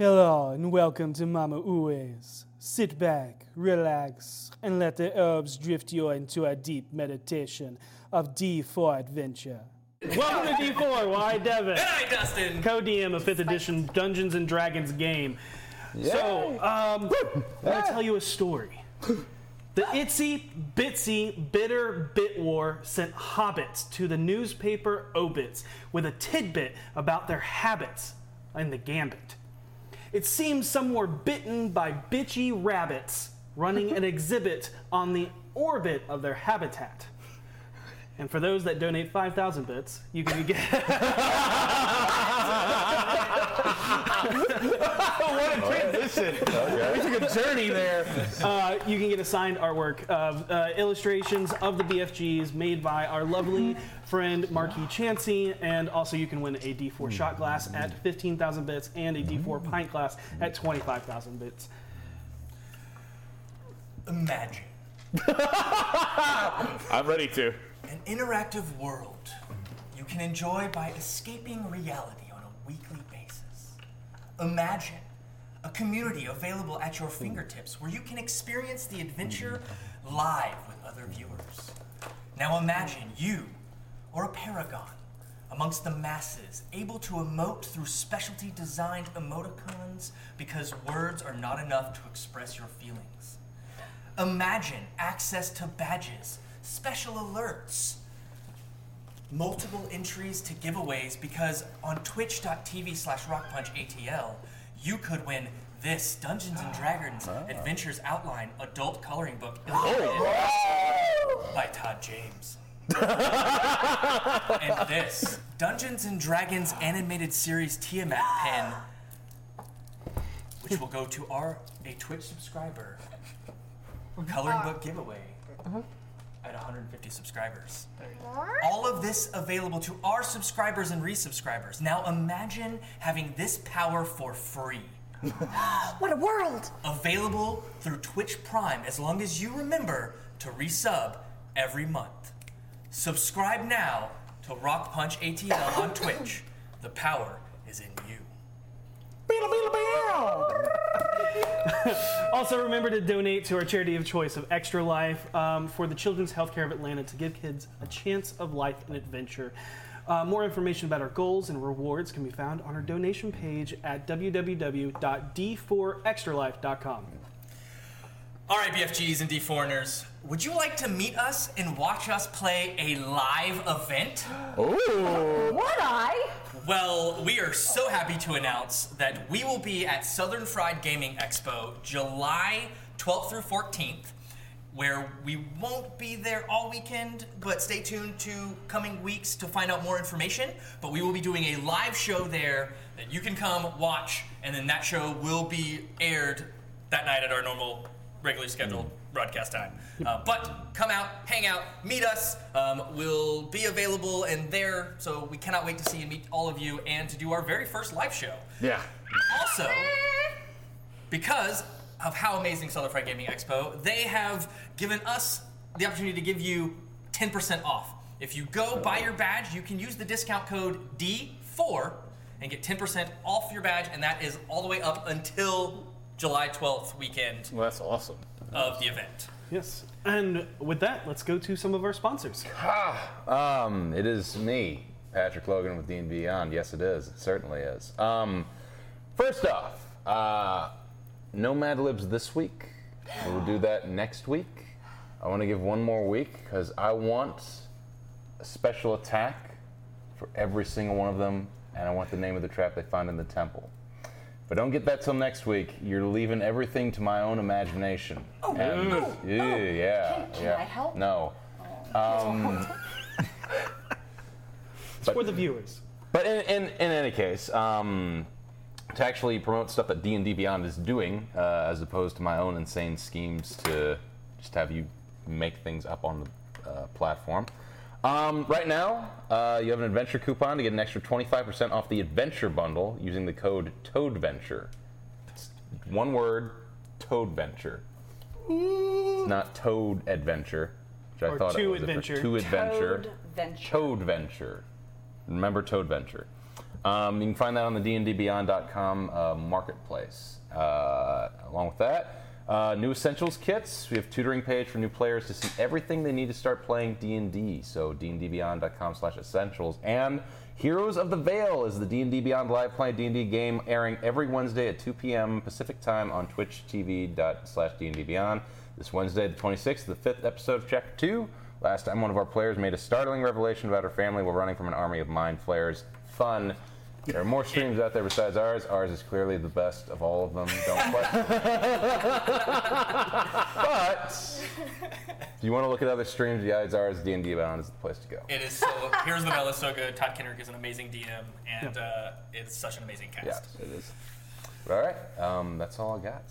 Hello and welcome to Mama Uwe's. Sit back, relax, and let the herbs drift you into a deep meditation of D4 adventure. Welcome to D4, why Devin? Hi, Dustin. Co-DM of 5th edition Dungeons and Dragons game. So, um, I'm gonna tell you a story. The itsy bitsy bitter bit war sent hobbits to the newspaper obits with a tidbit about their habits in the gambit. It seems some were bitten by bitchy rabbits running an exhibit on the orbit of their habitat. And for those that donate 5,000 bits, you can get. took a journey there. Uh, you can get a signed artwork of uh, illustrations of the BFGs made by our lovely friend Marquis Chansey, and also you can win a D4 shot glass at 15,000 bits and a D4 pint glass at 25,000 bits. Imagine I'm ready to. an interactive world you can enjoy by escaping reality on a weekly basis. Imagine a community available at your fingertips where you can experience the adventure live with other viewers. Now imagine you or a paragon amongst the masses able to emote through specialty designed emoticons because words are not enough to express your feelings. Imagine access to badges, special alerts, multiple entries to giveaways because on twitch.tv slash rockpunchatl, you could win this Dungeons and Dragons Adventures Outline adult coloring book illustrated by Todd James. and this Dungeons and Dragons animated series Tiamat pen, which will go to our a Twitch subscriber coloring book giveaway at 150 subscribers. All of this available to our subscribers and resubscribers. Now imagine having this power for free. What a world! Available through Twitch Prime as long as you remember to resub every month. Subscribe now to Rock Punch ATL on Twitch. The power is in you. Also, remember to donate to our charity of choice of Extra Life um, for the Children's Healthcare of Atlanta to give kids a chance of life and adventure. Uh, more information about our goals and rewards can be found on our donation page at www.d4extralife.com. All right, BFGs and D4ners, would you like to meet us and watch us play a live event? Would I? Well, we are so happy to announce that we will be at Southern Fried Gaming Expo July 12th through 14th, where we won't be there all weekend, but stay tuned to coming weeks to find out more information. But we will be doing a live show there that you can come watch, and then that show will be aired that night at our normal, regularly scheduled broadcast time. Uh, but come out, hang out, meet us. Um, we'll be available and there, so we cannot wait to see and meet all of you and to do our very first live show. Yeah. Also, because of how amazing Solar Fright Gaming Expo, they have given us the opportunity to give you 10% off. If you go Oh. buy your badge, you can use the discount code D4 and get 10% off your badge, and that is all the way up until July 12th weekend Well, that's awesome. of the event. Yes. And with that, let's go to some of our sponsors. Um, it is me, Patrick Logan with D&D Beyond. Yes, it is. It certainly is. Um, first off, uh, no Mad Libs this week. We'll do that next week. I want to give one more week because I want a special attack for every single one of them, and I want the name of the trap they find in the temple. If I don't get that till next week, you're leaving everything to my own imagination. Oh, oh, oh. yeah, yeah. Can- can yeah. I help? Oh. No. Um, It's for the viewers. But in, in, in any case, um, to actually promote stuff that D and D Beyond is doing, uh, as opposed to my own insane schemes to just have you make things up on the uh, platform. Um, right now, uh, you have an adventure coupon to get an extra 25% off the adventure bundle using the code TOADVENTURE. It's one word, TOADVenture. It's not Toad Adventure, which I Or thought it to was. If it's adventure. To Adventure. Toad Venture. Toad Venture. Remember Toad Venture. Um, you can find that on the dndbeyond.com uh, marketplace. Uh, along with that, uh, new essentials kits. We have tutoring page for new players to see everything they need to start playing D&D. So dndbeyond.com slash essentials. And Heroes of the Veil is the D&D Beyond live play D&D game airing every Wednesday at 2 p.m. Pacific time on Twitch TV dot slash D&D Beyond. This Wednesday, the 26th, the fifth episode of Chapter 2. Last time one of our players made a startling revelation about her family while running from an army of mind flayers. Fun. There are more streams out there besides ours. Ours is clearly the best of all of them. Don't question. it. but if you want to look at other streams besides ours, D&D Beyond is the place to go. It is so. Here's the Bell is so good. Todd Kendrick is an amazing DM, and uh, it's such an amazing cast. Yes, it is. All right, um, that's all I got.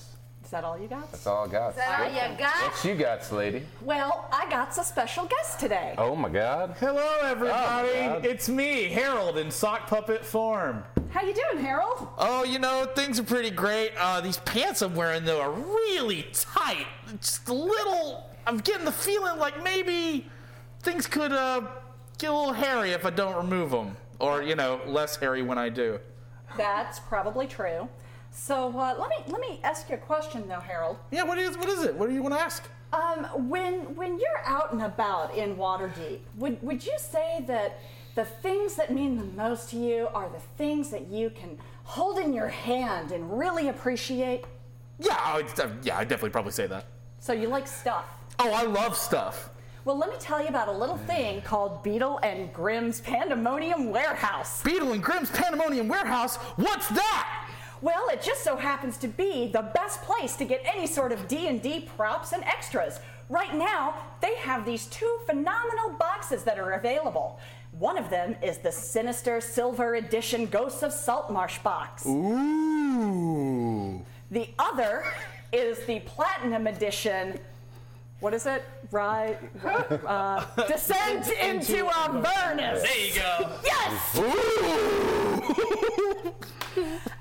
Is that all you got? That's all I got. that all What- you got? What you got, lady? Well, I got a special guest today. Oh my God. Hello, Oh, God. everybody. it's me, Harold, in sock puppet form. How you doing, Harold? Oh, you know, things are pretty great. Uh, these pants I'm wearing, though, are really tight. Just a little. I'm getting the feeling like maybe things could uh, get a little hairy if I don't remove them. Or, you know, less hairy when I do. That's probably true. So uh, let me let me ask you a question though, Harold. Yeah, what is, what is it? What do you want to ask? Um, when when you're out and about in Waterdeep, would would you say that the things that mean the most to you are the things that you can hold in your hand and really appreciate? Yeah, I would, uh, yeah, I definitely probably say that. So you like stuff. Oh, I love stuff. Well, let me tell you about a little thing called Beetle and Grimm's Pandemonium Warehouse. Beetle and Grimm's Pandemonium Warehouse, what's that? Well, it just so happens to be the best place to get any sort of D&D props and extras. Right now, they have these two phenomenal boxes that are available. One of them is the sinister silver edition Ghosts of Saltmarsh box. Ooh. The other is the platinum edition. What is it? Right. Uh, descent into Avernus. There you go. Yes!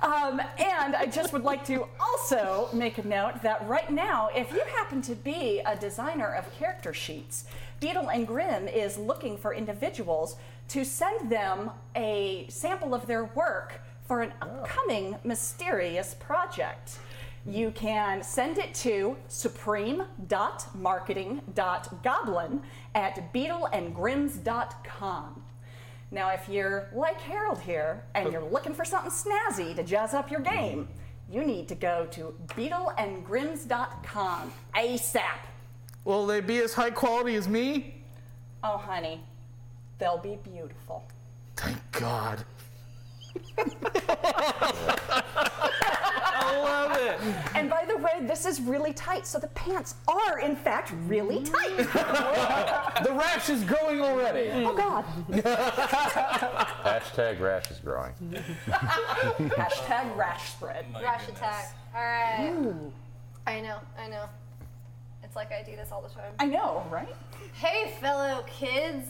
um, and I just would like to also make a note that right now, if you happen to be a designer of character sheets, Beetle and Grimm is looking for individuals to send them a sample of their work for an upcoming mysterious project. You can send it to supreme.marketing.goblin at beetleandgrims.com. Now, if you're like Harold here and you're looking for something snazzy to jazz up your game, you need to go to beetleandgrims.com ASAP. Will they be as high quality as me? Oh, honey, they'll be beautiful. Thank God. I love it. And by the way, this is really tight, so the pants are, in fact, really Mm. tight. The rash is growing already. oh, God. Hashtag rash is growing. Hashtag rash spread. Rush attack. All right. I know. I know. It's like I do this all the time. I know, right? Hey, fellow kids.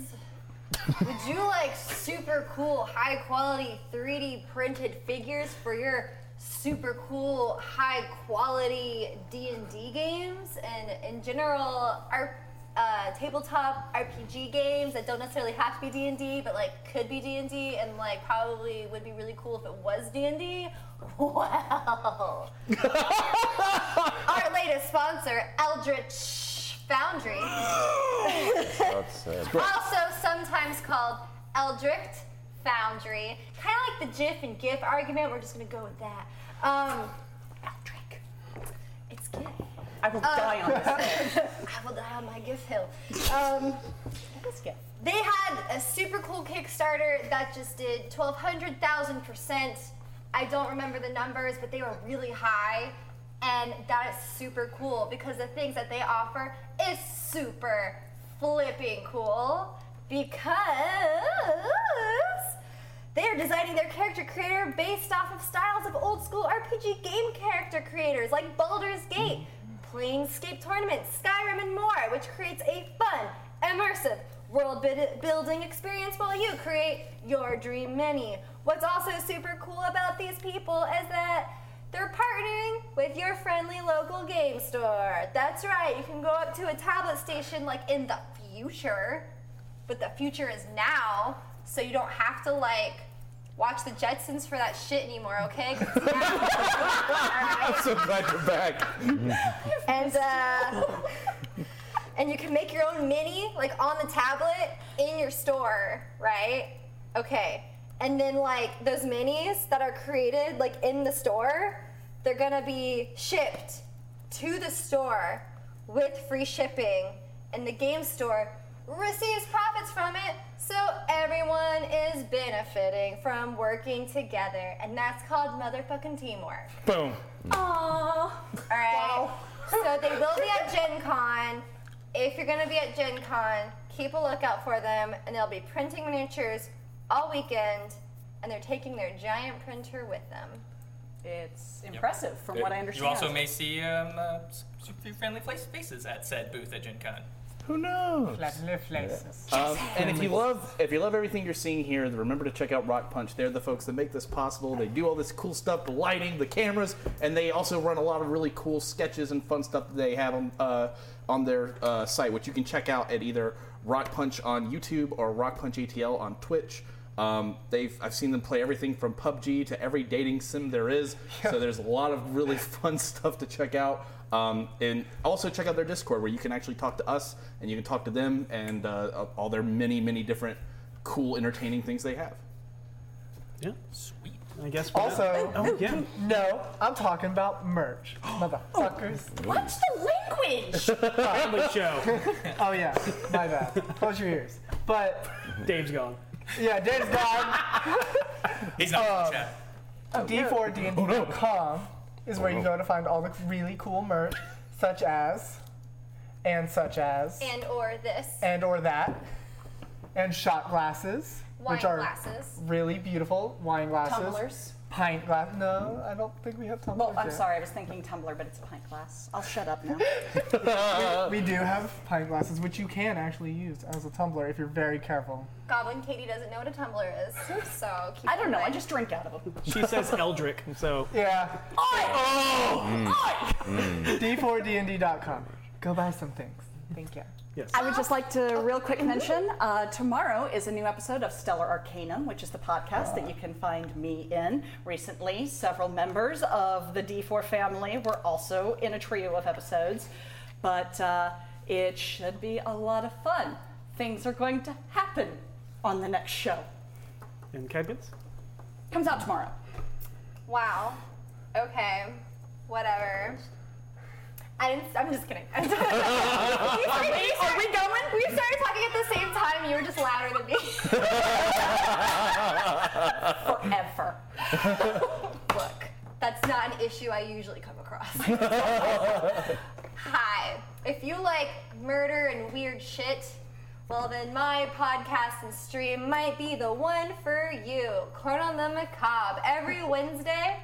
Would you like super cool, high quality 3D printed figures for your super cool, high quality D&D games and in general our uh, tabletop RPG games that don't necessarily have to be D&D but like could be D&D and like probably would be really cool if it was D&D? Well, our latest sponsor, Eldritch Foundry That's, uh, also sometimes called Eldritch Foundry. Kind of like the GIF and GIF argument. We're just gonna go with that. Um, Eldrick. It's GIF. I Uh, will die on this. I will die on my GIF hill. Um, Let's go. they had a super cool Kickstarter that just did 1,200,000%. I don't remember the numbers, but they were really high. And that is super cool because the things that they offer is super flipping cool because they are designing their character creator based off of styles of old school RPG game character creators like Baldur's Gate, Planescape Tournament, Skyrim, and more, which creates a fun, immersive, world bid- building experience while you create your dream mini. What's also super cool about these people is that they're partnering with your friendly local game store. That's right, you can go up to a tablet station like in the future, but the future is now, so you don't have to like watch the Jetsons for that shit anymore, okay? 'Cause it's I'm so glad you're back. and uh, and you can make your own mini like on the tablet in your store, right? Okay. And then like those minis that are created like in the store, they're gonna be shipped to the store with free shipping, and the game store receives profits from it. So everyone is benefiting from working together, and that's called motherfucking teamwork. Boom. Aww. All right. So they will be at Gen Con. If you're going to be at Gen Con, keep a lookout for them, and they'll be printing miniatures all weekend, and they're taking their giant printer with them. It's impressive from what I understand. You also may see um, uh, s- s- few friendly place faces at said booth at Gen Con. Who knows? Um, and if you love if you love everything you're seeing here, then remember to check out Rock Punch. They're the folks that make this possible. They do all this cool stuff, the lighting, the cameras, and they also run a lot of really cool sketches and fun stuff that they have on uh, on their uh, site, which you can check out at either Rock Punch on YouTube or Rock Punch ATL on Twitch. Um, they've I've seen them play everything from PUBG to every dating sim there is. So there's a lot of really fun stuff to check out. Um, and also check out their Discord where you can actually talk to us and you can talk to them and uh, all their many many different cool entertaining things they have. Yeah, Sweet. I guess. we're done. Also, oh yeah. no, I'm talking about merch, motherfuckers. Watch the language. Family show. Oh yeah, my bad. Close your ears. But Dave's gone. yeah, Dave's Um, gone. He's not in the chat. oh, Oh, d4dnd.com is where you go to find all the really cool merch, such as, and such as, And or this and or that, and shot glasses, wine which are glasses. really beautiful wine glasses, Tumblers. pint glass. No, I don't think we have tumblers. Oh, Well, I'm yet. sorry, I was thinking Tumblr, but it's a pint glass. I'll shut up now. We do have pint glasses, which you can actually use as a tumbler if you're very careful. Goblin Katie doesn't know what a tumbler is, so keep I don't in know. I mind. just drink out of them. She says Eldrick, so Yeah, Oh! I d4dnd.com. Go buy some things. Thank you. yes. would just like to real quick mention uh, tomorrow is a new episode of Stellar Arcanum, which is the podcast that you can find me in. Recently, several members of the D4 family were also in a trio of episodes, but uh, it should be a lot of fun. Things are going to happen on the next show. And Cadkins? Comes out tomorrow. Wow. Okay. Whatever. I didn't, I'm just kidding. are, we, are we going? We started talking at the same time. You were just louder than me. Forever. Look, that's not an issue I usually come across. Hi. If you like murder and weird shit, well then my podcast and stream might be the one for you. Corn on the Macabre every Wednesday.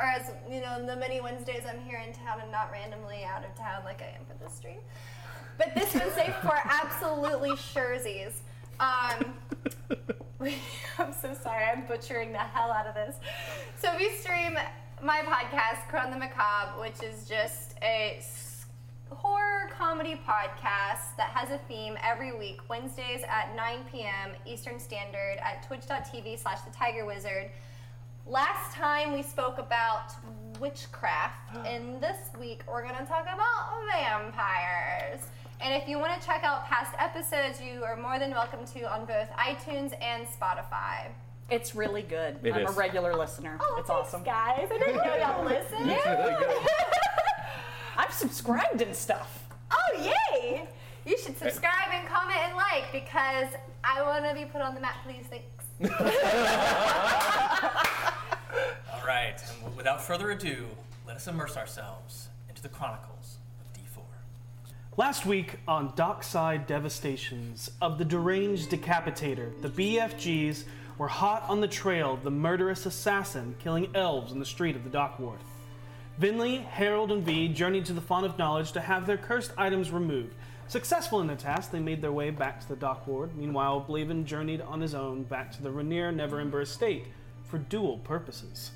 Or as you know, the many Wednesdays I'm here in town and not randomly out of town like I am for this stream. But this Wednesday for absolutely surezies. Um, I'm so sorry, I'm butchering the hell out of this. So we stream my podcast, Crown the Macabre, which is just a s- horror comedy podcast that has a theme every week, Wednesdays at 9 p.m. Eastern Standard at twitch.tv slash the Tiger Wizard. Last time we spoke about witchcraft, and this week we're going to talk about vampires. And if you want to check out past episodes, you are more than welcome to on both iTunes and Spotify. It's really good. It I'm is. a regular listener. Oh, it's thanks, awesome. guys. I didn't know y'all listened. I've subscribed and stuff. Oh, yay! You should subscribe and comment and like because I want to be put on the map, please. Thanks. All right. And w- without further ado, let us immerse ourselves into the chronicles of D4. Last week on Dockside Devastations of the Deranged Decapitator, the BFGs were hot on the trail of the murderous assassin killing elves in the street of the dock ward. Vinley, Harold, and V journeyed to the Font of Knowledge to have their cursed items removed. Successful in their task, they made their way back to the dock ward. Meanwhile, Blaven journeyed on his own back to the Rainier Neverember estate for dual purposes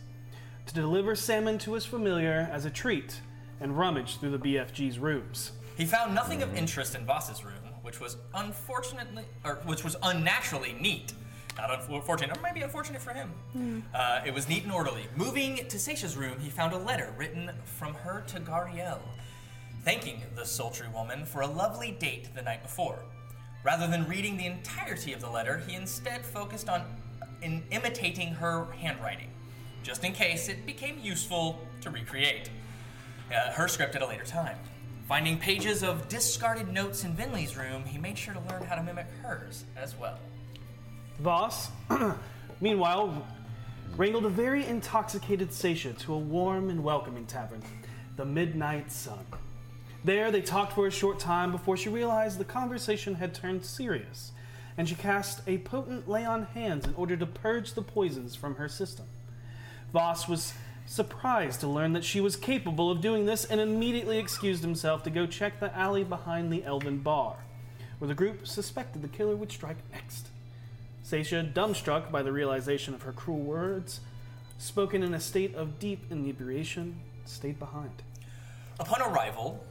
to deliver salmon to his familiar as a treat and rummage through the BFG's rooms. He found nothing of interest in Voss's room, which was unfortunately, or which was unnaturally neat, Not unfortunate, or maybe unfortunate for him. Hmm. Uh, it was neat and orderly. Moving to Seisha's room, he found a letter written from her to Gariel, thanking the sultry woman for a lovely date the night before. Rather than reading the entirety of the letter, he instead focused on in imitating her handwriting, just in case it became useful to recreate uh, her script at a later time. Finding pages of discarded notes in Vinley's room, he made sure to learn how to mimic hers as well. Voss, meanwhile, wrangled a very intoxicated Seisha to a warm and welcoming tavern, the Midnight Sun. There, they talked for a short time before she realized the conversation had turned serious, and she cast a potent lay on hands in order to purge the poisons from her system. Voss was surprised to learn that she was capable of doing this and immediately excused himself to go check the alley behind the Elven Bar, where the group suspected the killer would strike next. Seisha, dumbstruck by the realization of her cruel words, spoken in a state of deep inebriation, stayed behind. Upon arrival,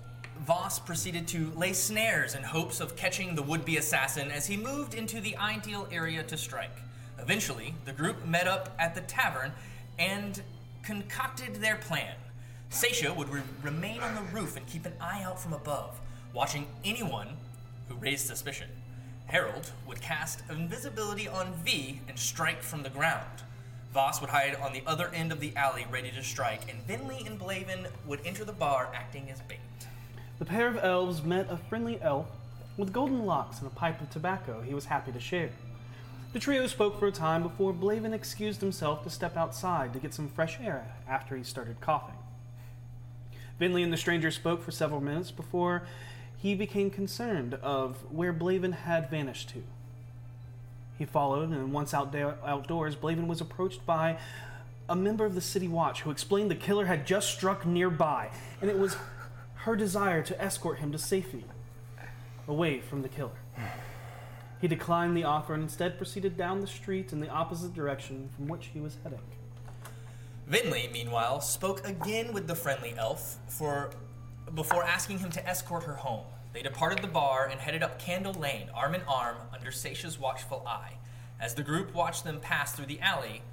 Voss proceeded to lay snares in hopes of catching the would be assassin as he moved into the ideal area to strike. Eventually, the group met up at the tavern and concocted their plan. Seisha would re- remain on the roof and keep an eye out from above, watching anyone who raised suspicion. Harold would cast invisibility on V and strike from the ground. Voss would hide on the other end of the alley, ready to strike, and Vinley and Blaven would enter the bar acting as bait. The pair of elves met a friendly elf with golden locks and a pipe of tobacco he was happy to share. The trio spoke for a time before Blaven excused himself to step outside to get some fresh air after he started coughing. Vinley and the stranger spoke for several minutes before he became concerned of where Blaven had vanished to. He followed, and once out outdoors, Blaven was approached by a member of the City Watch who explained the killer had just struck nearby, and it was her desire to escort him to safety, away from the killer. He declined the offer and instead proceeded down the street in the opposite direction from which he was heading. Vinley, meanwhile, spoke again with the friendly elf for before asking him to escort her home. They departed the bar and headed up Candle Lane, arm in arm, under Seisha's watchful eye. As the group watched them pass through the alley,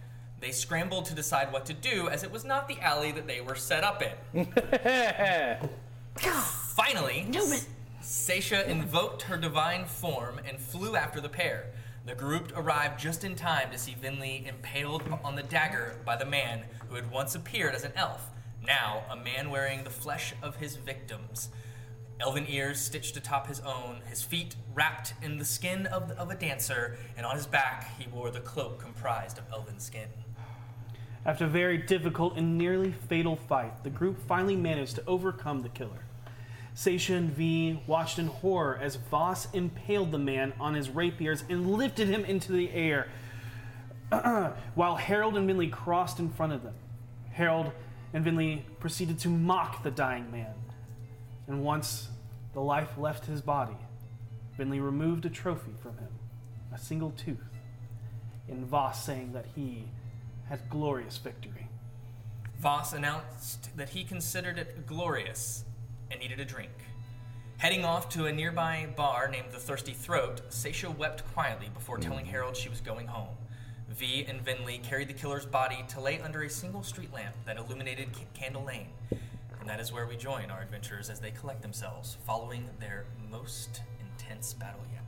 they scrambled to decide what to do, as it was not the alley that they were set up in. Finally, Seisha invoked her divine form and flew after the pair. The group arrived just in time to see Vinley impaled on the dagger by the man who had once appeared as an elf, now a man wearing the flesh of his victims. Elven ears stitched atop his own, his feet wrapped in the skin of, of a dancer, and on his back he wore the cloak comprised of elven skin. After a very difficult and nearly fatal fight, the group finally managed to overcome the killer. Seisha and V watched in horror as Voss impaled the man on his rapiers and lifted him into the air, while Harold and Vinley crossed in front of them. Harold and Vinley proceeded to mock the dying man, and once the life left his body, Vinley removed a trophy from him, a single tooth, and Voss saying that he had glorious victory. Voss announced that he considered it glorious and needed a drink. Heading off to a nearby bar named the Thirsty Throat, Seisha wept quietly before telling Mm-hmm. Harold she was going home. V and Vinley carried the killer's body to lay under a single street lamp that illuminated C- Candle Lane. And that is where we join our adventurers as they collect themselves following their most intense battle yet.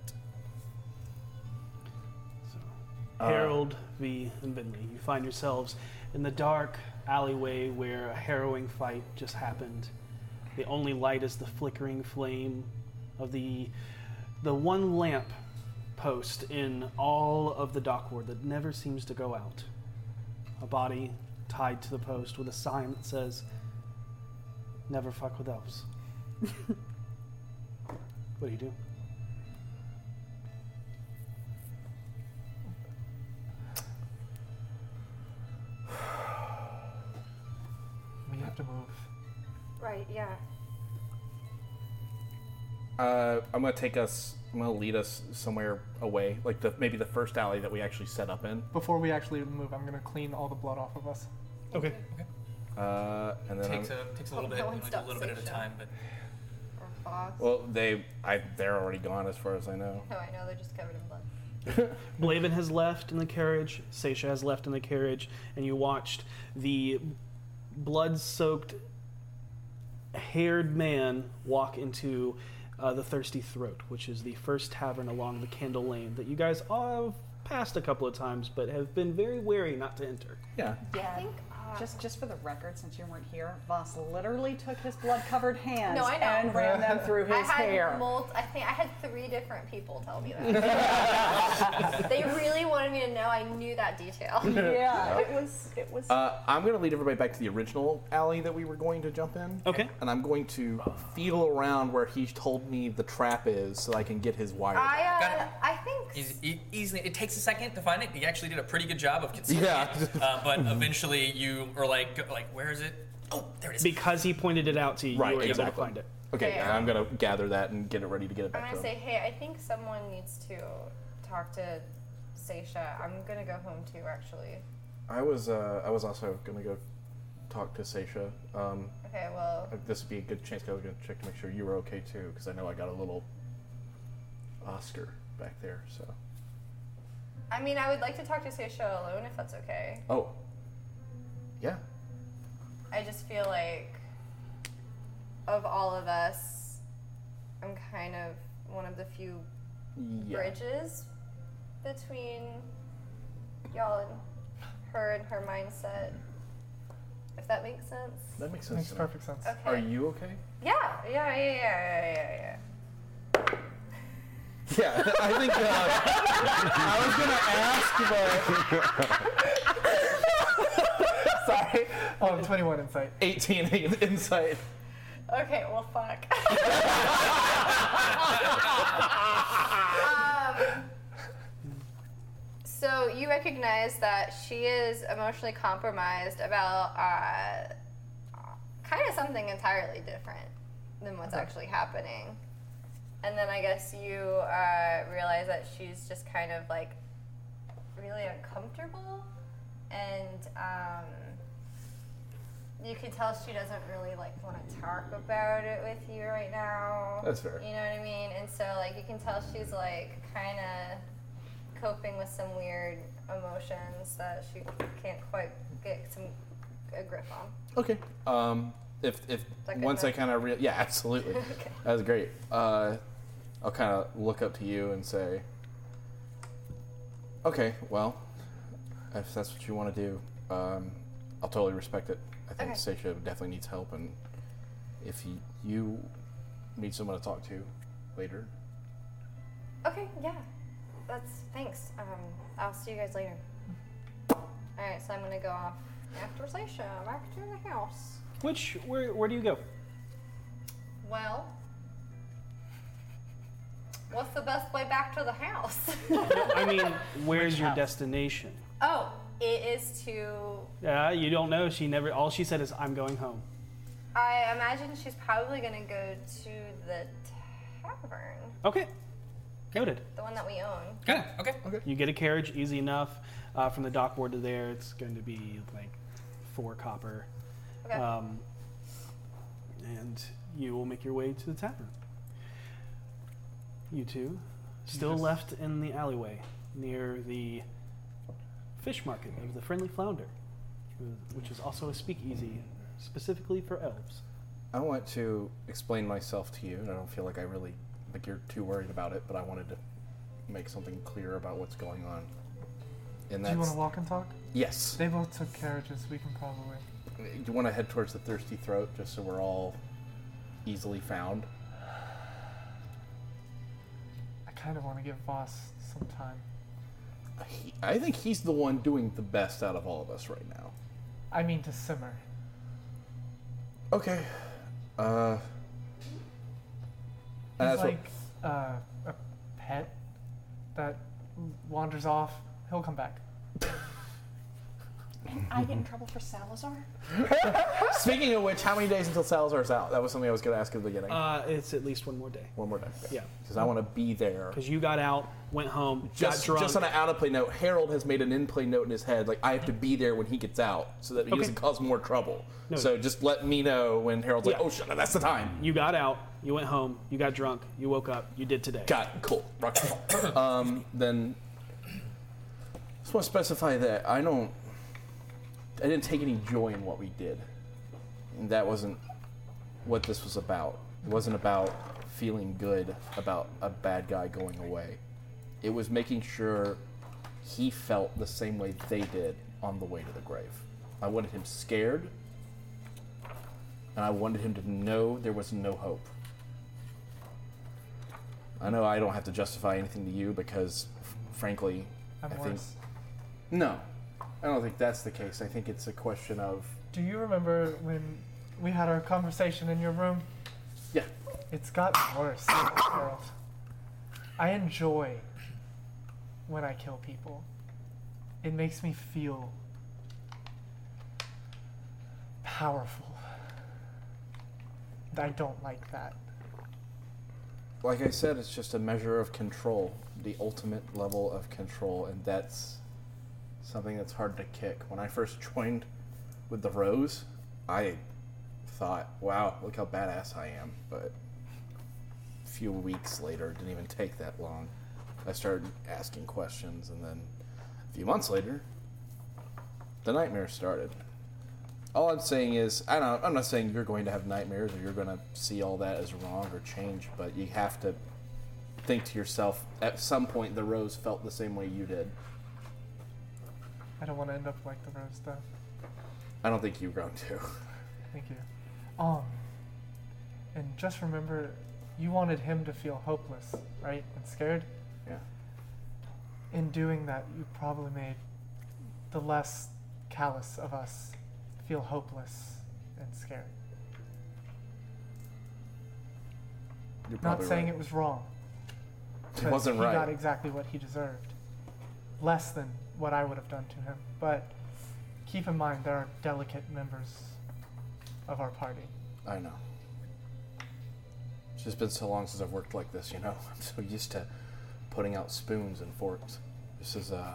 Harold V. and Bentley. You find yourselves in the dark alleyway where a harrowing fight just happened. The only light is the flickering flame of the the one lamp post in all of the dock ward that never seems to go out. A body tied to the post with a sign that says Never fuck with elves. what do you do? We have to move. Right, yeah. Uh, I'm gonna take us. I'm gonna lead us somewhere away, like the maybe the first alley that we actually set up in, Before we actually move, I'm gonna clean all the blood off of us. Okay. uh, and then Takes I'm- a, takes a little Oh, bit, no we one do a little bit at a stops Seisha. time, but Or boss. well, they I they're already gone as far as I know. No, I know they're just covered in blood. Blaven has left in the carriage, Seisha has left in the carriage, and you watched the blood soaked, haired man walk into uh, the Thirsty Throat, which is the first tavern along the Candle Lane that you guys all have passed a couple of times but have been very wary not to enter. Yeah. Yeah. think, uh, just, just for the record, since you weren't here, Voss literally took his blood-covered hands No, I know. and ran them through I his had hair. mult- I think I had three different people tell me that. they really wanted me to know. I knew that detail. yeah, it was. It was. Uh, I'm going to lead everybody back to the original alley that we were going to jump in. Okay. And I'm going to feel around where he told me the trap is so I can get his wire. I Got uh, it. I think Easy, e- easily, it takes a second to find it. You actually did a pretty good job of concealing Yeah. it, uh, but eventually you are like, go- like, where is it? Oh, there it is. Because he pointed it out to you, Right, you were able to exactly. find it. Okay, Fair. and I'm going to gather that and get it ready to get it I'm back gonna to say, him. hey, I think someone needs to talk to Seisha. I'm gonna go home too, actually. I was uh, I was also going to go talk to Seisha. Um, Okay, well, this would be a good chance 'cause I was going to check to make sure you were okay too because I know I got a little Oscar back there. So. I mean, I would like to talk to Seisha alone if that's okay. Oh. Yeah. I just feel like, of all of us, I'm kind of one of the few Yeah. bridges between y'all and her and her mindset. If that makes sense. That makes sense. Makes to me. perfect sense. Okay. Are you okay? Yeah, yeah, yeah, yeah, yeah, yeah, yeah. Yeah, I think uh, I was gonna ask, Sorry. Um, 21 insight. but 18 insight. Okay, well, fuck. um, so you recognize that she is emotionally compromised about uh, kind of something entirely different than what's actually happening. And then I guess you uh, realize that she's just kind of like really uncomfortable and. Um, you can tell she doesn't really like want to talk about it with you right now. That's fair. You know what I mean? And so like you can tell she's like kind of coping with some weird emotions that she can't quite get some a grip on. Okay. Um, if if that good once I enough? kind of re- yeah, absolutely. That was great. Uh, I'll kind of look up to you and say, okay, well, if that's what you want to do, um, I'll totally respect it. I think Okay. Seisha definitely needs help, and if you, you need someone to talk to later, Okay, yeah. That's thanks. Um, I'll see you guys later. All right, so I'm gonna go off after Sasha back to the house. Which, where, where do you go? Well, what's the best way back to the house? I mean, where's your destination? Oh, it is to. Uh, you don't know. She never. All she said is, "I'm going home." I imagine she's probably gonna go to the tavern, Okay, noted. the one that we own. Got it. Okay. You get a carriage, easy enough. Uh, from the dock board to there, it's going to be like four copper, Okay. um, and you will make your way to the tavern. You two, still left in the alleyway near the fish market of the Friendly Flounder, which is also a speakeasy specifically for elves. I want to explain myself to you, and I don't feel like I really like you're too worried about it, but I wanted to make something clear about what's going on. And Do you want that's to walk and talk? yes. They both took carriages. We can probably. Uh, You want to head towards the thirsty throat, just so we're all easily found. I kind of want to give Voss some time. He, I think he's the one doing the best out of all of us right now. I mean to simmer. Okay. Uh. and He's that's what- like uh, a pet that wanders off. He'll come back. I get in trouble for Salazar. Speaking of which, how many days until Salazar's out? That was something I was going to ask at the beginning. Uh, it's at least one more day. One more day. Yeah. Because I want to be there. Because you got out, went home, just, got drunk. just on an out of play note, Harold has made an in play note in his head, like I have to be there when he gets out, so that he doesn't cause more trouble. So just let me know when Harold's like, Yeah. "Oh shit, that's the time." You got out, you went home, you got drunk, you woke up, you did today. Got it. cool. Rock. um, then Just want to specify that I don't. I didn't take any joy in what we did, and that wasn't what this was about. It wasn't about feeling good about a bad guy going away. It was making sure he felt the same way they did on the way to the grave. I wanted him scared, and I wanted him to know there was no hope. I know I don't have to justify anything to you because, f- frankly, I'm I think worse. no, I don't think that's the case. I think it's a question of Do you remember when we had our conversation in your room? yeah, It's gotten worse in this world. I enjoy when I kill people. It makes me feel powerful. I don't like that. like I said, it's just a measure of control, the ultimate level of control, and that's something that's hard to kick. When I first joined with the Rose, I thought, wow, look how badass I am. But a few weeks later, it didn't even take that long. I started asking questions, and then a few months later, the nightmare started. All I'm saying is, I don't. I'm not saying you're going to have nightmares or you're going to see all that as wrong or change, but you have to think to yourself. At some point, the rose felt the same way you did. I don't want to end up like the rose, though. I don't think you're going to. Thank you. Um, and just remember, you wanted him to feel hopeless, right? And scared? Yeah. In doing that, you probably made the less callous of us feel hopeless and scared. You're Not probably saying right. it was wrong. It but wasn't he right. got exactly what he deserved. Less than what I would have done to him. But keep in mind, there are delicate members of our party. I know. It's just been so long since I've worked like this, you know. I'm so used to putting out spoons and forks. This is uh,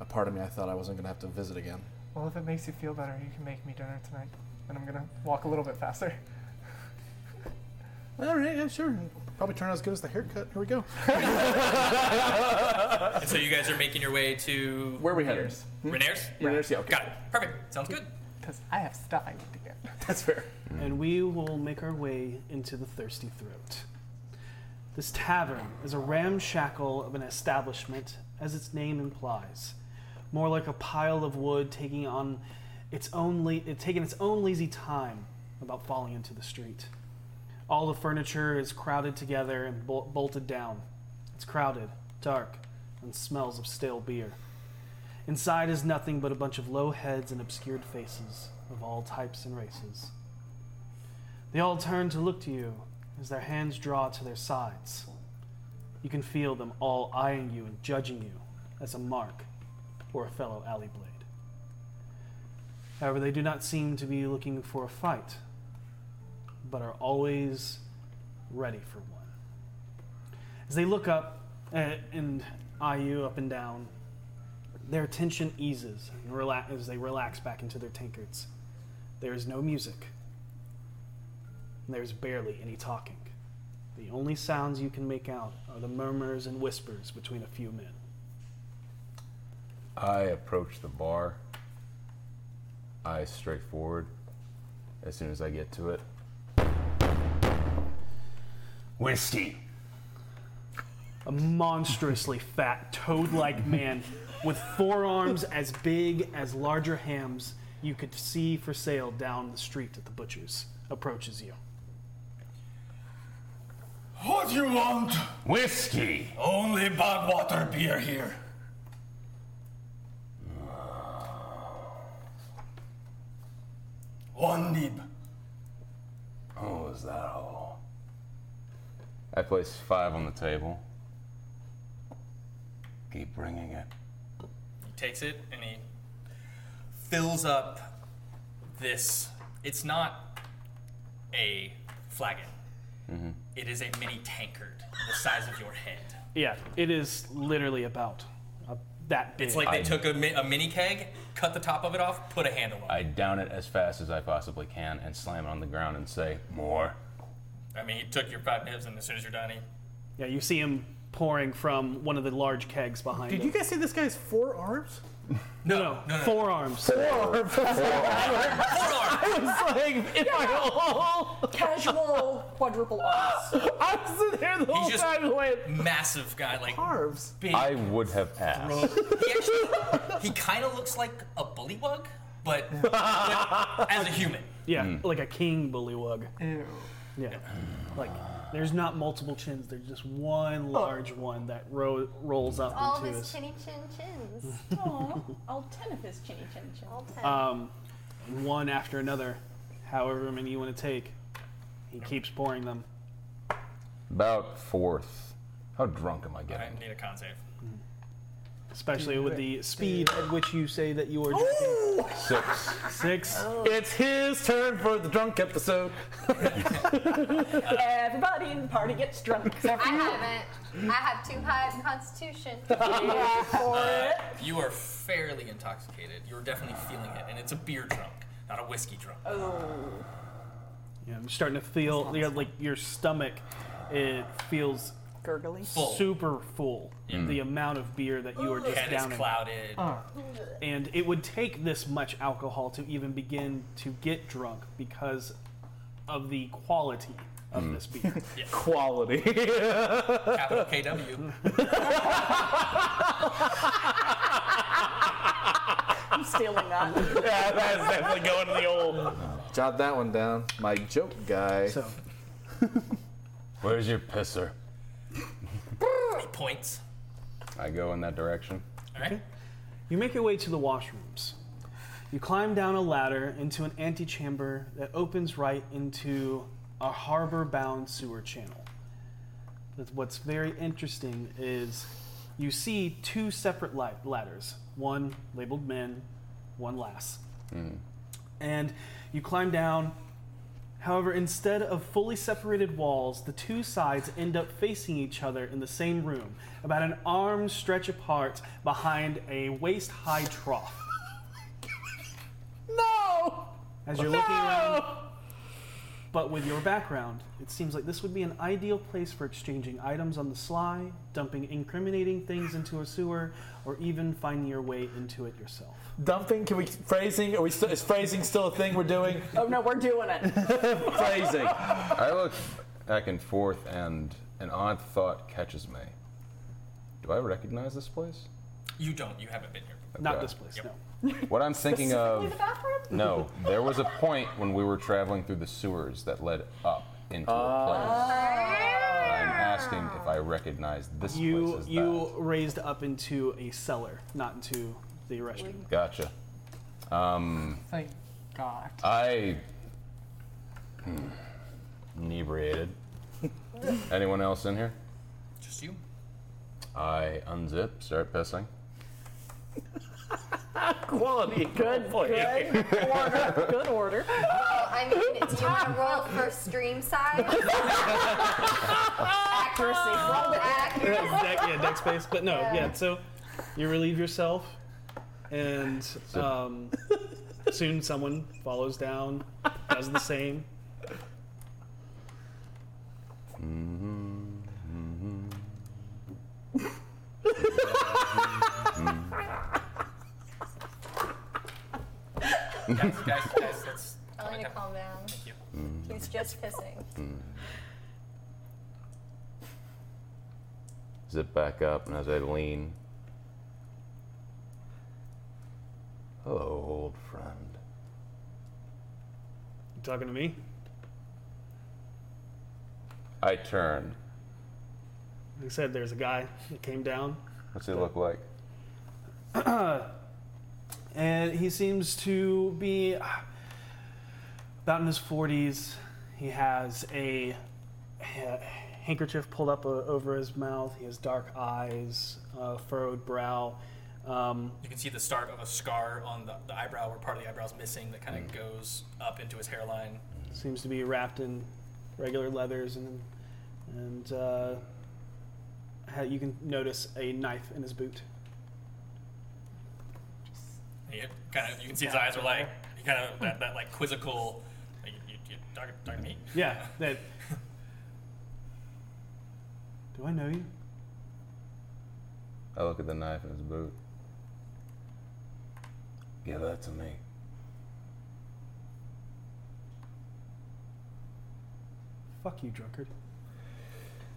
a part of me I thought I wasn't going to have to visit again. Well, if it makes you feel better, you can make me dinner tonight. And I'm gonna walk a little bit faster. All right, yeah, sure. Probably turn out as good as the haircut. Here we go. And so you guys are making your way to Where are we headed? Renair's? Renair's, yeah, okay. Got it. Perfect. Sounds good. Because I have stuff I need to get. That's fair. and we will make our way into the Thirsty Throat. This tavern is a ramshackle of an establishment, as its name implies, more like a pile of wood taking on its own la- it- taking its own lazy time about falling into the street. All the furniture is crowded together and bol- bolted down. It's crowded, dark, and smells of stale beer. Inside is nothing but a bunch of low heads and obscured faces of all types and races. They all turn to look to you as their hands draw to their sides. You can feel them all eyeing you and judging you as a mark or a fellow alley blade. However, they do not seem to be looking for a fight, but are always ready for one. As they look up uh, and eye you up and down, their tension eases and rela- as they relax back into their tankards. There is no music. There's barely any talking. The only sounds you can make out are the murmurs and whispers between a few men. I approach the bar, eyes straight forward as soon as I get to it. Whiskey. A monstrously fat, toad like man with forearms as big as larger hams you could see for sale down the street at the butcher's approaches you. What you want? Whiskey! Only Bogwater beer here. Ah. One nib. Oh, is that all? I place five on the table. Keep bringing it. He takes it and he fills up this. It's not a flagon. Mm-hmm. It is a mini tankard the size of your hand. Yeah, it is literally about uh, that big. Mm. It's like they took a, mi- a mini keg, cut the top of it off, put a handle on it. I down it as fast as I possibly can and slam it on the ground and say, More. I mean, he took your five nibs, and as soon as you're done, he yeah, you see him pouring from one of the large kegs behind Did him. you guys see this guy's four arms? no, no, no, no. forearms. I was like, in my whole, Casual quadruple arms. I was sitting there the whole just- time going, Massive guy, like arms. big. I would have bro. passed. He actually, he kind of looks like a bullywug, but with- as a human. Yeah, Hmm. like a king bullywug. Ew. Yeah, like there's not multiple chins. There's just Oh. one large one that ro- rolls up All of into his us. chinny chin chins. Aw, all ten of his chinny chinny chin. All ten. Um, one after another, however many you want to take. He keeps pouring them. About fourth. How drunk am I I getting? need a con save. Especially with the speed at which you say that you are Oh, drinking. Six. Six. Oh. It's his turn for the drunk episode. Everybody in the party gets drunk. except I for you. haven't. I have too high of constitution. Uh, You are fairly intoxicated. You're definitely feeling it, and it's a beer drunk, not a whiskey drunk. Oh. Yeah, I'm starting to feel you know, like your stomach. It feels Gurgly. Full. super full. Mm. The amount of beer that you are just Head is downing. clouded. Oh. and it would take this much alcohol to even begin to get drunk because of the quality of Mm. this beer. Quality. Capital KW. I'm stealing that. yeah, that's definitely going to the old. Jot that one down. My joke guy. so Where's your pisser? Points. I go in that direction. All right. you make your way to the washrooms. You climb down a ladder into an antechamber that opens right into a harbor bound sewer channel. But What's very interesting is you see two separate la- ladders one labeled men, one lass. And you climb down. However, instead of fully separated walls, the two sides end up facing each other in the same room, about an arm stretch apart behind a waist high trough. No! As you're looking around, but with your background, it seems like this would be an ideal place for exchanging items on the sly, dumping incriminating things into a sewer, or even finding your way into it yourself. Dumping? Can we phrasing? Are we still, is phrasing still a thing we're doing? Oh no, we're doing it. phrasing. I look back and forth, and an odd thought catches me. Do I recognize this place? You don't. You haven't been here. Not Okay. this place, Yep. no. What I'm thinking of. The bathroom? No, there was a point when we were traveling through the sewers that led up into a place. Ah. I'm asking if I recognize this You place as you raised up into a cellar, not into the restroom. that. Gotcha. Um, Thank God. I hmm, inebriated. Anyone else in here? Just you. I unzip, start pissing. Quality. Good Good order. Good order. I mean, do you want to roll for stream size? Accuracy. Well, Roll accuracy. Neck- yeah, deck space. But no, yeah. So you relieve yourself, and um, soon someone follows down, does the same. Guys, guys, guys, that's. I need to calm down. Mm. He's just pissing. Zip back up, and as I lean, hello, old friend. You talking to me? I turn. Like I said, there's a guy that came down, What's he look like? and he seems to be about in his 40s. He has a ha- handkerchief pulled up o- over his mouth. He has dark eyes, uh, furrowed brow. Um, You can see the start of a scar on the, the eyebrow, where part of the eyebrow's missing, that kind of goes up into his hairline. seems to be wrapped in regular leathers, and and uh, ha- you can notice a knife in his boot. He kind of, you can see his eyes are like, he kind of that, that like quizzical. Like, you, you, you talking, talking to me? Yeah, that. Do I know you? I look at the knife in his boot. Give that to me. Fuck you, drunkard.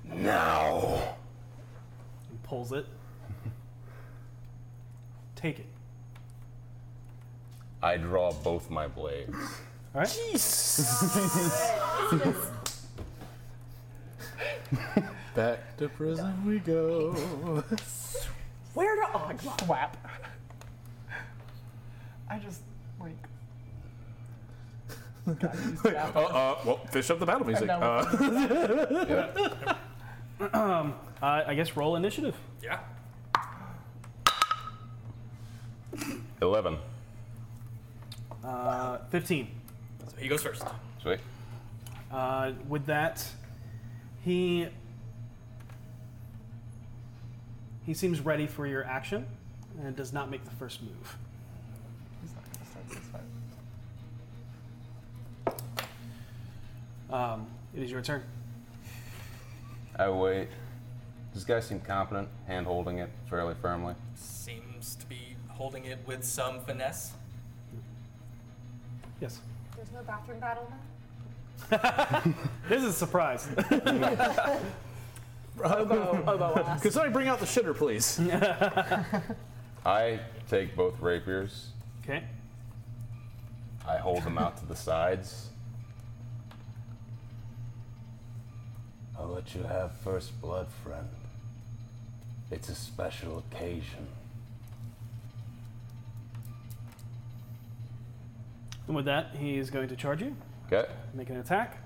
Now! He pulls it. Take it. I draw both my blades. All right. Back to prison we go. Where oh to Ogma? Whap. I just like. God, use the bathroom. Uh, well, fish up the battle music. No. Uh, Uh, I guess roll initiative. Yeah. 11. Uh, 15. So he goes first. Sweet. Uh, with that, he he seems ready for your action and does not make the first move. He's not gonna start this fight. Um, it is your turn. I wait. Does this guy seem competent, hand holding it fairly firmly. Seems to be holding it with some finesse. Yes. There's no bathroom battle now. This is a surprise. could somebody bring out the shitter, please? I take both rapiers, okay. I hold them out to the sides. I'll let you have first blood, friend. It's a special occasion. And with that, he is going to charge you. Okay. Make an attack.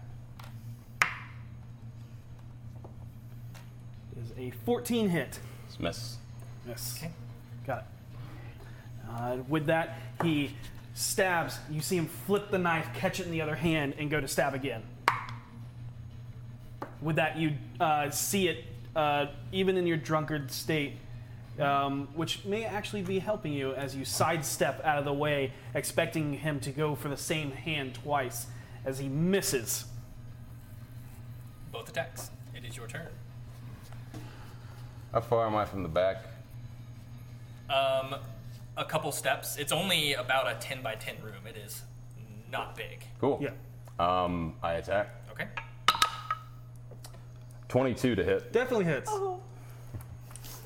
It is a 14 hit. It's miss. Yes. Got it. Uh, with that, he stabs. You see him flip the knife, catch it in the other hand, and go to stab again. With that, you uh, see it, uh, even in your drunkard state, um, which may actually be helping you as you sidestep out of the way, expecting him to go for the same hand twice as he misses. Both attacks. It is your turn. How far am I from the back? Um, a couple steps. It's only about a 10 by 10 room. It is not big. Cool. Yeah. Um, I attack. Okay. 22 to hit. Definitely hits. Oh. Uh,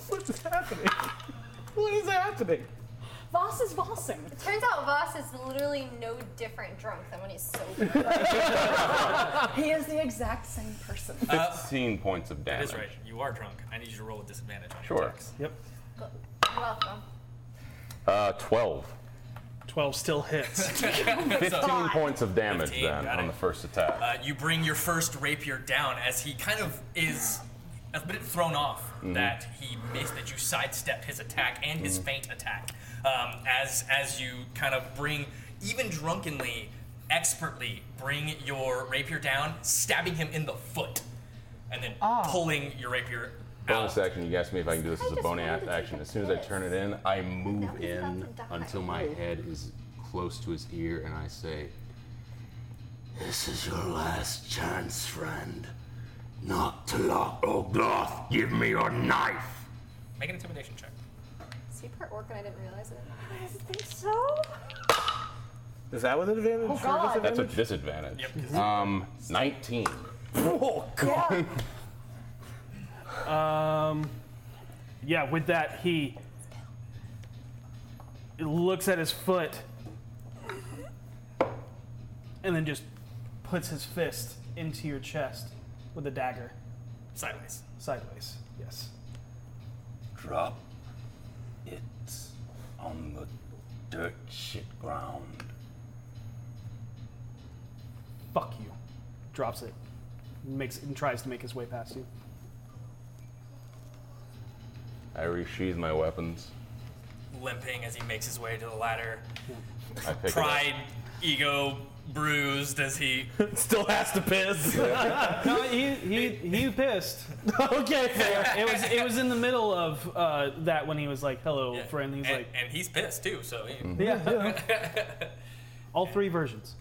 What's happening? What is happening? Voss is Vossing. Turns out Voss is literally no different drunk than when he's sober. He is the exact same person. Uh, 15 points of That damage. is right. You are drunk. I need you to roll with disadvantage on your Sure. attacks. Yep. But you're welcome. Uh, 12. 12 still hits. 15 points of damage 15, then got on it. the first attack. Uh, you bring your first rapier down as he kind of is a bit thrown off that he missed, that you sidestepped his attack and his feint attack. Um, as as you kind of bring, even drunkenly, expertly bring your rapier down, stabbing him in the foot, and then Ah. pulling your rapier Bonus out. action, you asked me if I can do this I as a just wanted bonus to action. take As soon as I this. turn it in, I Now move he's about in to die. until my head is close to his ear and I say, This is your last chance, friend. Not to lock or gloth. Give me your knife. Make an intimidation check. Is he part orc and I didn't realize it? I think so. Is that with an advantage? Oh, God. That's a disadvantage. Yep. 'cause- Um, 19. oh God. Um, Yeah, with that, he looks at his foot and then just puts his fist into your chest with a dagger Sideways. sideways. Yes. Drop it on the dirt shit ground. Fuck you. Drops it. Makes and tries to make his way past you. I resheathe my weapons. Limping as he makes his way to the ladder. I pick it up. Pride, ego, bruised as he Still has to piss. No, he, he, he pissed. okay, fair. It was it was in the middle of uh, that when he was like, "Hello, friend." He's and, like, and he's Mm-hmm. pissed too. So he, "Yeah." All three versions.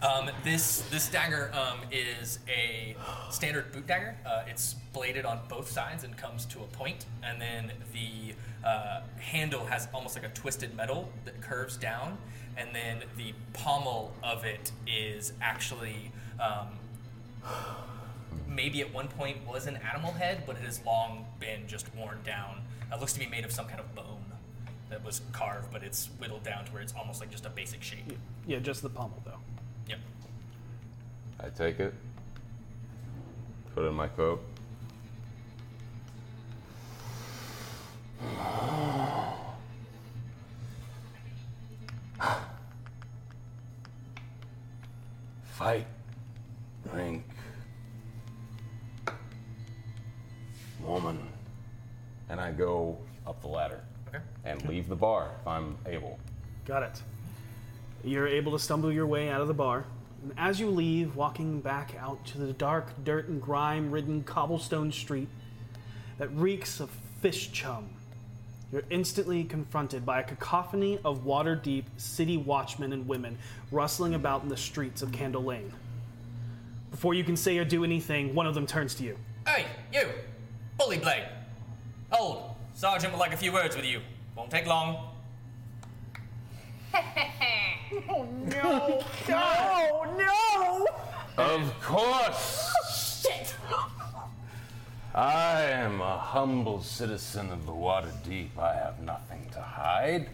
Um, this this dagger um, is a standard boot dagger. Uh, it's bladed on both sides and comes to a point, and then the uh, handle has almost like a twisted metal that curves down, and then the pommel of it is actually um, maybe at one point was an animal head, but it has long been just worn down. It looks to be made of some kind of bone that was carved, but it's whittled down to where it's almost like just a basic shape. Yeah, just the pommel though. Yep. I take it, put it in my coat. Fight. Drink. Woman. and I go up the ladder and leave the bar if I'm able. Got it. You're able to stumble your way out of the bar. And as you leave, walking back out to the dark, dirt, and grime ridden cobblestone street that reeks of fish chum, you're instantly confronted by a cacophony of water deep city watchmen and women rustling about in the streets of Candle Lane. Before you can say or do anything, one of them turns to you. Hey, you! Bully Blade! Hold! Sergeant would like a few words with you. Won't take long. oh no! Oh, no! Of course! Shit! I am a humble citizen of the water deep. I have nothing to hide.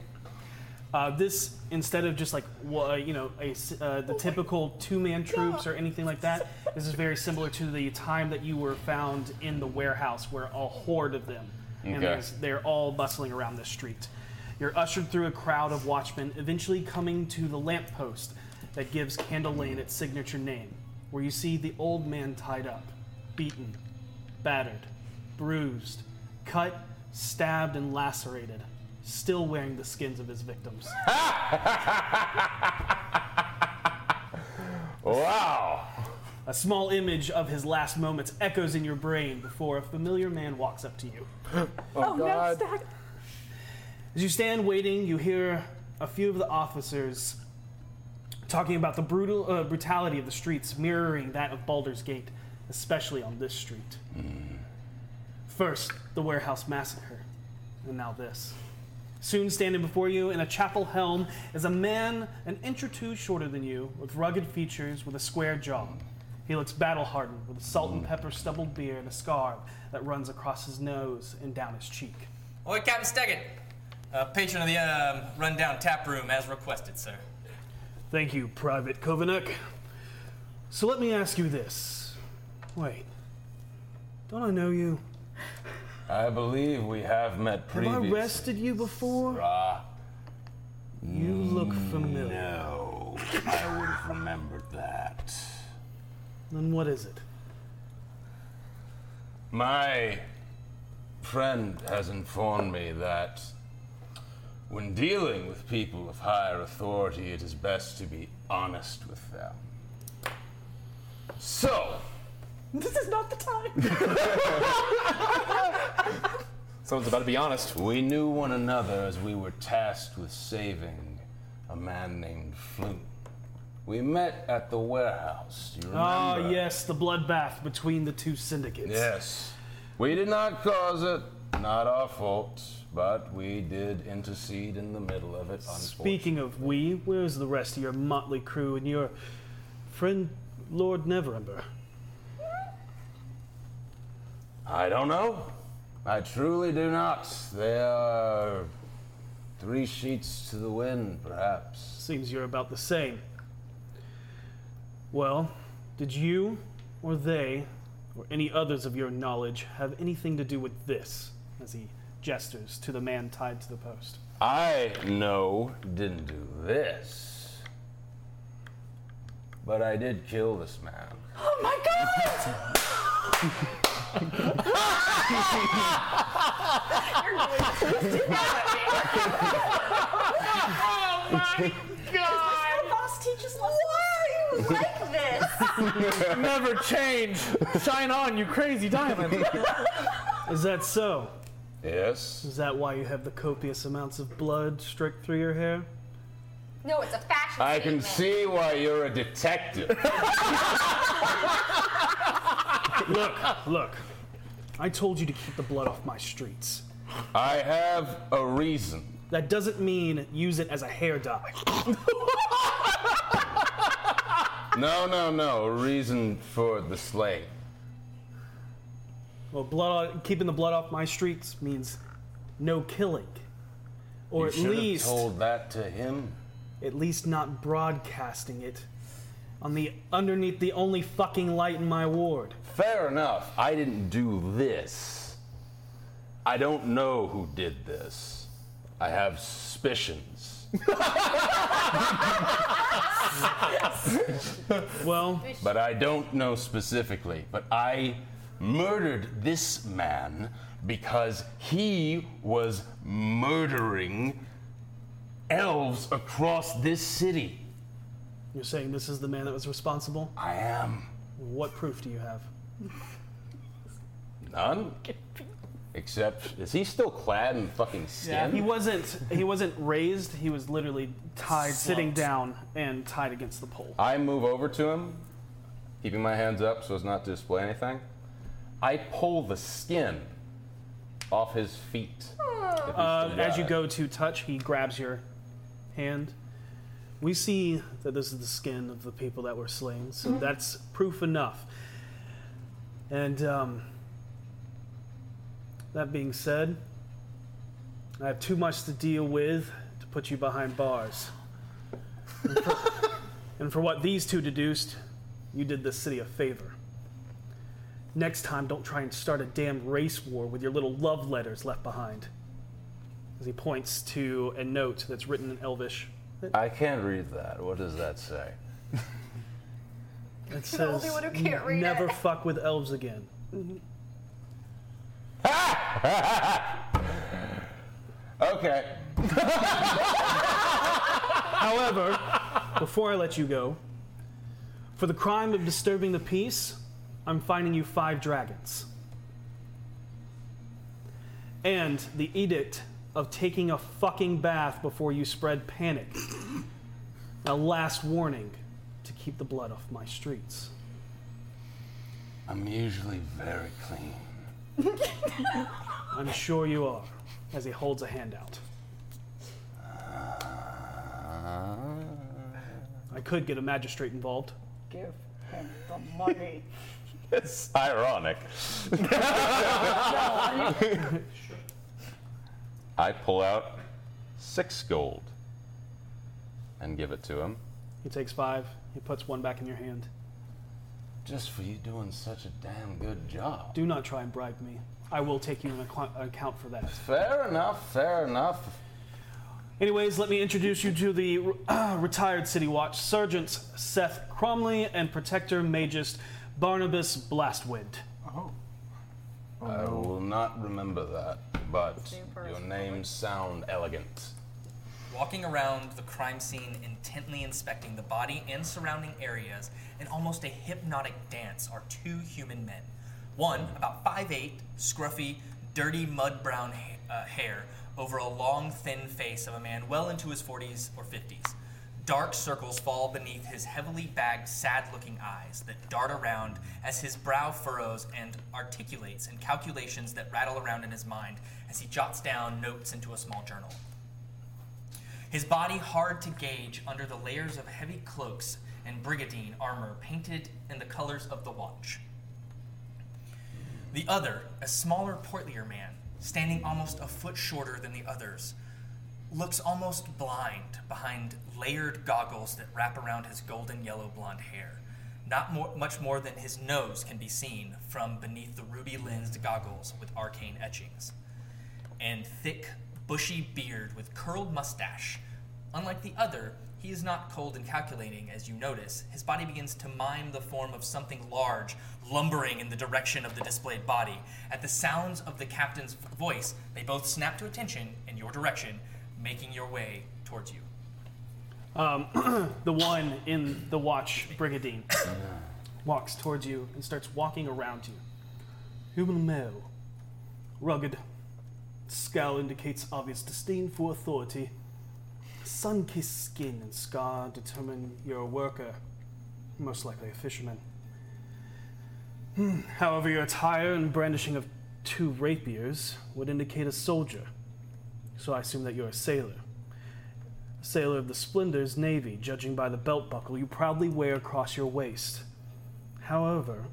Uh, this instead of just like wha- you know a s uh, the typical two-man troops or anything like that. This is very similar to the time that you were found in the warehouse, where a horde of them, and Okay. there's- they're all bustling around the street. You're ushered through a crowd of watchmen, eventually coming to the lamppost that gives Candle Lane its signature name, where you see the old man tied up, beaten, battered, bruised, cut, stabbed, and lacerated, still wearing the skins of his victims. Wow! A small image of his last moments echoes in your brain before a familiar man walks up to you. oh, no, Stack! As you stand waiting, you hear a few of the officers talking about the brutal uh, brutality of the streets, mirroring that of Baldur's Gate, especially on this street. First, the warehouse massacre, and now this. Soon standing before you in a chapel helm is a man an inch or two shorter than you, with rugged features, with a square jaw. He looks battle hardened, with a salt and pepper stubbled beard and a scar that runs across his nose and down his cheek. Oi, Captain Steggett! Uh, patron of the um, rundown tap room as requested, sir. Thank you, Private Kovenek. So let me ask you this. Wait. Don't I know you? I believe we have met Have I previously. arrested you before? Ah, You look familiar. No, I would have remembered that. Then what is it? My friend has informed me that when dealing with people of higher authority, it is best to be honest with them. So, This is not the time. Someone's about to be honest. We knew one another as we were tasked with saving a man named Flute. We met at the warehouse. Do you Ah, remember? yes, the bloodbath between the two syndicates. Yes. We did not cause it. Not our fault, but we did intercede in the middle of it. unfortunately. Speaking of we, where's the rest of your motley crew and your friend Lord Neverember? I don't know. I truly do not. They are three sheets to the wind, perhaps. Seems you're about the same. Well, did you or they or any others of your knowledge have anything to do with this? As he gestures to the man tied to the post. I no didn't do this, but I did kill this man. Oh my god! Oh my god! Boss teaches lessons. Why are you like this? Never change. Shine on, you crazy diamond. Is that so? Yes, Is that why you have the copious amounts of blood streaked through your hair? No, it's a fashion I can statement. see why you're a detective. Look, look. I told you to keep the blood off my streets. I have a reason. That doesn't mean use it as a hair dye. No, no, no. A reason for the slaying. Well, blood keeping the blood off my streets means no killing, or you at should least have told that to him. at least not broadcasting it on the underneath the only fucking light in my ward. Fair enough. I didn't do this. I don't know who did this. I have suspicions. Well, but I don't know specifically. But I murdered this man because he was murdering elves across this city. you're saying this is the man that was responsible. I am What proof do you have? none. Except, is he still clad in fucking skin? He wasn't. He wasn't raised. He was literally tied, sitting down, and tied against the pole. I move over to him, keeping my hands up so as not to display anything. I pull the skin off his feet. if he's Uh, still as got you it. go to touch, he grabs your hand. We see that this is the skin of the people that were slain, so that's proof enough. And um, that being said, I have too much to deal with to put you behind bars. And for, and for what these two deduced, you did this city a favor. Next time, don't try and start a damn race war with your little love letters left behind as he points to a note that's written in Elvish. I can't read that. What does that say? It the only says, one who can't read "Never it." fuck with elves again." Okay. However, before I let you go, for the crime of disturbing the peace, I'm finding you five dragons. And the edict of taking a fucking bath before you spread panic. A last warning to keep the blood off my streets. I'm usually very clean. I'm sure you are, as he holds a hand out. I could get a magistrate involved. Give him the money. It's ironic. I pull out six gold and give it to him. He takes five, he puts one back in your hand. Just for you doing such a damn good job. Do not try and bribe me. I will take you into acqu- account for that. Fair enough, fair enough. Anyways, let me introduce you to the uh, retired City Watch Sergeants Seth Cromley and Protector Magist Barnabas Blastwind. I will not remember that, but your names sound elegant. Walking around the crime scene, intently inspecting the body and surrounding areas, in almost a hypnotic dance are two human men. One, about 5'8, scruffy, dirty mud brown ha- uh, hair over a long, thin face of a man well into his 40s or 50s. Dark circles fall beneath his heavily bagged, sad looking eyes that dart around as his brow furrows and articulates in calculations that rattle around in his mind as he jots down notes into a small journal. His body hard to gauge under the layers of heavy cloaks and brigandine armor painted in the colors of the watch. The other, a smaller, portlier man, standing almost a foot shorter than the others, looks almost blind behind layered goggles that wrap around his golden yellow blonde hair. Not more, much more than his nose can be seen from beneath the ruby lensed goggles with arcane etchings and thick, bushy beard with curled mustache. Unlike the other, he is not cold and calculating, as you notice. His body begins to mime the form of something large, lumbering in the direction of the displayed body. At the sounds of the captain's voice, they both snap to attention in your direction, making your way towards you. Um, The one in the watch, Brigadine, walks towards you and starts walking around you. Human male, rugged, scowl indicates obvious disdain for authority. sun-kissed skin and scar determine you're a worker, most likely a fisherman. Hmm, However, your attire and brandishing of two rapiers would indicate a soldier, so I assume that you're a sailor. A sailor of the Splendor's navy, judging by the belt buckle you proudly wear across your waist. However,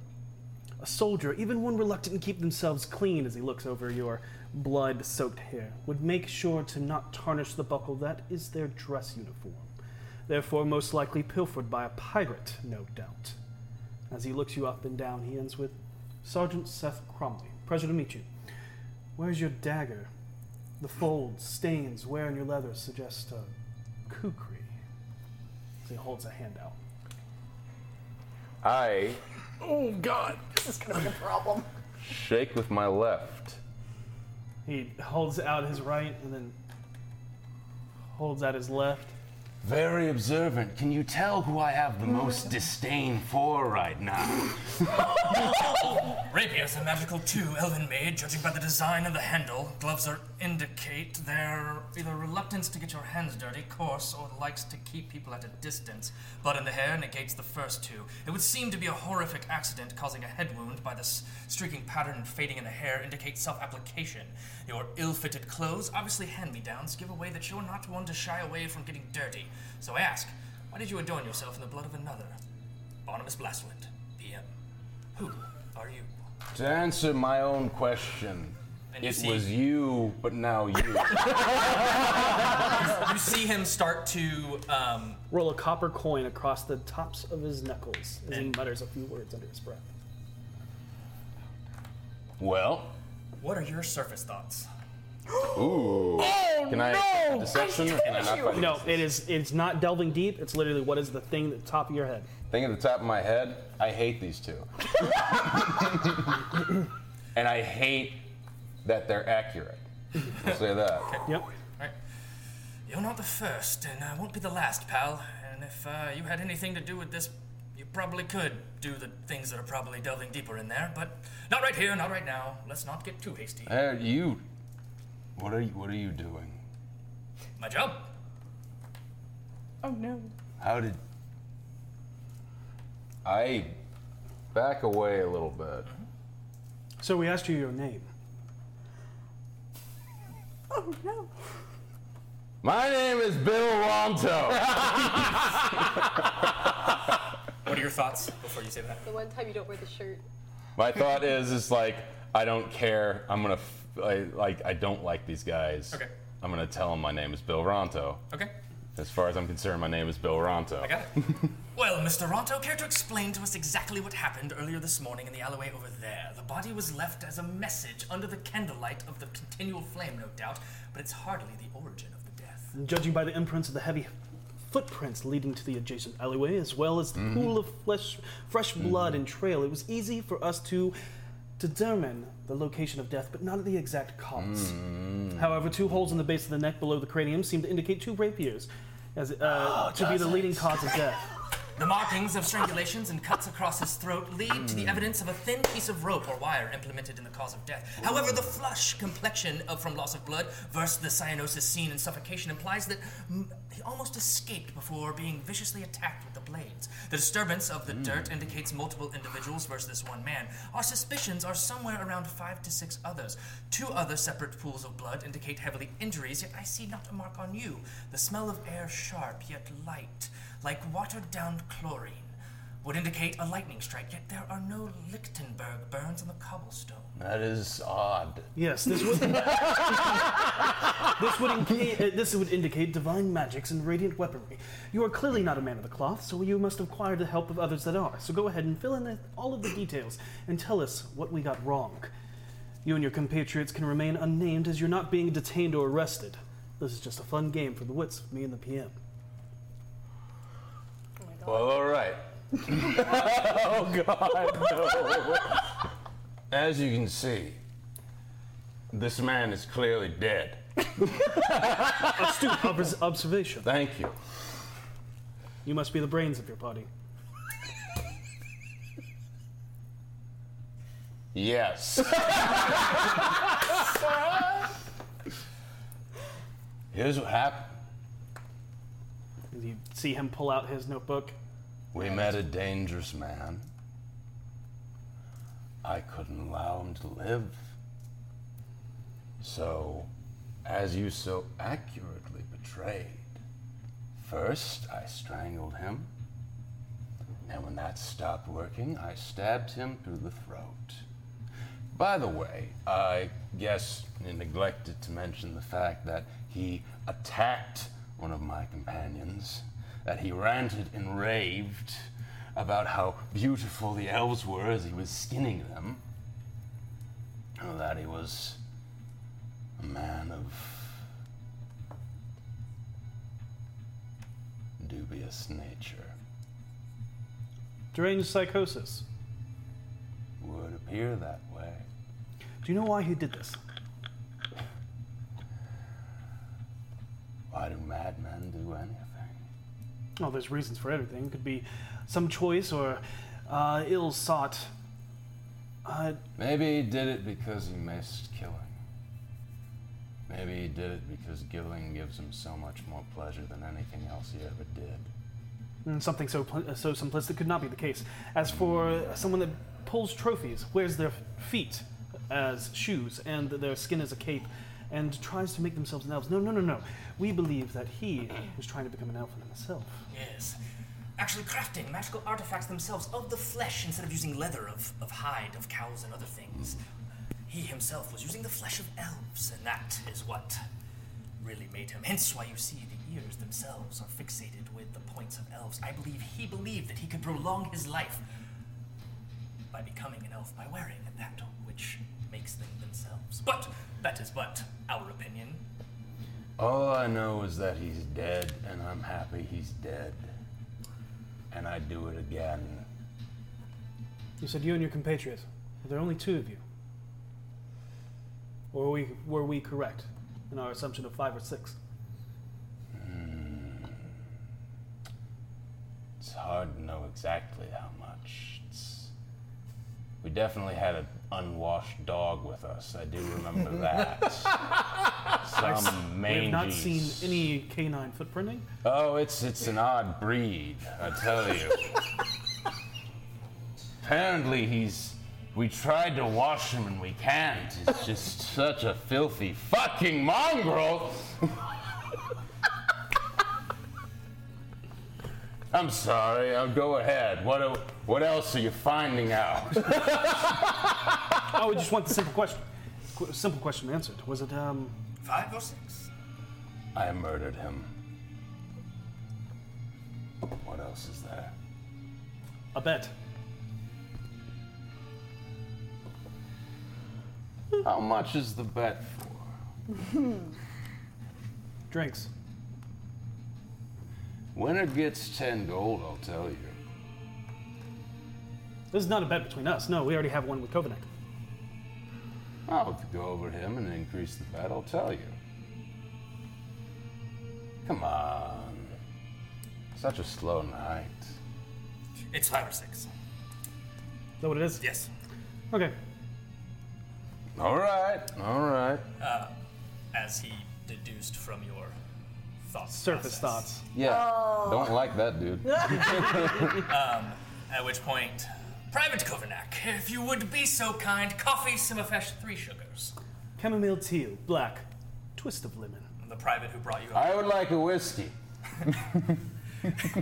a soldier, even one reluctant to keep themselves clean as he looks over your blood soaked hair, would make sure to not tarnish the buckle that is their dress uniform. Therefore, most likely pilfered by a pirate, no doubt. As he looks you up and down, he ends with Sergeant Seth Cromley. Pleasure to meet you. Where's your dagger? The folds, stains, wear on your leather suggest uh, a kukri. As he holds a hand out. I Oh God. This is gonna be a problem. shake with my left. He holds out his right and then holds out his left. Very observant. Can you tell who I have the most disdain for right now? Rapier's a magical two, elven made. Judging by the design of the handle, gloves are indicate their either reluctance to get your hands dirty, coarse, or likes to keep people at a distance. Blood in the hair negates the first two. It would seem to be a horrific accident causing a head wound by the s- streaking pattern and fading in the hair indicates self-application. Your ill-fitted clothes, obviously hand-me-downs, give away that you're not one to shy away from getting dirty. So I ask, why did you adorn yourself in the blood of another? Barnabas Blastwind, DM. Who are you? to answer my own question, And you it see- was you, but now you. You see him start to um, Roll a copper coin across the tops of his knuckles as he mutters a few words under his breath. well, What are your surface thoughts? Ooh. Oh, Oh, Can I deception? or Can I not find No, it is it's not delving deep. It's literally what is the thing at the top of your head. Thing at the top of my head, I hate these two. and I hate that they're accurate. I'll say that. Yep. Right. You're not the first, and I won't be the last, pal. And if uh, you had anything to do with this, you probably could do the things that are probably delving deeper in there. But not right here, not right now. Let's not get too hasty. uh, you. What are you? What are you doing? My job. Oh no. How did? I back away a little bit. So we asked you your name. Oh no. My name is Bill Ronto. What are your thoughts before you say that? The one time you don't wear the shirt. my thought is, is like, I don't care. I'm gonna, f- I, like, I don't like these guys. Okay. I'm gonna tell them my name is Bill Ronto. Okay, As far as I'm concerned, my name is Bill Ronto. I got it. well, Mr. Ronto, care to explain to us exactly what happened earlier this morning in the alleyway over there? The body was left as a message under the candlelight of the continual flame, no doubt, but it's hardly the origin of the death. Judging by the imprints of the heavy footprints leading to the adjacent alleyway, as well as the pool of flesh, fresh blood and trail, it was easy for us to determine the location of death, but not the exact cause. Mm. However, two holes in the base of the neck below the cranium seem to indicate two rapiers as uh, to be the leading cause of death. The markings of strangulations and cuts across his throat lead to the evidence of a thin piece of rope or wire implemented in the cause of death. However, the flush complexion of, from loss of blood versus the cyanosis seen in suffocation implies that mm, he almost escaped before being viciously attacked with the blades. The disturbance of the dirt indicates multiple individuals versus this one man. Our suspicions are somewhere around five to six others. Two other separate pools of blood indicate heavily injuries, yet I see not a mark on you. The smell of air sharp yet light like watered down chlorine, would indicate a lightning strike, yet there are no Lichtenberg burns on the cobblestone. That is odd. Yes, this would this would inca- uh, this would indicate divine magics and radiant weaponry. You are clearly not a man of the cloth, so you must acquire the help of others that are. So go ahead and fill in all of the details and tell us what we got wrong. You and your compatriots can remain unnamed as you're not being detained or arrested. This is just a fun game for the wits of me and the PM. Well, all right. Oh God, no! As you can see, this man is clearly dead. Astute obs- observation. Thank you. You must be the brains of your party. Yes. Here's what happened. As you see him pull out his notebook. We met a dangerous man. I couldn't allow him to live. So, as you so accurately betrayed, first I strangled him, and when that stopped working, I stabbed him through the throat. By the way, I guess I neglected to mention the fact that he attacked one of my companions, that he ranted and raved about how beautiful the elves were as he was skinning them, and that he was a man of dubious nature. Deranged psychosis. Would appear that way. Do you know why he did this? Why do madmen do anything? Well, there's reasons for everything. Could be some choice or uh, ill sought. Uh, Maybe he did it because he missed killing. Maybe he did it because killing gives him so much more pleasure than anything else he ever did. and Mm, something so pl- so simplistic could not be the case. As for someone that pulls trophies, wears their feet as shoes and their skin as a cape, and tries to make themselves an elf. No, no, no, no. We believe that he was trying to become an elf himself. Yes. Actually, crafting magical artifacts themselves of the flesh instead of using leather of, of hide of cows and other things. He himself was using the flesh of elves, and that is what really made him. Hence why you see the ears themselves are fixated with the points of elves. I believe he believed that he could prolong his life by becoming an elf by wearing that which makes them themselves. But that is but our opinion. All I know is that he's dead, and I'm happy he's dead. And I'd do it again. You said you and your compatriot. Were there only two of you? Or were we, were we correct in our assumption of five or six? Hmm. It's hard to know exactly how much. It's... We definitely had an unwashed dog with us. I do remember that. Some We have mangy. not seen any canine footprinting. Oh, it's it's an odd breed, I tell you. Apparently, he's. We tried to wash him and we can't. It's just such a filthy fucking mongrel. I'm sorry. I'll go ahead. What el- what else are you finding out? I would just want the simple question. Qu- simple question answered. Was it, um, Five or six? I murdered him. What else is there? a bet? How much is the bet for? Drinks. Winner gets ten gold. I'll tell you. This is not a bet between us. No, we already have one with Covenant. I'll have to go over to him and increase the bet, I'll tell you. Come on. Such a slow night. It's five or six. Is that what it is? Yes. Okay. All right, all right. uh, As he deduced from your thoughts. process. Surface thoughts. Yeah. Don't like that dude. Um, At which point, Private Kovenak, if you would be so kind, coffee Simafesh three sugars. Chamomile tea, black, twist of lemon. The private who brought you up. I would like a whiskey.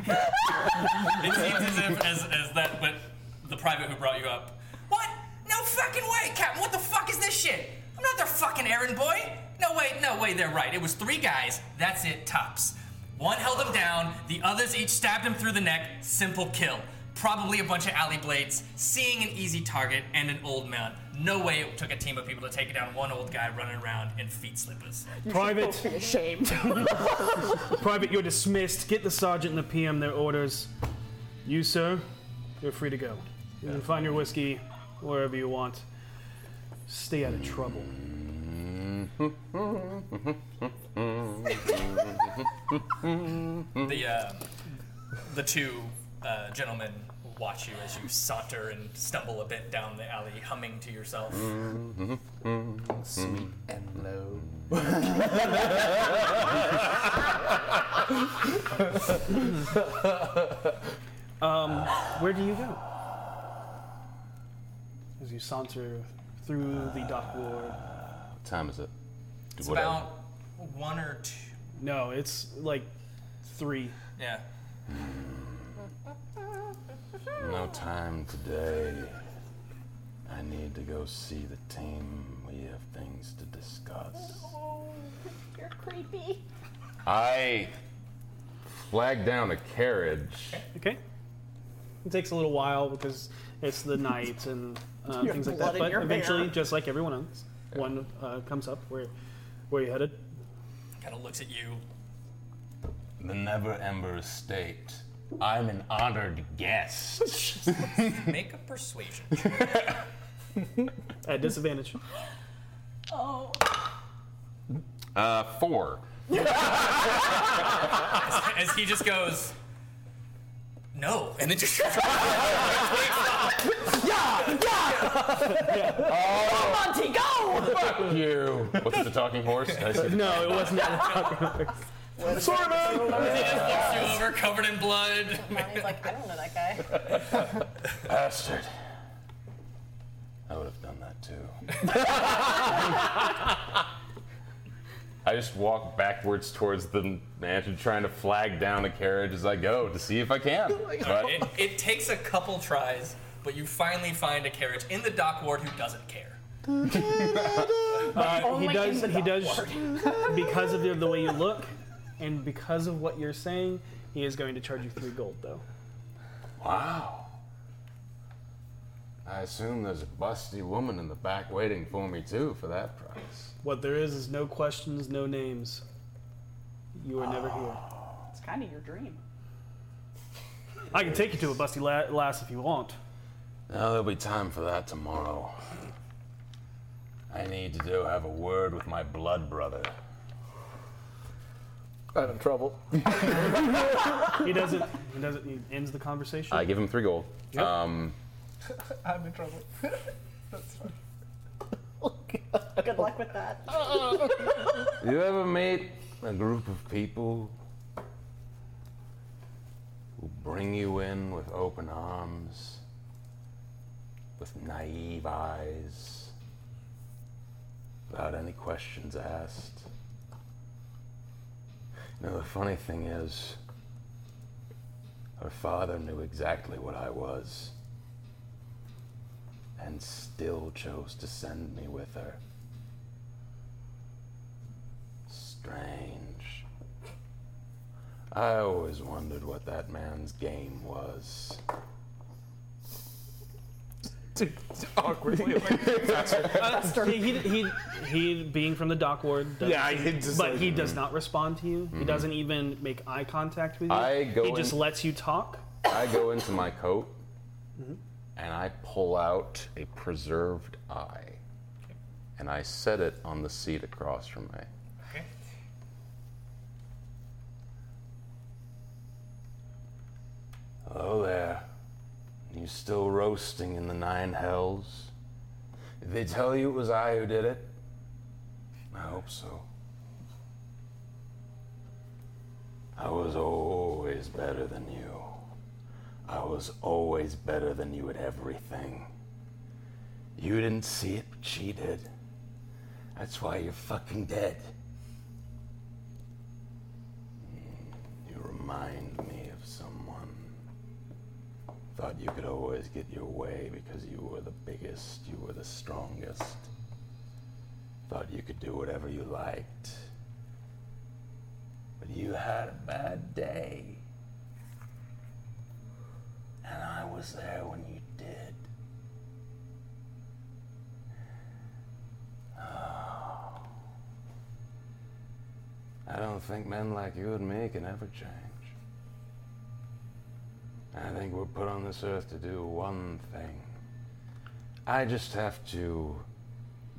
It seems as if as, as that, but the private who brought you up. What? No fucking way, Captain. What the fuck is this shit? I'm not their fucking errand boy. No wait, no way. They're right. It was three guys. That's it. Tops. One held him down. The others each stabbed him through the neck. Simple kill. Probably a bunch of alley blades, seeing an easy target and an old man. No way it took a team of people to take down one old guy running around in feet slippers. Private, Be ashamed. private, you're dismissed. Get the sergeant and the PM their orders. You, sir, you're free to go. You can find your whiskey wherever you want. Stay out of trouble. um, The uh, the two uh, gentlemen watch you as you saunter and stumble a bit down the alley, humming to yourself. Mm-hmm. Sweet and low. Um, where do you go? As you saunter through the dock ward. What time is it? It's Whatever. about one or two. No, it's like three. Yeah. No time today. I need to go see the team. We have things to discuss. You're creepy. I flag down a carriage. Okay. It takes a little while because it's the night and uh, Your things like blood that. in But your eventually, hair. just like everyone else, one uh, comes up. Where, where you headed? Kind of looks at you. The Never Ember Estate. I'm an honored guest. Make a persuasion. At disadvantage. Oh. Uh, four. as he just goes, no, and then just Yeah! Monty, go! Fuck you. What's the talking horse? Did I see the- No, it wasn't. Sorry, man! flips you over, covered in blood. Monty's like, I don't know that guy. Bastard. I would have done that too. I just walk backwards towards the mansion, trying to flag down a carriage as I go to see if I can. Oh Oh But It, it takes a couple tries, but you finally find a carriage in the dock ward who doesn't care. Uh, he Only does. in the He does because of the, the way you look, and because of what you're saying. He is going to charge you three gold, though. Wow. I assume there's a busty woman in the back waiting for me too for that price. What there is is no questions, no names. You are never here. It's kind of your dream. I can take you to a busty la- lass if you want. Now there'll be time for that tomorrow. I need to do have a word with my blood brother. I'm in trouble. He doesn't. He doesn't. He ends the conversation. I give him three gold. Yep. Um, I'm in trouble. That's fine. Oh, Good luck with that. you ever meet A group of people who bring you in with open arms, with naive eyes, without any questions asked. Now, the funny thing is, her father knew exactly what I was, and still chose to send me with her. Strange. I always wondered what that man's game was. Awkwardly. Uh, he, he, he, he, being from the dock ward, does, yeah, I it just. but like, he does not respond to you. He doesn't even make eye contact with you. Mm-hmm. I go he just in- lets you talk. I go into my coat Mm-hmm. and I pull out a preserved eye and I set it on the seat across from me. Okay. Hello there. You still roasting in the nine hells? Did they tell you it was I who did it? I hope so. I was always better than you. I was always better than you at everything. You didn't see it, but she did. That's why you're fucking dead. You remind me of someone. Thought you could always get your way because you were the biggest, you were the strongest. Thought you could do whatever you liked. But you had a bad day. And I was there when you did. I don't think men like you and me can ever change. I think we're put on this earth to do one thing. I just have to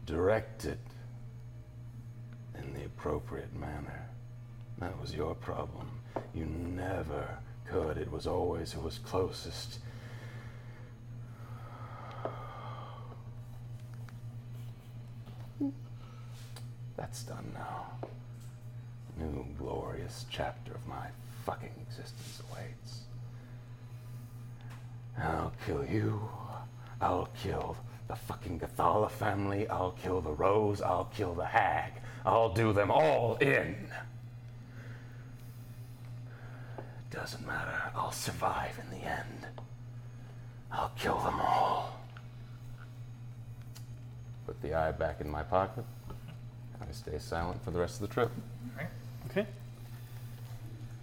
direct it in the appropriate manner. That was your problem. You never could. It was always who was closest. That's done now. New glorious chapter of my fucking existence awaits. I'll kill you. I'll kill the fucking Gathala family. I'll kill the Rose. I'll kill the Hag. I'll do them all in. Doesn't matter. I'll survive in the end. I'll kill them all. Put the eye back in my pocket. I stay silent for the rest of the trip. Okay.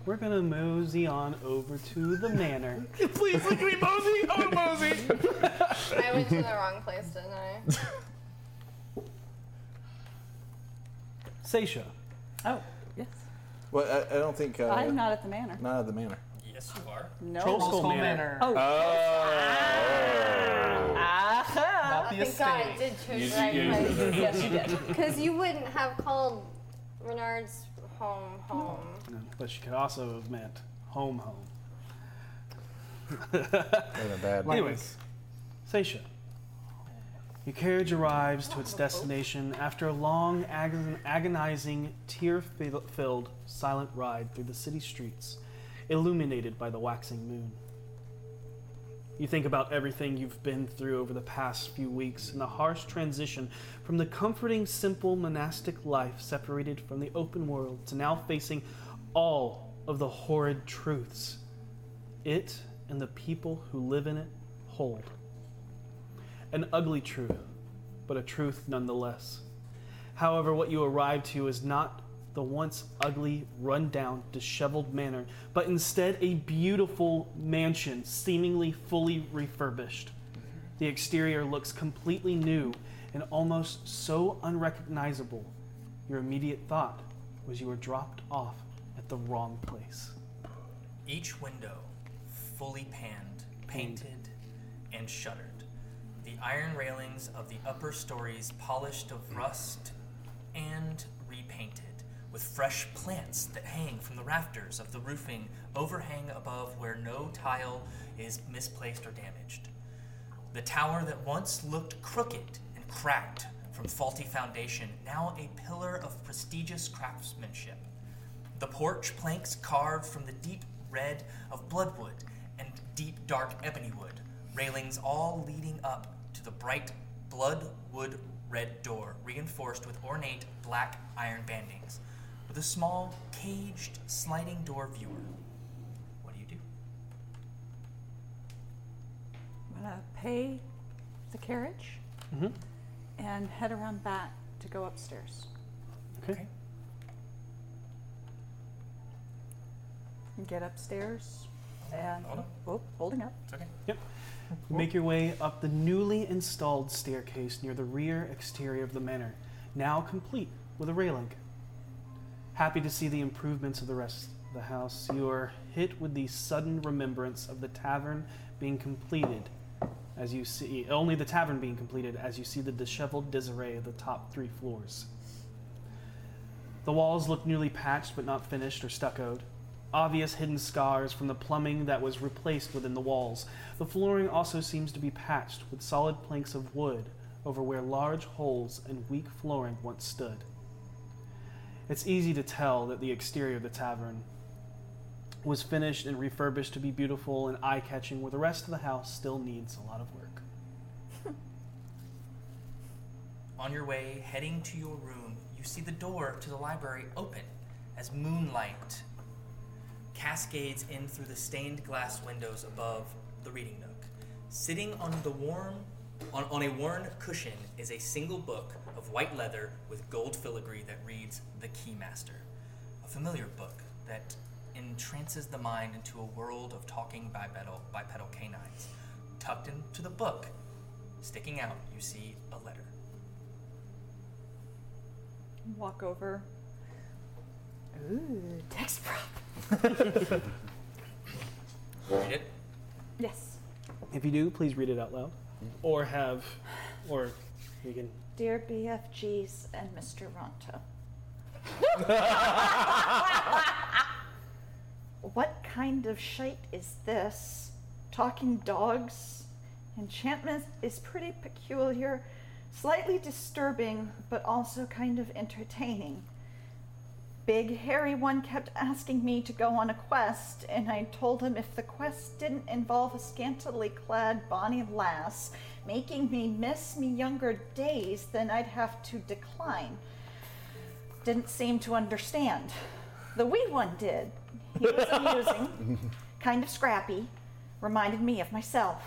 We're gonna mosey on over to the manor. Please look at me, Mosey. Oh, Mosey. I went to the wrong place, didn't I? Seisha. Oh, yes. Well, I, I don't think. Uh, I'm not at the manor. Not at the manor. Yes, you are. No. Troll Skull Manor. Oh. Ah, Not the thank God, I did choose the right place. yes, you did. Because you wouldn't have called Renard's home home. But she could also have meant home, home. In a bad Anyways, Seisha. Your carriage arrives to its destination after a long, agon- agonizing, tear filled, silent ride through the city streets, illuminated by the waxing moon. You think about everything you've been through over the past few weeks and the harsh transition from the comforting, simple monastic life separated from the open world to now facing all of the horrid truths it and the people who live in it hold. An ugly truth, but a truth nonetheless. However, what you arrive to is not the once ugly, run down, disheveled manor, but instead a beautiful mansion, seemingly fully refurbished. The exterior looks completely new and almost so unrecognizable, your immediate thought was you were dropped off at the wrong place. Each window fully panned, painted, and shuttered. The iron railings of the upper stories polished of rust and repainted, with fresh plants that hang from the rafters of the roofing overhang above where no tile is misplaced or damaged. The tower that once looked crooked and cracked from faulty foundation, now a pillar of prestigious craftsmanship. The porch planks carved from the deep red of bloodwood and deep dark ebony wood, railings all leading up to the bright bloodwood red door, reinforced with ornate black iron bandings, with a small caged sliding door viewer. What do you do? I'm gonna pay the carriage Mhm. and head around back to go upstairs Okay. and get upstairs and Hold on. oh, holding up. It's okay. Yep. You make your way up the newly installed staircase near the rear exterior of the manor, now complete with a railing. Happy to see the improvements of the rest of the house, you are hit with the sudden remembrance of the tavern being completed as you see only the tavern being completed as you see the disheveled disarray of the top three floors. The walls look newly patched but not finished or stuccoed. Obvious hidden scars from the plumbing that was replaced within the walls. The flooring also seems to be patched with solid planks of wood over where large holes and weak flooring once stood. It's easy to tell that the exterior of the tavern was finished and refurbished to be beautiful and eye catching, where the rest of the house still needs a lot of work. On your way, heading to your room, you see the door to the library open as moonlight cascades in through the stained glass windows above the reading nook. Sitting on the warm on, on a worn cushion is a single book of white leather with gold filigree that reads The Keymaster, a familiar book that entrances the mind into a world of talking bipedal, bipedal canines. Tucked into the book, sticking out, you see a letter. Walk over. Ooh, text prop. Read it. Yes. If you do, please read it out loud. Or have, or you can. Dear BFGs and Mr. Ronto. What kind of shite is this? Talking dogs? Enchantment is pretty peculiar, slightly disturbing, but also kind of entertaining. Big hairy one kept asking me to go on a quest, and I told him if the quest didn't involve a scantily clad bonny lass making me miss me younger days, then I'd have to decline. Didn't seem to understand. The wee one did. He was amusing, kind of scrappy, reminded me of myself.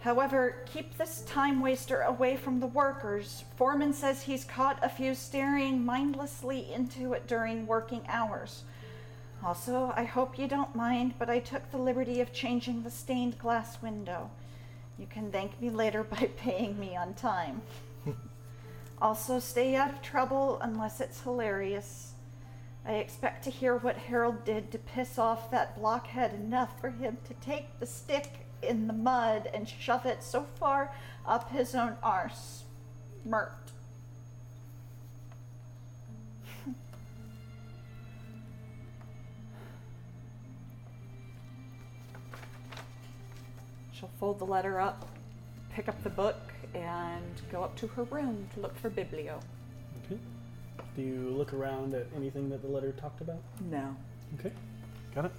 However, keep this time waster away from the workers. Foreman says he's caught a few staring mindlessly into it during working hours. Also, I hope you don't mind, but I took the liberty of changing the stained glass window. You can thank me later by paying me on time. also, stay out of trouble unless it's hilarious. I expect to hear what Harold did to piss off that blockhead enough for him to take the stick in the mud and shove it so far up his own arse. Mert. She'll fold the letter up, pick up the book, and go up to her room to look for Biblio. Okay. Do you look around at anything that the letter talked about? No. Okay. Got it.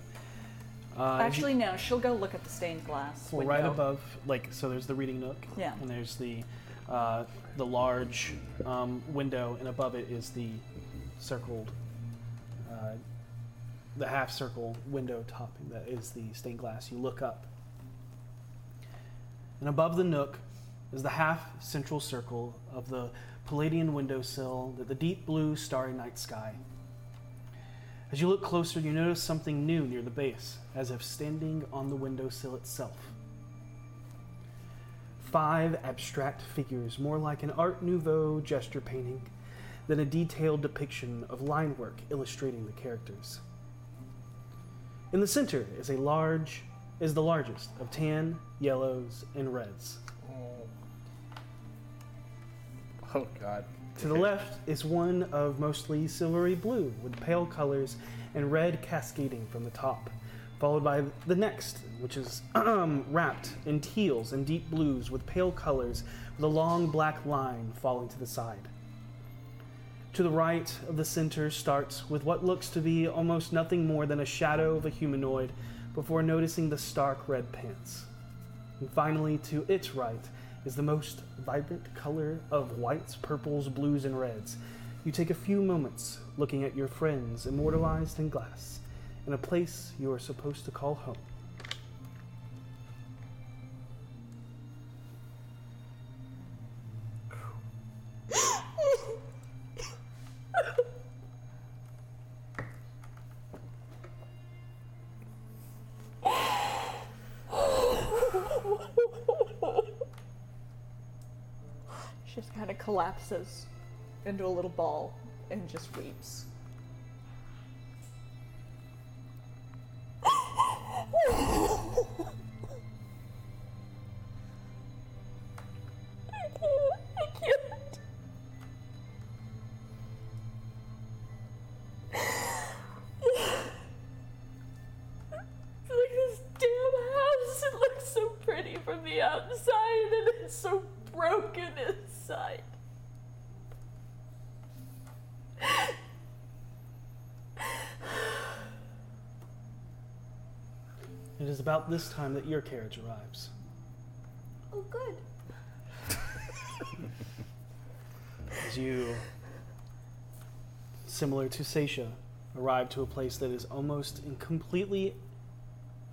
Uh, Actually, no. She'll go look at the stained glass. Well, right window. above, like, so there's the reading nook. Yeah. And there's the uh, the large um, window, and above it is the circled, uh, the half circle window top that is the stained glass. You look up, and above the nook is the half central circle of the Palladian windowsill, the, the deep blue starry night sky. As you look closer, you notice something new near the base, as if standing on the windowsill itself. Five abstract figures, more like an Art Nouveau gesture painting than a detailed depiction of line work illustrating the characters. In the center is a large is the largest of tan, yellows, and reds. Oh God. To the left is one of mostly silvery blue with pale colors and red cascading from the top, followed by the next, which is um, wrapped in teals and deep blues with pale colors with a long black line falling to the side. To the right of the center starts with what looks to be almost nothing more than a shadow of a humanoid before noticing the stark red pants. And finally, to its right is the most vibrant color of whites, purples, blues, and reds. You take a few moments looking at your friends immortalized in glass in a place you are supposed to call home. She just kind of collapses into a little ball and just weeps. It's like this damn house. It looks so pretty from the outside, and it's so broken inside. It is about this time that your carriage arrives. Oh, good. As you, similar to Seisha, arrive to a place that is almost and completely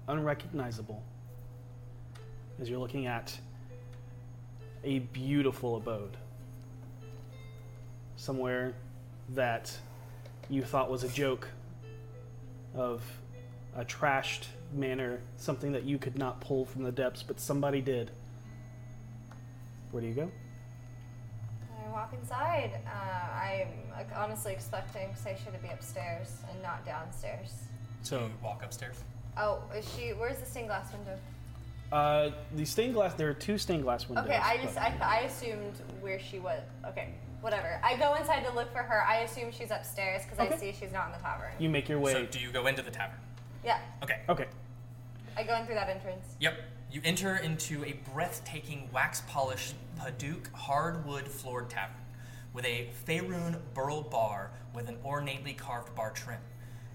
unrecognizable, as you're looking at a beautiful abode. Somewhere that you thought was a joke of a trashed manner, something that you could not pull from the depths, but somebody did. Where do you go? I walk inside. Uh, I'm like, honestly expecting Seisha to be upstairs and not downstairs. So walk upstairs. Oh, is she? Where's the stained glass window? Uh, the stained glass. There are two stained glass windows. Okay, I just but- I, th- I assumed where she was. Okay, whatever. I go inside to look for her. I assume she's upstairs because I see she's not in the tavern. you make your way. So, do you go into the tavern? Yeah, Okay. Okay. I go in through that entrance. Yep. You enter into a breathtaking wax polished Paduke hardwood floored tavern with a Faerun burl bar with an ornately carved bar trim.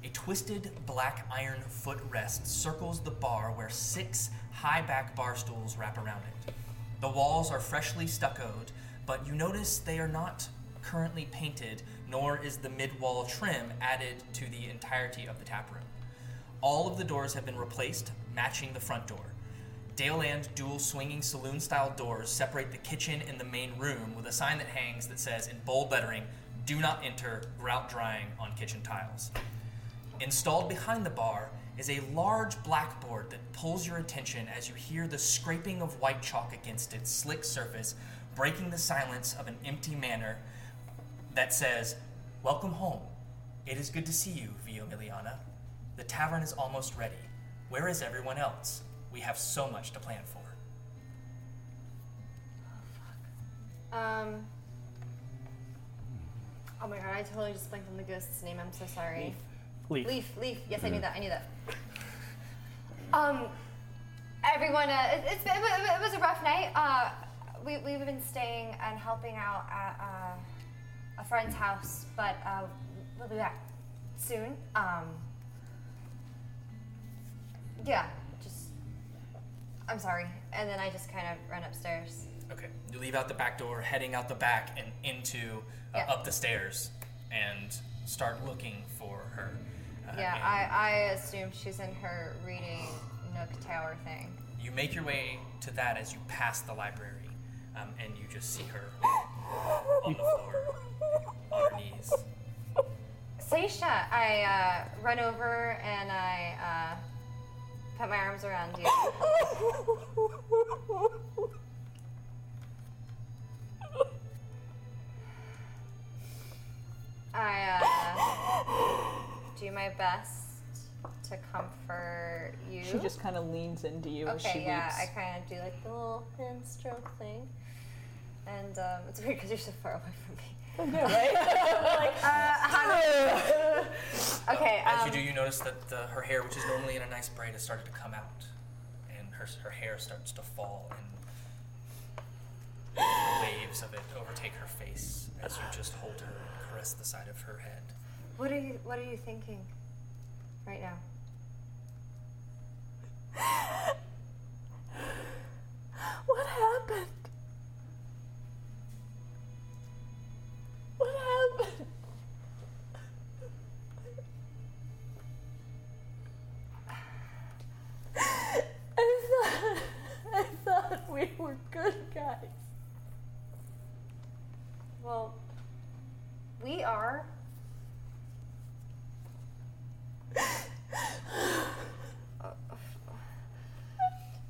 A twisted black iron footrest circles the bar where six high back bar stools wrap around it. The walls are freshly stuccoed, but you notice they are not currently painted, nor is the mid wall trim added to the entirety of the taproom. All of the doors have been replaced, matching the front door. Dale and dual swinging saloon style doors separate the kitchen and the main room with a sign that hangs that says in bold lettering, Do not enter grout drying on kitchen tiles. Installed behind the bar is a large blackboard that pulls your attention as you hear the scraping of white chalk against its slick surface, breaking the silence of an empty manor that says, Welcome home. It is good to see you, Vio Miliana. The tavern is almost ready. Where is everyone else? We have so much to plan for. Um. Oh my god, I totally just blanked on the ghost's name. I'm so sorry. Leaf. Leaf. Leaf. Yes, I knew Mhm. that. I knew that. Um, everyone, uh, it, it's been, it, wa- it was a rough night. Uh, we we've been staying and helping out at uh, a friend's house, but uh, we'll be back soon. Um. Yeah, just. I'm sorry. And then I just kind of run upstairs. Okay. You leave out the back door, heading out the back and into uh, Yeah. up the stairs, and start looking for her. Uh, Yeah, and I, I assume she's in her reading Nook Tower thing. You make your way to that as you pass the library, um, and you just see her on the floor, on her knees. Seisha, I uh, run over and I uh, put my arms around you. I uh, do my best to comfort you. She just kind of leans into you as okay, she yeah, weeps. I kind of do like the little hand stroke thing, and um, it's weird because you're so far away from me. know, right? like, uh, how do- okay. As um, you do, you notice that the, her hair, which is normally in a nice braid, has started to come out, and her her hair starts to fall, and the waves of it overtake her face as you just hold her and caress the side of her head. What are you What are you thinking right now? What happened? What happened? I thought, I thought we were good guys. Well, we are.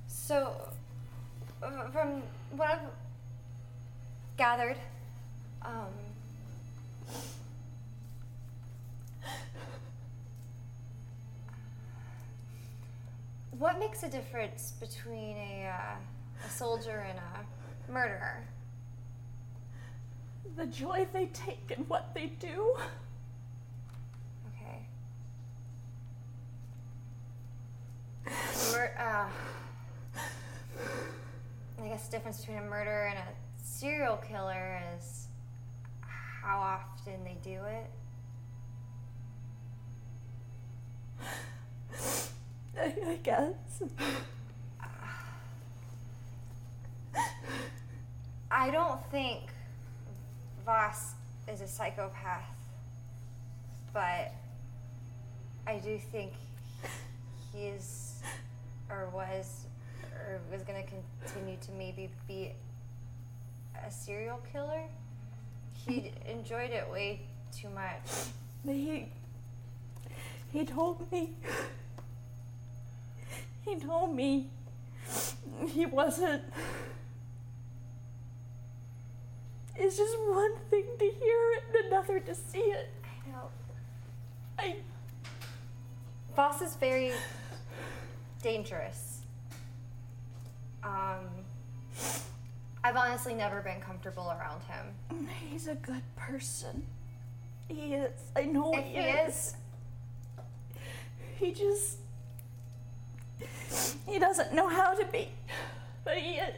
So, uh, from what I've gathered, um, what makes a difference between a, uh, a soldier and a murderer? The joy they take and what they do. Okay. Mur- uh, I guess the difference between a murderer and a serial killer is how often they do it. I, I guess. I don't think Voss is a psychopath, but I do think he is, or was, or was going to continue to maybe be a serial killer. He enjoyed it way too much. He he told me he told me he wasn't It's just one thing to hear it and another to see it. I know. I Voss is very dangerous. Um, I've honestly never been comfortable around him. he's a good person. He is. I know If he he is. He just He doesn't know how to be, but he is.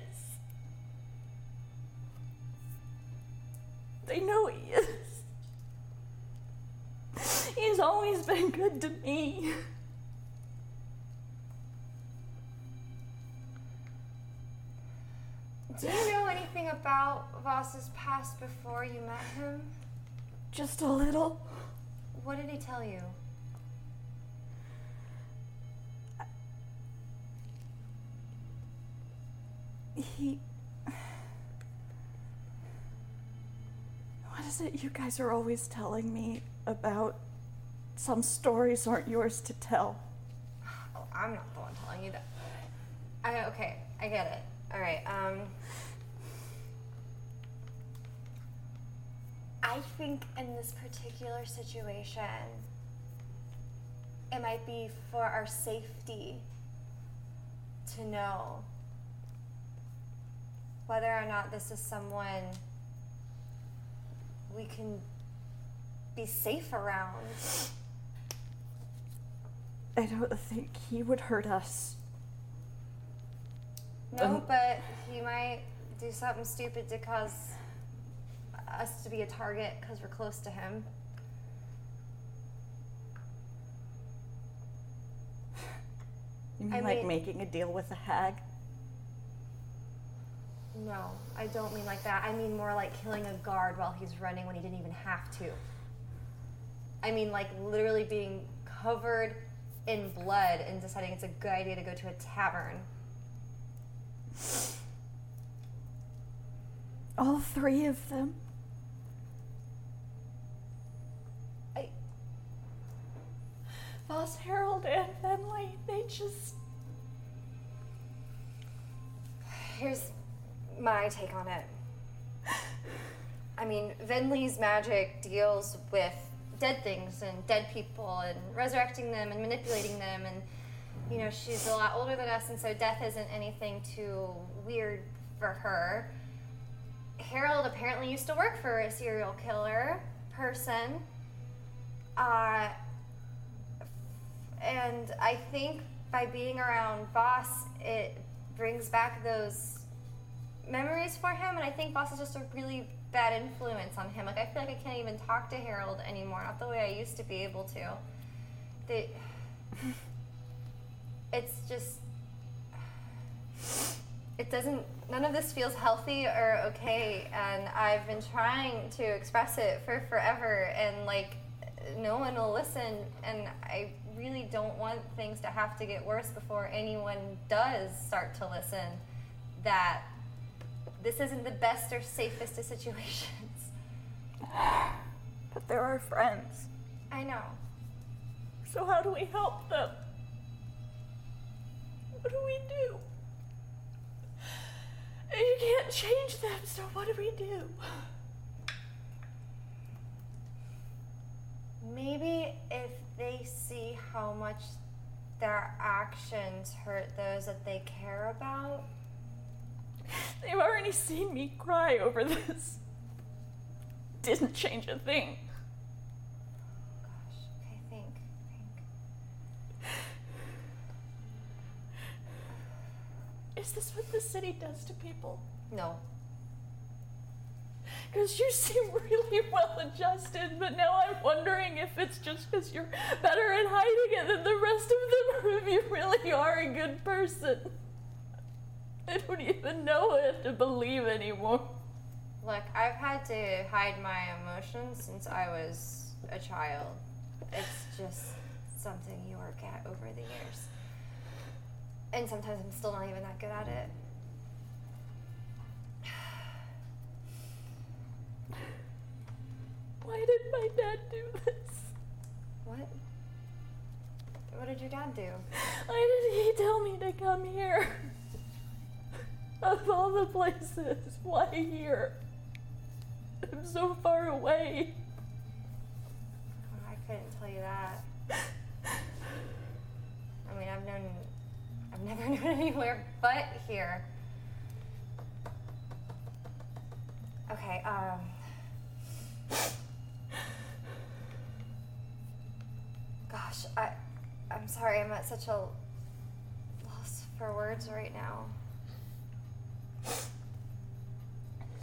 They know he is. He's always been good to me. Do you know anything about Voss's past before you met him? Just a little. What did he tell you? He. What is it you guys are always telling me about? Some stories aren't yours to tell. Oh, I'm not the one telling you that. I, okay, I get it. All right. Um, I think in this particular situation, it might be for our safety to know whether or not this is someone we can be safe around. I don't think he would hurt us. No, but he might do something stupid to cause us to be a target because we're close to him. You mean I like mean- making a deal with a hag? No, I don't mean like that. I mean more like killing a guard while he's running when he didn't even have to. I mean like literally being covered in blood and deciding it's a good idea to go to a tavern. All three of them? Voss, Harold, and Fenley, they just. Here's my take on it. I mean, Venley's magic deals with dead things and dead people and resurrecting them and manipulating them, and, you know, she's a lot older than us, and so death isn't anything too weird for her. Harold apparently used to work for a serial killer person. Uh, and I think by being around Boss, it brings back those memories for him. And I think Boss is just a really bad influence on him. Like, I feel like I can't even talk to Harold anymore, not the way I used to be able to. They, it's just. It doesn't, none of this feels healthy or okay, and I've been trying to express it for forever, and like, no one will listen and i really don't want things to have to get worse before anyone does start to listen that this isn't the best or safest of situations But they're our friends. i know So how do we help them? what do we do You can't change them, so what do we do? maybe if they see how much their actions hurt those that they care about They've already seen me cry over this. Didn't change a thing. i think Is this what the city does to people? no Because you seem really well adjusted, but now I'm wondering if it's just because you're better at hiding it than the rest of them, or if you really are a good person. I don't even know what to believe anymore. Look, I've had to hide my emotions since I was a child. It's just something you work at over the years. And sometimes I'm still not even that good at it. Why did my dad do this? What? What did your dad do? Why did he tell me to come here? Of all the places, why here? I'm so far away. I couldn't tell you that. I mean, I've known. I've never known anywhere but here. Okay, um. Gosh, I. I'm sorry, I'm at such a for words right now.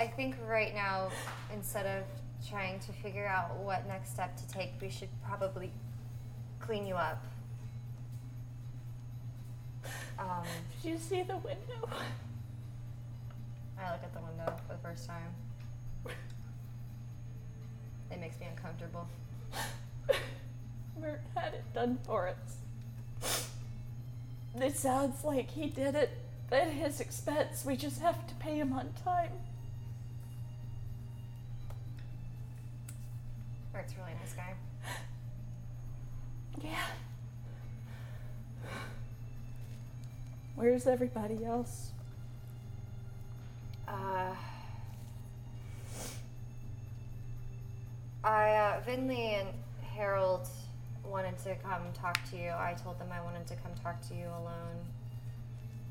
I think right now, instead of trying to figure out what next step to take, we should probably clean you up. Um, Did you see the window? I look at the window for the first time. It makes me uncomfortable. Mert had it done for us. It sounds like he did it at his expense. We just have to pay him on time. Mert's really nice guy. Yeah. Where's everybody else? Uh, I, uh, Vinley and Harold wanted to come talk to you. I told them I wanted to come talk to you alone.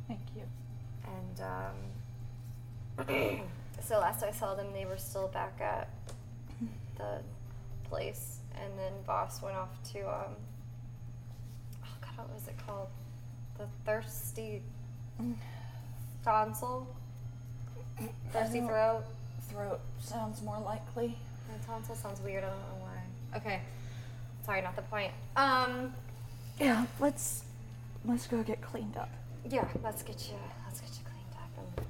Thank you. And, um, so last I saw them, they were still back at the place. And then Boss went off to, um, oh god, what was it called? The Thirsty Tonsil? Thirsty don't- Throat? Throat sounds more likely. My tonsil sounds weird. I don't know why. Okay. Sorry, not the point. Um, Yeah, let's let's go get cleaned up. yeah, let's get you, let's get you cleaned up and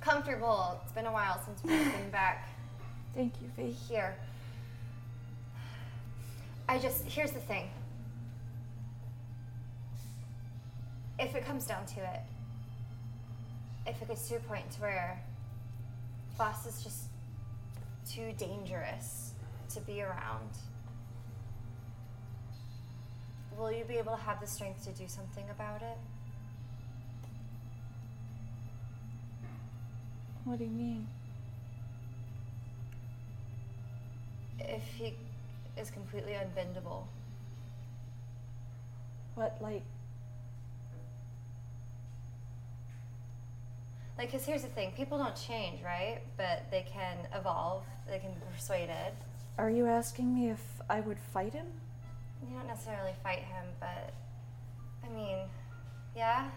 comfortable. It's been a while since we've been back. Thank you, V. Here. I just, here's the thing. If it comes down to it, if it gets to a point to where boss is just too dangerous to be around, will you be able to have the strength to do something about it? What do you mean? If he is completely unbendable, What like Like, because here's the thing people don't change, right? But they can evolve, they can be persuaded. are you asking me if I would fight him? You don't necessarily fight him, but I mean, yeah?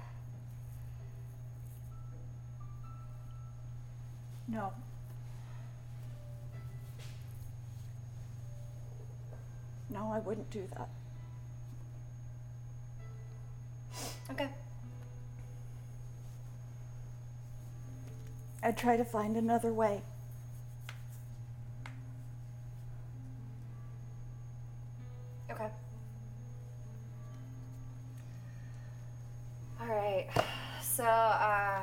No. No, I wouldn't do that. Okay. I'd try to find another way. Okay. All right. So, uh,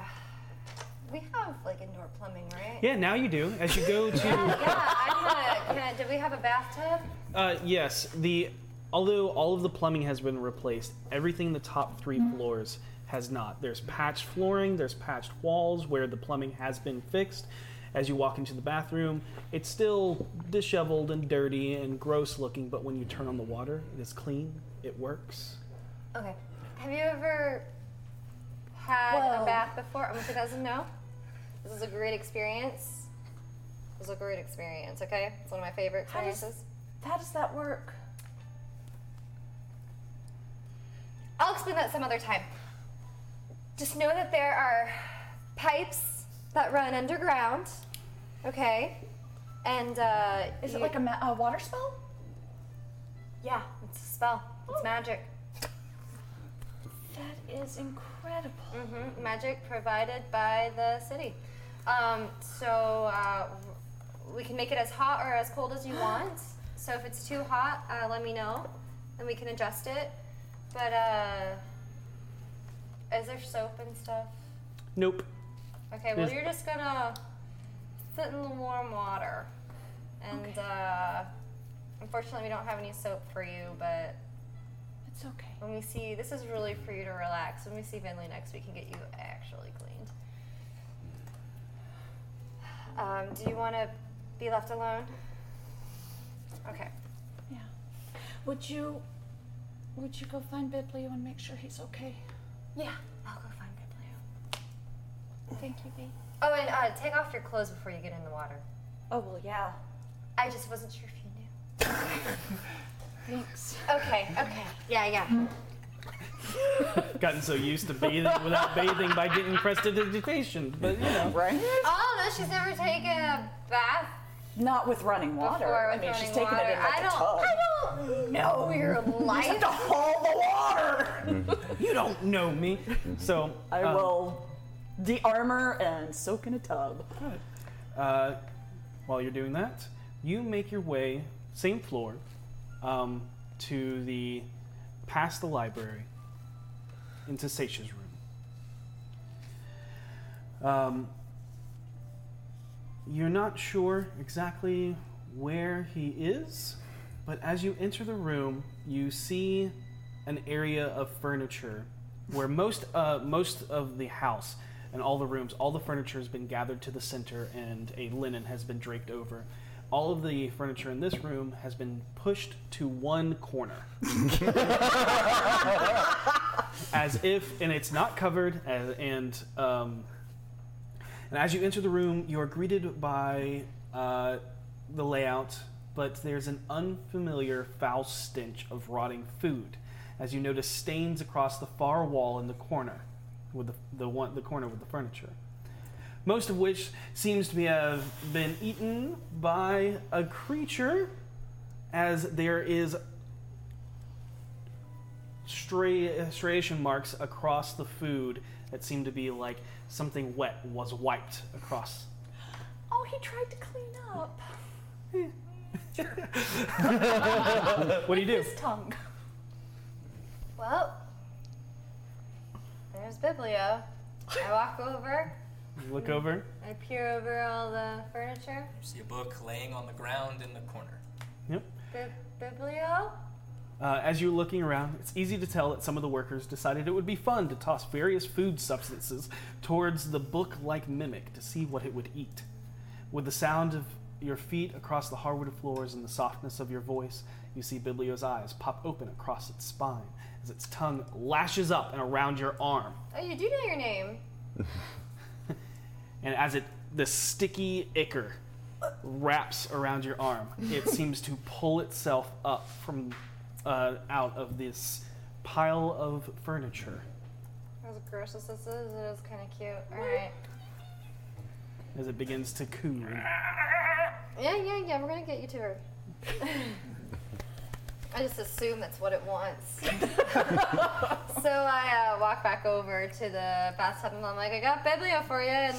we have like indoor plumbing, right? Yeah, now you do. As you go to. Yeah, I had. Can I, did we have a bathtub? Uh, yes, the although all of the plumbing has been replaced, everything in the top three floors has not. There's patched flooring, there's patched walls where the plumbing has been fixed. As you walk into the bathroom, it's still disheveled and dirty and gross looking, but when you turn on the water, it is clean. It works. Okay. Have you ever had Whoa. a bath before? I'm she doesn't know. This is a great experience. This is a great experience, okay? It's one of my favorite How does- experiences. How does that work? I'll explain that some other time. Just know that there are pipes that run underground, okay? And uh, Is it you- like a, ma- a water spell? yeah? It's a spell. It's magic. That is incredible. hmm Magic provided by the city. Um, so uh, we can make it as hot or as cold as you want. So if it's too hot, uh, let me know, and we can adjust it. But uh, is there soap and stuff? Nope. Okay, well, Yes. you're just gonna sit in the warm water. And uh, unfortunately, we don't have any soap for you, but. It's okay. When we see, this is really for you to relax. When we see Vinley next, we can get you actually cleaned. Um, do you wanna be left alone? Okay. Yeah. Would you would you go find Biblio and make sure he's okay? Yeah, I'll go find Biblio. Thank you, V. Oh, and uh, take off your clothes before you get in the water. Oh well yeah. I just wasn't sure if you knew. Thanks. Okay, okay. Yeah, yeah. Gotten so used to bathing without bathing by getting prestidigitation, but you know. Right? Oh no, she's never taken a bath Not with running water. before I with mean, she's running taking water. it in like I a don't. tub. I don't know your life. have to haul the water. You don't know me. So I um, will de-armor and soak in a tub. Uh, while you're doing that, you make your way, same floor, um, to the past the library into Seisha's room. Um, you're not sure exactly where he is, but as you enter the room, you see an area of furniture where most uh, most of the house and all the rooms, all the furniture has been gathered to the center, and a linen has been draped over. All of the furniture in this room has been pushed to one corner, as if, and it's not covered. As, and um, and as you enter the room, you are greeted by uh, the layout, but there's an unfamiliar foul stench of rotting food, as you notice stains across the far wall in the corner, with the, the one the corner with the furniture. Most of which seems to be, have been eaten by a creature, as there is stray, uh, striation marks across the food that seem to be like something wet was wiped across. Oh, he tried to clean up. what do you do? His tongue. Well, there's Biblio. I walk over. You Look over. I peer over all the furniture. You see a book laying on the ground in the corner. Bib- Biblio? Uh, as you're looking around, it's easy to tell that some of the workers decided it would be fun to toss various food substances towards the book like mimic to see what it would eat. With the sound of your feet across the hardwood floors and the softness of your voice, you see Biblio's eyes pop open across its spine as its tongue lashes up and around your arm. Oh, you do know your name. and as it the sticky ichor wraps around your arm, it seems to pull itself up from uh, out of this pile of furniture. As gross as this is, it is kind of cute. Alright. As it begins to coo. Yeah, yeah, yeah, we're gonna get you to her. I just assume that's what it wants. so I uh, walk back over to the bathtub and I'm like, I got Biblio for you, and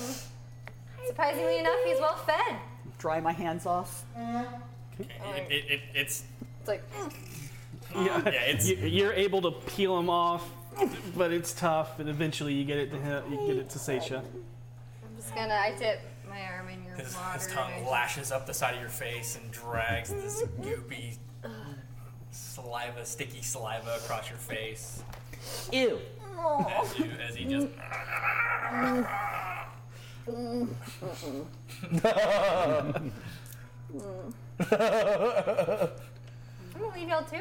surprisingly enough, he's well fed. Dry my hands off. It, it, it, it's It's like, "Mm, Yeah, you, you're able to peel them off, but it's tough, and eventually you get it to him, you get it to Seisha. I'm just gonna, I dip my arm in your his, water. his tongue lashes up the side of your face and drags this goopy saliva, sticky saliva across your face Ew. as you as he just. Mm. Mm. I'm gonna leave y'all to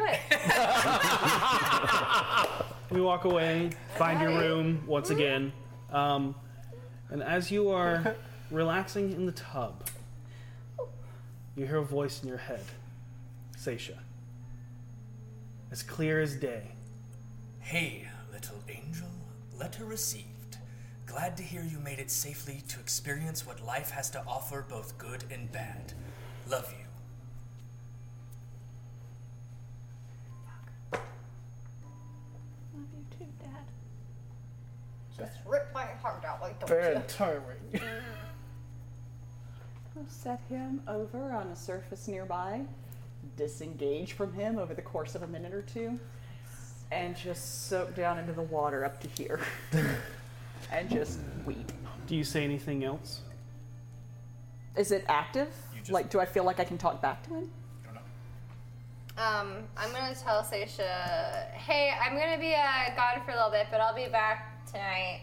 it. We walk away, find your room once Mm-hmm. again. Um, and as you are relaxing in the tub, Oh. you hear a voice in your head Seisha. As clear as day. Hey, little angel, letter received. Glad to hear you made it safely to experience what life has to offer, both good and bad. Love you. Love you too, Dad. Just rip my heart out like, don't you? timing. We'll set him over on a surface nearby, disengage from him over the course of a minute or two, and just soak down into the water up to here. and just weep. Do you say anything else? Is it active? Like, do I feel like I can talk back to him? Um, I'm gonna tell Seisha, hey, I'm gonna be uh, gone for a little bit, but I'll be back tonight.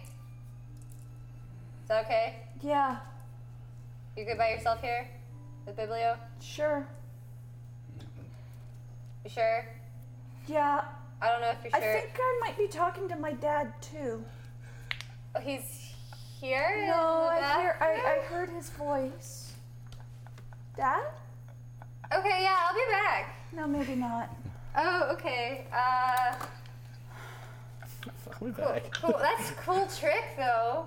Is that okay? Yeah, You good by yourself here with Biblio? sure. You sure? Yeah, I don't know if you're I sure. think I might be talking to my dad too. Oh, he's here. No, in the I, hear, I, I bathroom? heard his voice. Dad? Okay, yeah, I'll be back. No, maybe not. Oh, okay. Uh, I'll be back. Cool. That's a cool trick, though.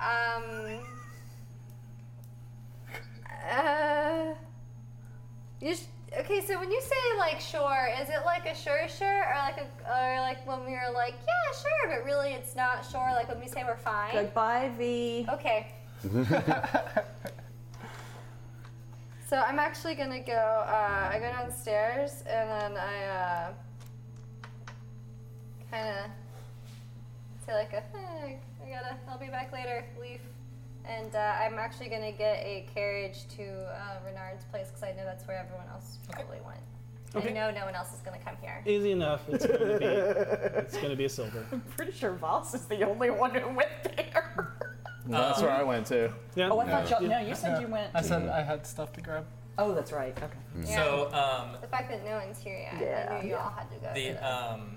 Um. Uh. You sh- okay? So when you say like sure, is it like a sure sure, or like a, or like when we are like yeah sure, but really it's not sure. Like when we say we're fine. Goodbye, V. Okay. So I'm actually gonna go. Uh, I go downstairs and then I uh, kind of say like a, "Eh, I gotta. I'll be back later. Leave. And uh, I'm actually gonna get a carriage to uh, Renard's place because I know that's where everyone else probably went. Okay. I know no one else is gonna come here. Easy enough. It's gonna be. it's gonna be a silver. Pretty sure Voss is the only one who went there. that's where I went to. Yeah. Oh, I thought y'all. No, you said No, you went. I said I had stuff to grab. Oh, that's right. Okay. So um, The fact that no one's here yet, I Yeah. knew you all had to go. the um,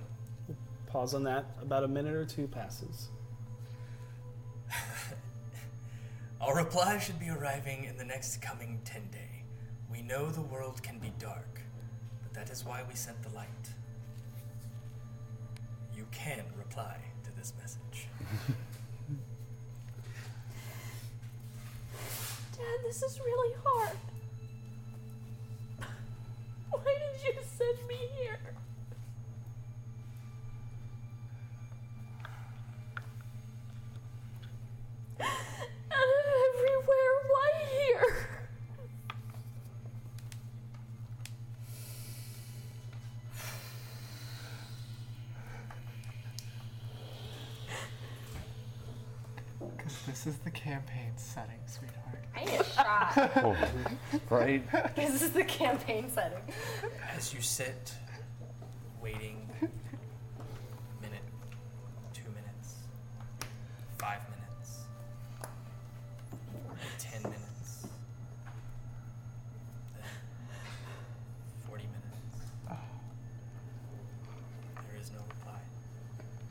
Pause on that. About a minute or two passes. Our reply should be arriving in the next coming 10 day. We know the world can be dark, but that is why we sent the light. You can reply to this message. Dad, this is really hard. Why did you send me here? Out of everywhere, why here? Because this is the campaign setting, sweetheart. I need a shot. right? this is the campaign setting. As you sit, waiting, minute, two minutes, five minutes, ten minutes, then forty minutes. There is no reply.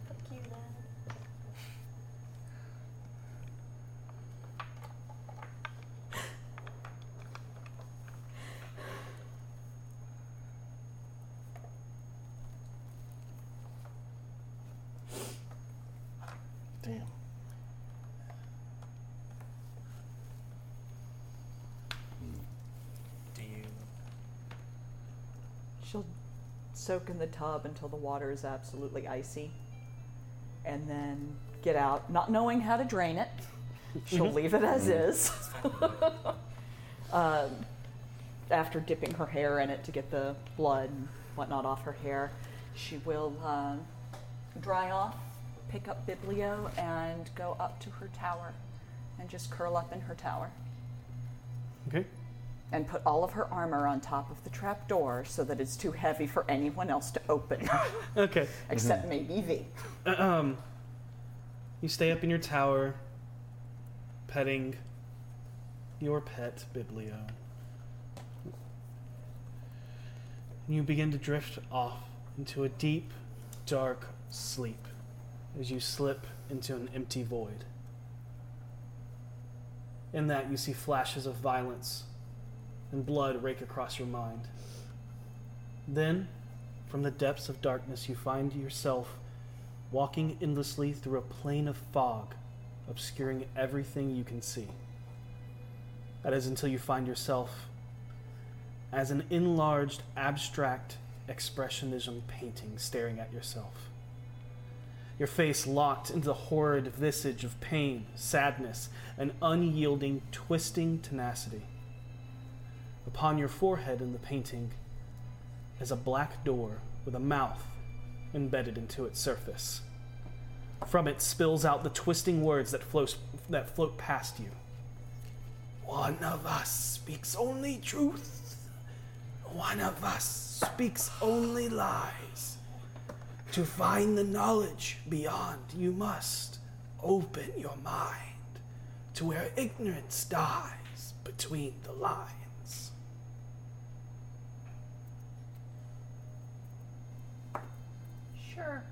Fuck you, Dad. Damn. Do you? She'll soak in the tub until the water is absolutely icy, and then get out, not knowing how to drain it. She'll Mhm. leave it as Mhm. is. um, after dipping her hair in it to get the blood and whatnot off her hair, she will um, dry off, pick up Biblio, and go up to her tower and just curl up in her tower Okay. and put all of her armor on top of the trap door so that it's too heavy for anyone else to open, Okay. Mm-hmm. Mm-hmm. except maybe V. Um, you stay up in your tower, petting your pet Biblio. And you begin to drift off into a deep, dark sleep as you slip into an empty void. In that, you see flashes of violence and blood rake across your mind. Then, from the depths of darkness, you find yourself walking endlessly through a plane of fog, obscuring everything you can see. That is until you find yourself as an enlarged, abstract expressionism painting staring at yourself. Your face locked into the horrid visage of pain, sadness, and unyielding, twisting tenacity. Upon your forehead in the painting is a black door with a mouth embedded into its surface. From it spills out the twisting words that, flows, that float past you. One of us speaks only truth. One of us speaks only lies. To find the knowledge beyond, you must open your mind to where ignorance dies between the lines. Sure.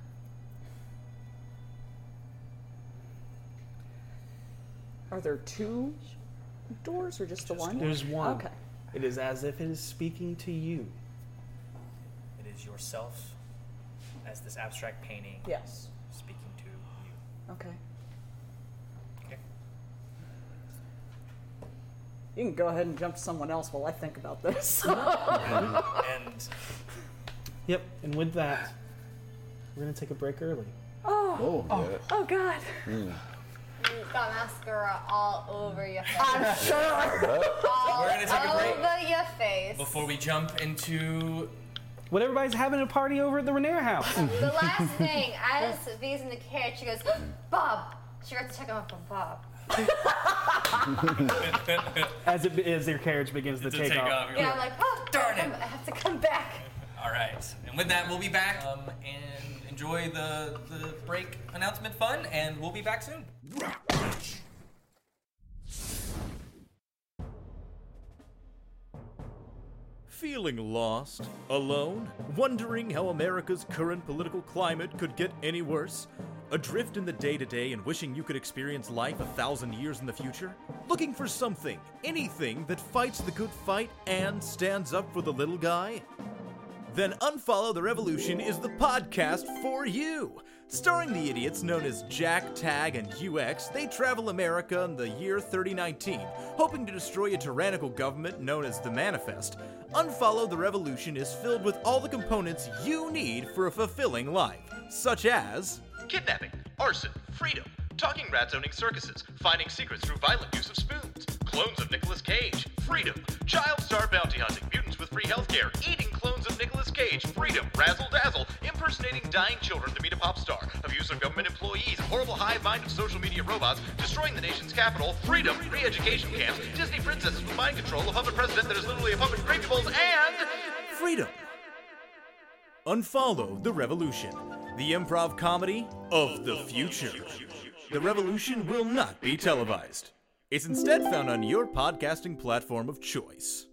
Are there two doors or just the one? There's one. Okay. It is as if it is speaking to you. It is yourself as this abstract painting. Yes. is Speaking to you. Okay. Okay. You can go ahead and jump to someone else while I think about this. and Yep, and with that, we're gonna take a break early. Oh. Oh. Oh God. You've got mascara all over your face. I'm sure. all We're gonna take a break. over your face. Before we jump into When everybody's having a party over at the Renair house. The last thing, as V's in the carriage, she goes, Bob. She got to check him out for Bob. as it as their carriage begins to To take, take off, off. Yeah, I'm like, oh, darn it. I have to come back. All right, and with that, we'll be back um, and enjoy the the break announcement fun, and we'll be back soon. Feeling lost? Alone? Wondering how America's current political climate could get any worse? Adrift in the day to day and wishing you could experience life a thousand years in the future? Looking for something, anything that fights the good fight and stands up for the little guy? Then Unfollow the Revolution is the podcast for you. Starring the idiots known as Jack, Tag, and UX, they travel America in the year 3019, hoping to destroy a tyrannical government known as the Manifest. Unfollow the Revolution is filled with all the components you need for a fulfilling life, such as Kidnapping, arson, freedom, talking rats owning circuses, finding secrets through violent use of spoons, clones of Nicolas Cage, freedom, child star bounty hunting, mutants with free healthcare, eating clones of Nicolas Cage, freedom, razzle dazzle, impersonating dying children to meet a pop star, abuse of government employees, a horrible hive mind of social media robots, destroying the nation's capital, freedom, re education camps, Disney princesses with mind control, a puppet president that is literally a puppet in Gravy Bowls, and. freedom. Unfollow the Revolution, the improv comedy of the future. The revolution will not be televised. It's instead found on your podcasting platform of choice.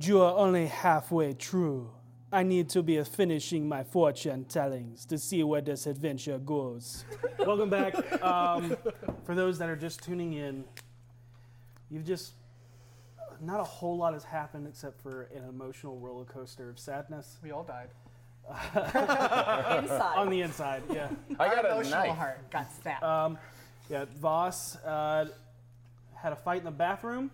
You are only halfway through. I need to be finishing my fortune tellings to see where this adventure goes. Welcome back. Um, for those that are just tuning in, you've just not a whole lot has happened except for an emotional roller coaster of sadness. We all died. inside. On the inside, yeah. I got Our a emotional knife. heart got stabbed. Um, yeah, Voss uh, had a fight in the bathroom,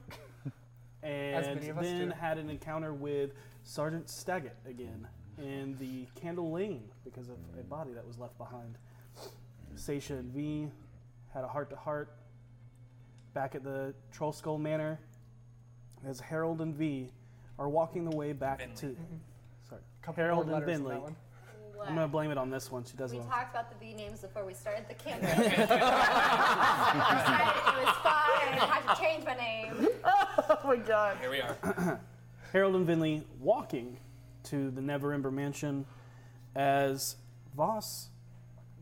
and many of us then do. had an encounter with Sergeant Staggett again in the Candle Lane because of a body that was left behind. Sasha and V had a heart to heart back at the Troll Skull Manor as Harold and V are walking the way back to. Sorry. Harold Mm-hmm. more and letters in Binley. that one. I'm going to blame it on this one. She does We it all. talked about the B names before we started the campaign. I decided it was fine. I had to change my name. oh my god. Here we are. Harold and Vinley walking to the Never Ember Mansion as Voss,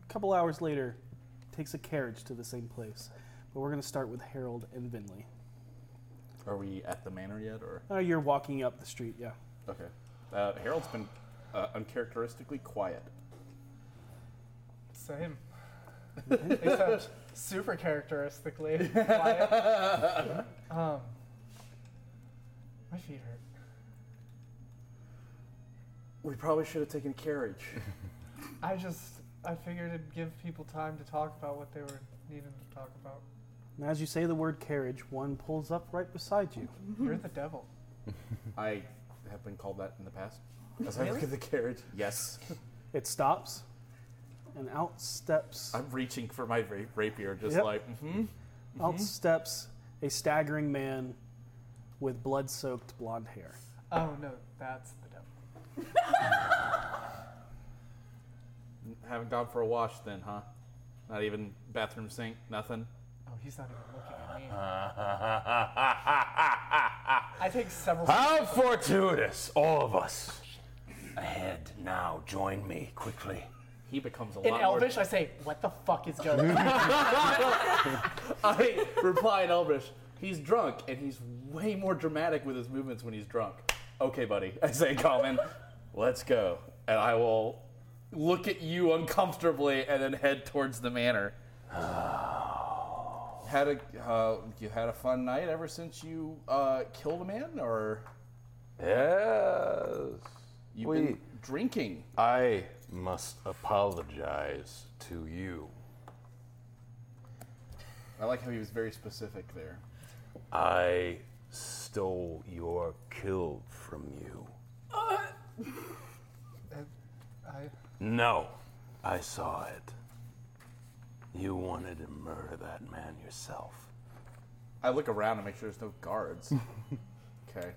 a couple hours later, takes a carriage to the same place. But we're going to start with Harold and Vinley. Are we at the manor yet, or Uh, you're walking up the street, yeah. okay? Uh, Harold's been uh, uncharacteristically quiet. Same. Except super characteristically quiet. um, my feet hurt. We probably should have taken carriage. I just I figured it'd give people time to talk about what they were needing to talk about. And as you say the word carriage, one pulls up right beside you. You're the devil. I have been called that in the past. As I look Really? at the carriage, yes, It stops, and out steps, I'm reaching for my ra- rapier, just Yep. like mm-hmm. out steps a staggering man with blood-soaked blonde hair. Oh no, that's the devil. haven't gone for a wash then, huh? Not even bathroom sink, nothing. Oh, he's not even looking at me. How I take several. fortuitous, all of us. Ahead now, join me quickly. He becomes a In Elvish, I say, "What the fuck is going on?" I reply in Elvish. He's drunk, and he's way more dramatic with his movements when he's drunk. Okay, buddy. I say, Common, let's go. And I will look at you uncomfortably and then head towards the manor. Had a uh, you had a fun night ever since you uh, killed a man, or Yes. You've we been drinking? I must apologize to you. I like how he was very specific there. I stole your kill from you. I, No, I saw it. You wanted to murder that man yourself. I look around to make sure there's no guards. okay.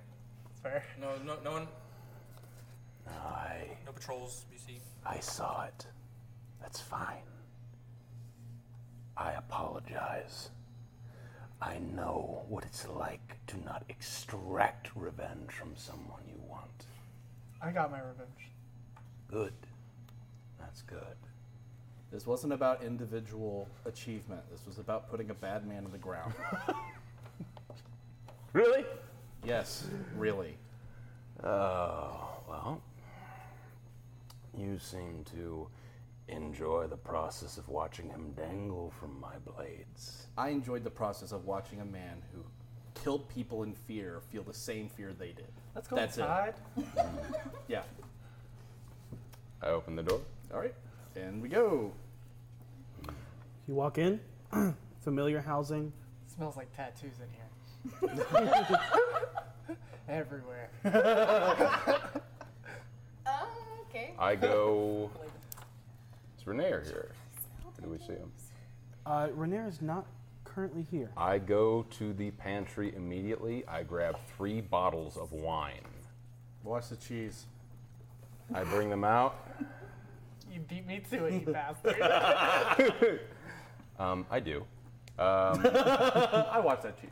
Fair. No, no, no one. I. No patrols. You see. I saw it. That's fine. I apologize. I know what it's like to not extract revenge from someone you want. I got my revenge. Good. That's good. This wasn't about individual achievement. This was about putting a bad man in the ground. really? Yes, really. Oh, well. You seem to enjoy the process of watching him dangle from my blades. I enjoyed the process of watching a man who killed people in fear feel the same fear they did. Let's go That's inside. it. Yeah. I open the door. All right. And we go. You walk in, familiar housing. smells like tattoos in here. Everywhere. Oh, okay. I go. Is Renair here? Do we see him? Uh, Renair is not currently here. I go to the pantry immediately. I grab three bottles of wine. Watch the cheese. I bring them out. You beat me to it, you bastard. Um, I do. Um, I watch that cheese.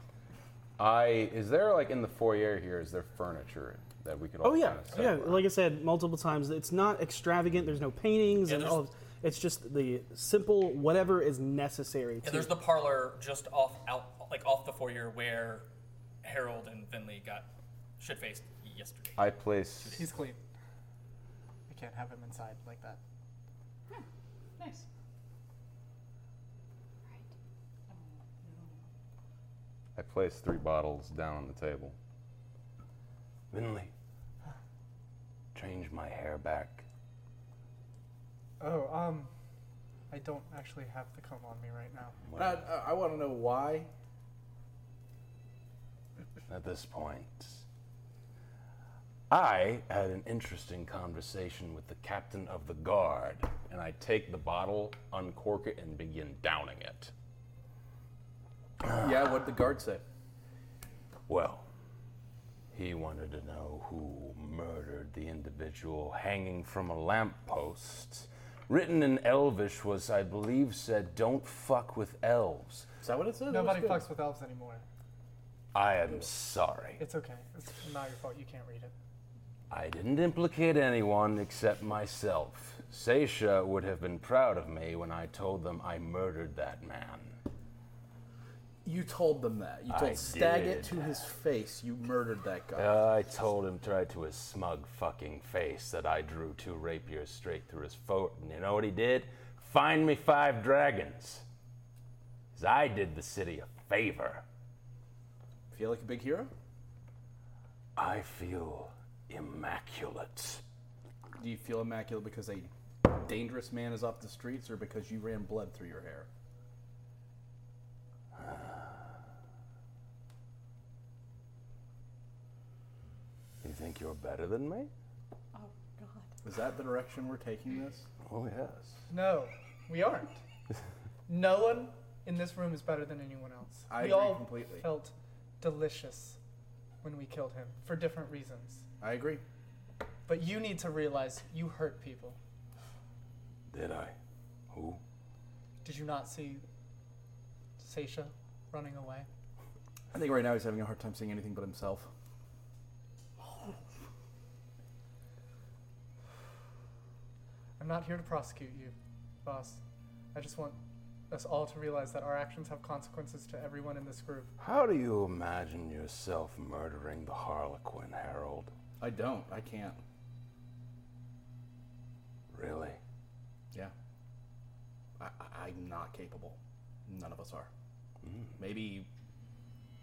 I is there like in the foyer here? Is there furniture that we could? All Oh yeah, kind of set yeah. around? Like I said multiple times, it's not extravagant. There's no paintings and all. Of, it's just the simple whatever is necessary. Yeah, To, there's the parlor just off out, like off the foyer where Harold and Finley got shit faced yesterday. I place. He's clean. I can't have him inside like that. Nice. I place three bottles down on the table. Vinley, change my hair back. Oh, um, I don't actually have the comb on me right now. Uh, uh, I want to know why. At this point, I had an interesting conversation with the captain of the guard. And I take the bottle, uncork it, and begin downing it. yeah, what'd the guard say? Well, he wanted to know who murdered the individual hanging from a lamppost. Written in Elvish was, I believe, said, Don't fuck with elves. Is that what it said? Nobody fucks with elves anymore. I am sorry. It's okay. It's not your fault. You can't read it. I didn't implicate anyone except myself. Seisha would have been proud of me when I told them I murdered that man. You told them that. You I told Staggett did. to his face you murdered that guy. Uh, I told him right to his smug fucking face that I drew two rapiers straight through his throat, and you know what he did? Find me five dragons. 'Cause I did the city a favor. Feel like a big hero? I feel immaculate. Do you feel immaculate because a dangerous man is off the streets or because you ran blood through your hair? You think you're better than me? Is that the direction we're taking this? Oh, yes. No, we aren't. no one in this room is better than anyone else. I we agree all completely. felt delicious when we killed him for different reasons. I agree. But you need to realize you hurt people. Did I? Who? Did you not see Seisha running away? I think right now he's having a hard time seeing anything but himself. I'm not here to prosecute you, boss. I just want us all to realize that our actions have consequences to everyone in this group. How do you imagine yourself murdering the Harlequin, Harold? I don't. I can't. Really? Yeah. I, I- I'm not capable. None of us are. Hmm. Maybe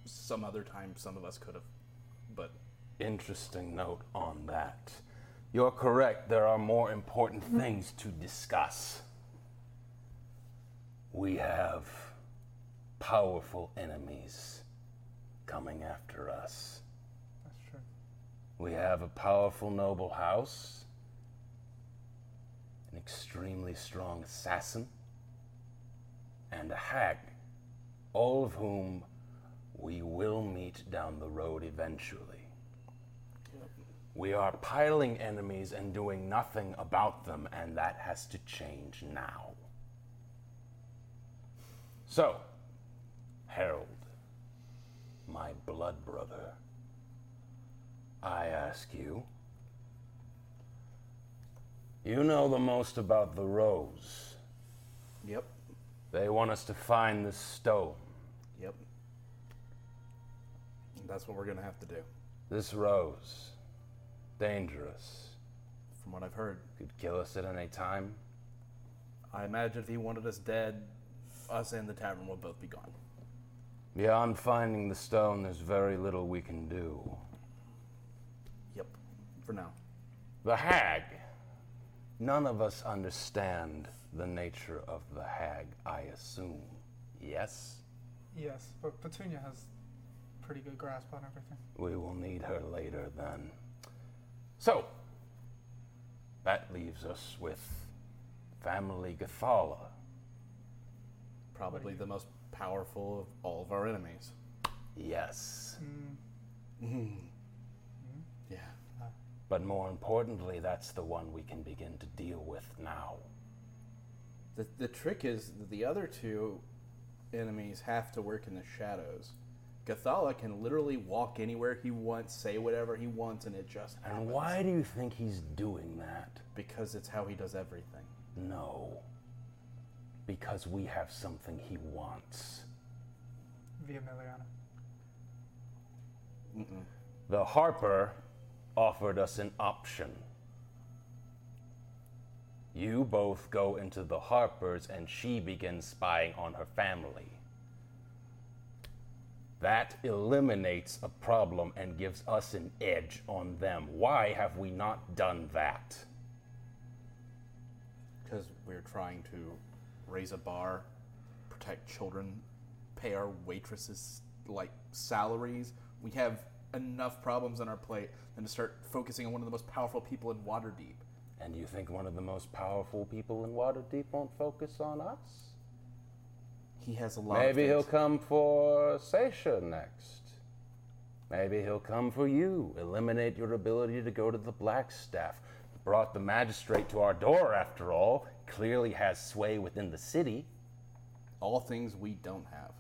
some other time some of us could have, but Interesting note on that. You're correct. There are more important Mm-hmm. things to discuss. We have powerful enemies coming after us. That's true. We have a powerful noble house, an extremely strong assassin, and a hag, all of whom we will meet down the road eventually. We are piling enemies and doing nothing about them, and that has to change now. So, Harold, my blood brother, I ask you. You know the most about the Rose. Yep. They want us to find this stone. Yep. That's what we're going to have to do. This Rose, dangerous. From what I've heard, could kill us at any time. I imagine if he wanted us dead, us and the tavern will both be gone. Beyond finding the stone, there's very little we can do. Yep. For now. The hag. None of us understand the nature of the hag, I assume. Yes? Yes, but Petunia has pretty good grasp on everything. We will need her later then. So, that leaves us with family Gathala. Probably the most powerful of all of our enemies. Yes. Mm. Yeah. But more importantly, that's the one we can begin to deal with now. The, the trick is that the other two enemies have to work in the shadows. Gathala can literally walk anywhere he wants, say whatever he wants, and it just happens. And why do you think he's doing that? Because it's how he does everything. No. Because we have something he wants. Via Meliana. Mm-mm. The Harper offered us an option. You both go into the Harper's and she begins spying on her family. That eliminates a problem and gives us an edge on them. Why have we not done that? Because we're trying to raise a bar, protect children, pay our waitresses like salaries. We have enough problems on our plate than to start focusing on one of the most powerful people in Waterdeep. And you think one of the most powerful people in Waterdeep won't focus on us? He has a lot. of Maybe he'll things. come for Seisha next. Maybe he'll come for you. Eliminate your ability to go to the Blackstaff. Brought the magistrate to our door, after all. Clearly has sway within the city. All things we don't have.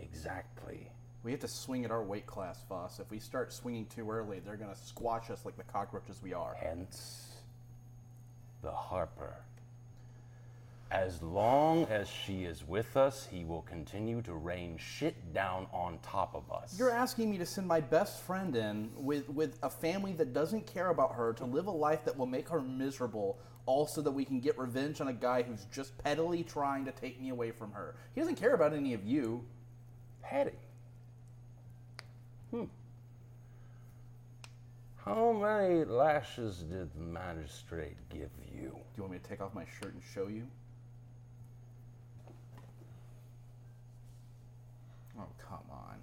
Exactly. We have to swing at our weight class, Voss. If we start swinging too early, they're gonna squash us like the cockroaches we are. Hence, the Harper. As long as she is with us, he will continue to rain shit down on top of us. You're asking me to send my best friend in with, with a family that doesn't care about her to live a life that will make her miserable, all so that we can get revenge on a guy who's just pettily trying to take me away from her. He doesn't care about any of you. Petty. Hmm. How many lashes did the magistrate give you? Do you want me to take off my shirt and show you? Oh, come on.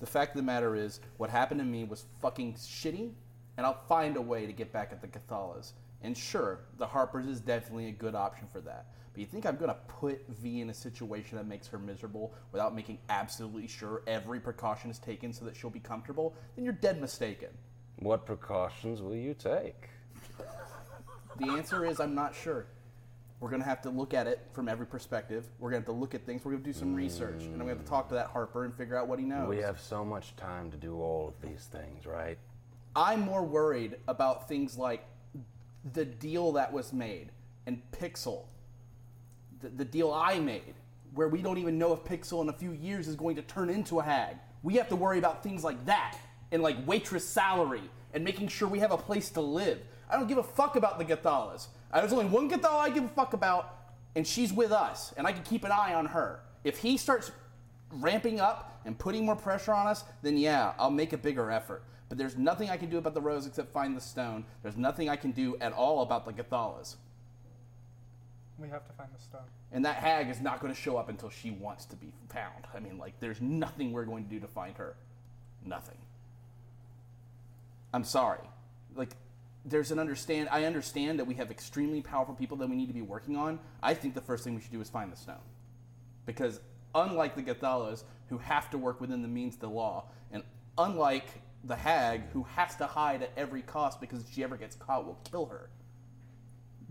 The fact of the matter is, what happened to me was fucking shitty, and I'll find a way to get back at the Cathalas. And sure, the Harpers is definitely a good option for that. But you think I'm gonna put V in a situation that makes her miserable without making absolutely sure every precaution is taken so that she'll be comfortable? Then you're dead mistaken. What precautions will you take? The answer is I'm not sure. We're gonna have to look at it from every perspective. We're gonna have to look at things. We're gonna do some research, and I'm gonna have to talk to that Harper and figure out what he knows. We have so much time to do all of these things, right? I'm more worried about things like the deal that was made and Pixel, the, the deal I made, where we don't even know if Pixel in a few years is going to turn into a hag. We have to worry about things like that and like waitress salary and making sure we have a place to live. I don't give a fuck about the Gathalas. Uh, There's only one Gathala I give a fuck about, and she's with us, and I can keep an eye on her. If he starts ramping up and putting more pressure on us, then yeah, I'll make a bigger effort. But there's nothing I can do about the rose except find the stone. There's nothing I can do at all about the Gathalas. We have to find the stone. And that hag is not going to show up until she wants to be found. I mean, like, there's nothing we're going to do to find her. Nothing. I'm sorry. Like, there's an understand. I understand that we have extremely powerful people that we need to be working on. I think the first thing we should do is find the stone, because unlike the Gathalas, who have to work within the means of the law, and unlike the hag, who has to hide at every cost because if she ever gets caught, we'll kill her.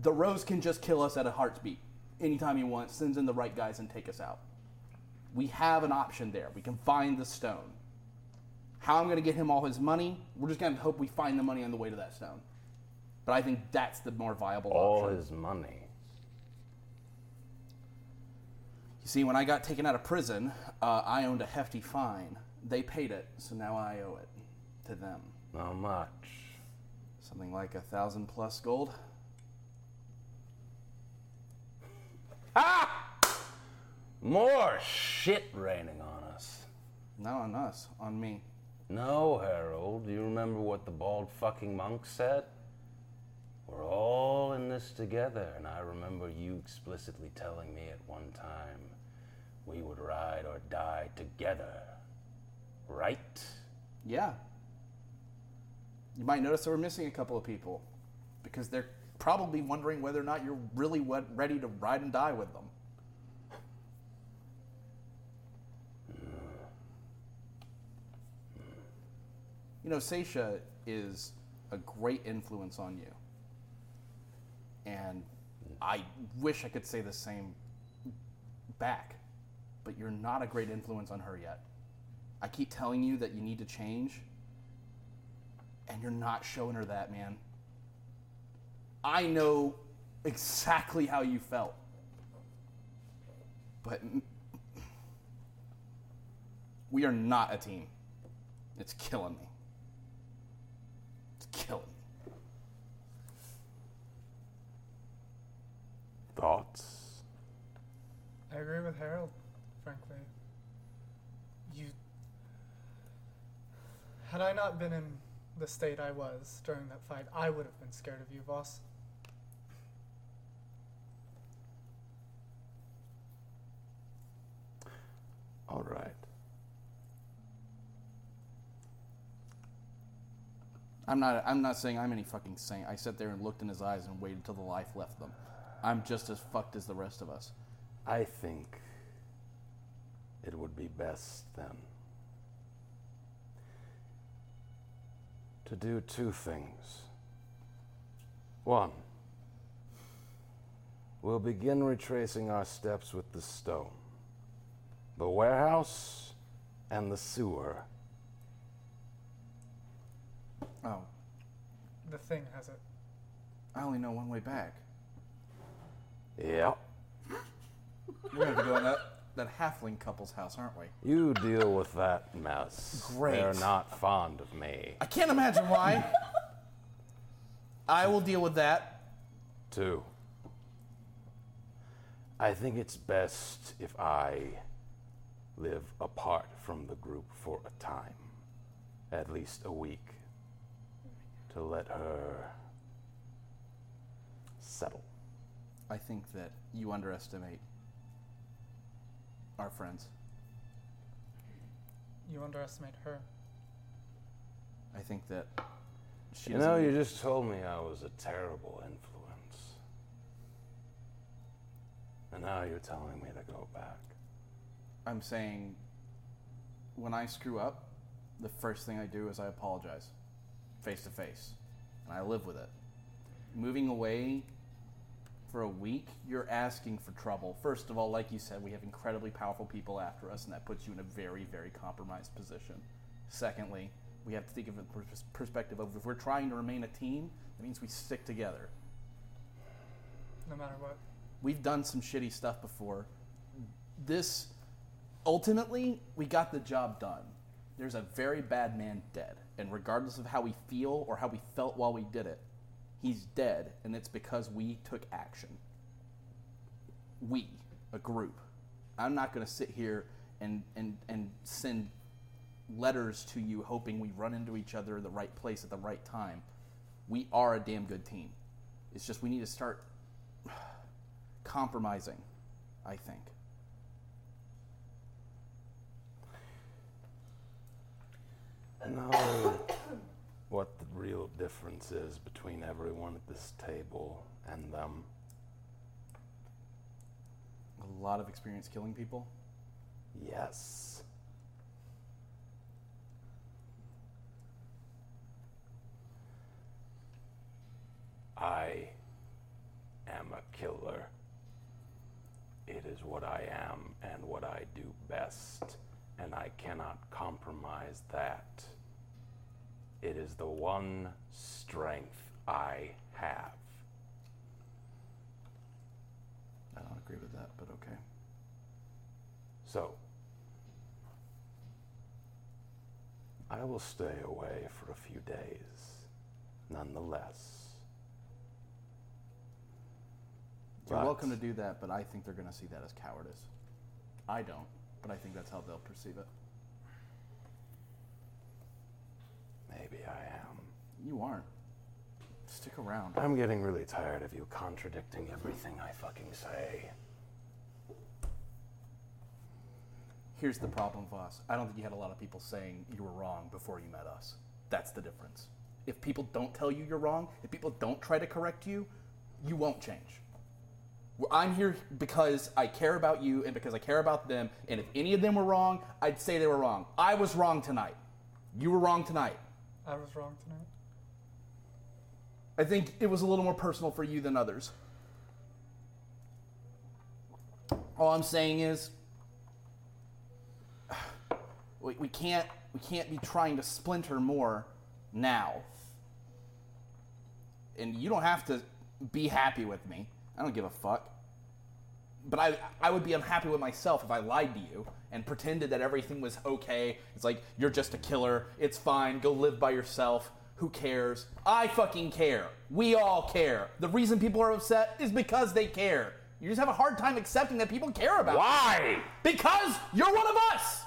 The Rose can just kill us at a heart's beat anytime he wants. Sends in the right guys and take us out. We have an option there. We can find the stone. How I'm going to get him all his money? We're just going to hope we find the money on the way to that stone. But I think that's the more viable All option. his money. You see, when I got taken out of prison, uh, I owned a hefty fine. They paid it, so now I owe it to them. How much? Something like a thousand plus gold. Ah! Ah! More shit raining on us. Not on us, on me. No, Harold. Do you remember what the bald fucking monk said? We're all in this together, and I remember you explicitly telling me at one time we would ride or die together. Right? Yeah. You might notice that we're missing a couple of people because they're probably wondering whether or not you're really wet, ready to ride and die with them. You know, Seisha is a great influence on you. And I wish I could say the same back, but you're not a great influence on her yet. I keep telling you that you need to change, and you're not showing her that, man. I know exactly how you felt, but m- we are not a team. It's killing me. It's killing me. Thoughts? I agree with Harold, frankly. You. Had I not been in the state I was during that fight, I would have been scared of you, boss. All right. I'm not. I'm not saying I'm any fucking saint. I sat there and looked in his eyes and waited till the life left them. I'm just as fucked as the rest of us. I think it would be best then to do two things. One, we'll begin retracing our steps with the stone, the warehouse, and the sewer. Oh, The thing has it. I only know one way back. yeah. We're gonna go in that that halfling couple's house, aren't we? You deal with that mess. They're Great. not fond of me. I can't imagine why. I will deal with that. Two. I think it's best if I live apart from the group for a time, at least a week, to let her settle. I think that you underestimate our friends. You underestimate her. I think that she you know, doesn't- you just told me I was a terrible influence. And now you're telling me to go back. I'm saying when I screw up, the first thing I do is I apologize face to face and I live with it. Moving away for a week, you're asking for trouble. First of all, like you said, we have incredibly powerful people after us, and that puts you in a very, very compromised position. Secondly, we have to think of it from the pers- perspective of if we're trying to remain a team, that means we stick together No matter what. we've done some shitty stuff before. This, ultimately, we got the job done. There's a very bad man dead, and regardless of how we feel or how we felt while we did it, he's dead, and it's because we took action. We, a group. I'm not going to sit here and and and send letters to you, hoping we run into each other in the right place at the right time. We are a damn good team. It's just we need to start compromising. I think. know what the real difference is between everyone at this table and them. A lot of experience killing people. Yes. I am a killer. It is what I am and what I do best, and I cannot compromise that. It is the one strength I have. I don't agree with that, but okay. So, I will stay away for a few days, nonetheless. You're But- welcome to do that, but I think they're going to see that as cowardice. I don't, but I think that's how they'll perceive it. Maybe I am. You aren't. Stick around. I'm getting really tired of you contradicting everything I fucking say. Here's the problem, Voss. I don't think you had a lot of people saying you were wrong before you met us. That's the difference. If people don't tell you you're wrong, if people don't try to correct you, you won't change. Well, I'm here because I care about you and because I care about them, and if any of them were wrong, I'd say they were wrong. I was wrong tonight. You were wrong tonight. I was wrong tonight. I think it was a little more personal for you than others. All I'm saying is, we, we can't we can't be trying to splinter more now. And you don't have to be happy with me. I don't give a fuck. But I I would be unhappy with myself if I lied to you and pretended that everything was okay. It's like you're just a killer. It's fine. Go live by yourself. Who cares? I fucking care. We all care. The reason people are upset is because they care. You just have a hard time accepting that people care about you. Why? Because you're one of us.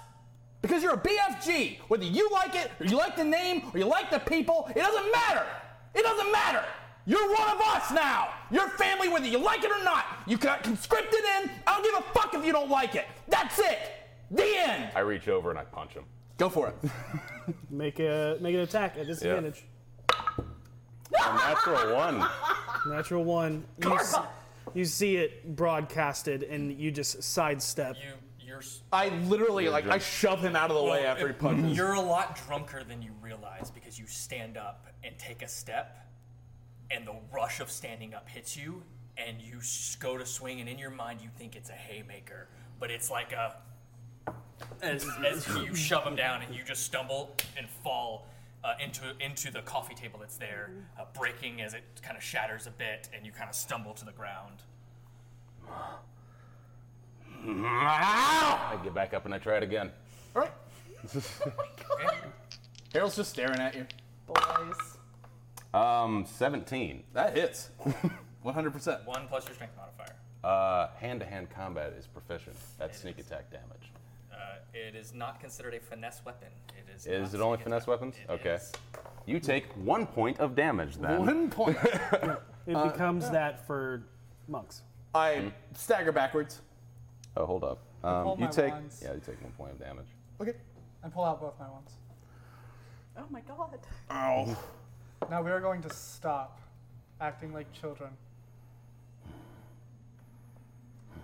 Because you're a BFG. Whether you like it, or you like the name, or you like the people, it doesn't matter. It doesn't matter. You're one of us now. You're family, whether you like it or not. You got conscripted in. I don't give a fuck if you don't like it. That's it. The end. I reach over and I punch him. Go for it. Make a make an attack at disadvantage. natural one. Natural one. You, s- you see it broadcasted, and you just sidestep. You're s- I literally like I shove him out of the way Well, after he if- punches. You're a lot drunker than you realize because you stand up and take a step, and the rush of standing up hits you, and you s- go to swing, and in your mind you think it's a haymaker, but it's like a as, as you shove him down, and you just stumble and fall. Uh, into into the coffee table that's there, uh, breaking as it kind of shatters a bit, and you kind of stumble to the ground. I get back up and I try it again. All right. Harold's just staring at you. Boys. Um, 17. That hits. 100%. One plus your strength modifier. Uh, hand-to-hand combat is proficient. That's sneak attack damage. Uh, it is not considered a finesse weapon. It is. Is not it only finesse weapons? okay. You take one point of damage then. One point. It Uh, becomes yeah. that for monks. I Uh, stagger backwards. Oh, hold up. All Um, you my take wands. yeah, you take one point of damage. I pull out both my ones. Oh my god. Ow. Now we are going to stop acting like children.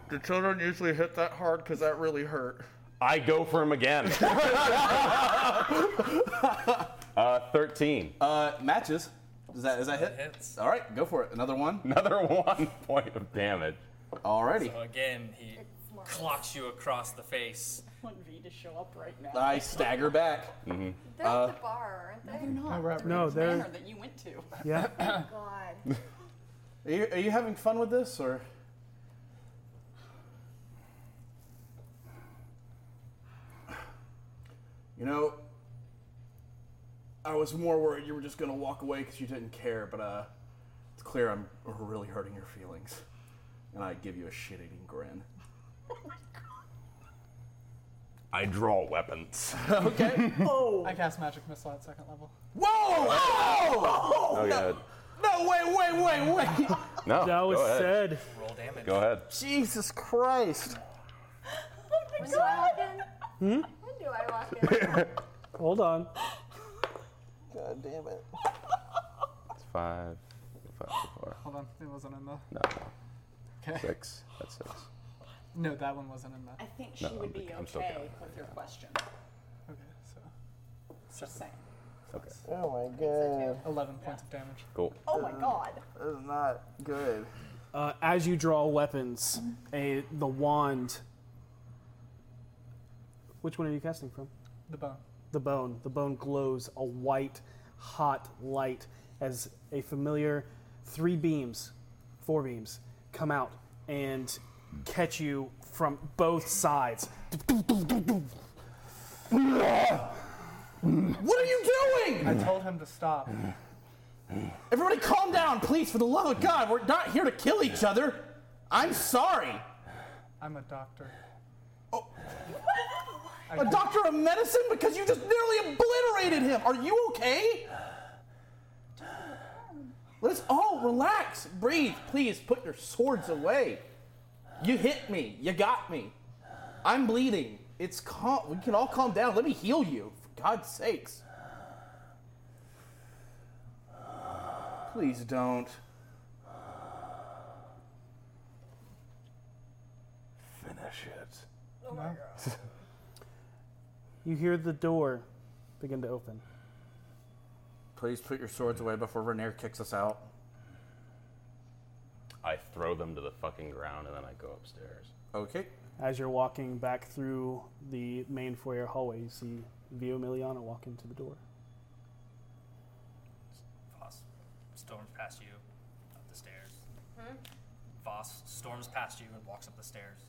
Do children usually hit that hard? Because that really hurt. I go for him again. Uh, 13. Uh, matches. Is that, is that hit? All right, go for it. Another one. Another one point of damage. Alrighty. So again, he clocks you across the face. want V to show up right now. I stagger back. Mm-hmm. They're at Uh, the bar, aren't they? No, they're No, we're not. at- No, at the they're- manor that you went to. Yeah. Oh, God. Are you, are you having fun with this, or? You know, I was more worried you were just gonna walk away because you didn't care, but uh, it's clear I'm really hurting your feelings, and I give you a shit-eating grin. I draw weapons. Okay. oh. I cast magic missile at second level. Whoa! Whoa! Oh, no, no, wait, wait, wait, wait. No. That was go ahead. said. Roll damage. Go ahead. Jesus Christ. Oh When do I walk in? Hmm? When do I walk in? Hold on. God damn it. It's five, five, four. Hold on, it wasn't in the. No. Okay. Six. That's six. No, that one wasn't in the. I think No, she would I'm- be I'm still okay counting. with your question. Okay, so. Just saying. Okay. Oh my god. 11 points of damage. Cool. Oh my god. This Uh, is not good. Uh, as you draw weapons, a the wand. Which one are you casting from? The bone. The bone. The bone glows a white, hot light as a familiar three beams, four beams come out and catch you from both sides. What are you doing? I told him to stop. Everybody calm down, please, for the love of God. We're not here to kill each other. I'm sorry. I'm a doctor. A doctor of medicine because you just nearly obliterated him. Are you okay? Let's all relax, breathe, please. Put your swords away. You hit me. You got me. I'm bleeding. It's calm. We can all calm down. Let me heal you, for God's sakes. Please don't. Finish it. Oh my god. You hear the door begin to open. Please put your swords away before Renair kicks us out. I throw them to the fucking ground and then I go upstairs. Oh. Okay. As you're walking back through the main foyer hallway, you see Vio Miliana walk into the door. Voss storms past you up the stairs. Hmm? Voss storms past you and walks up the stairs.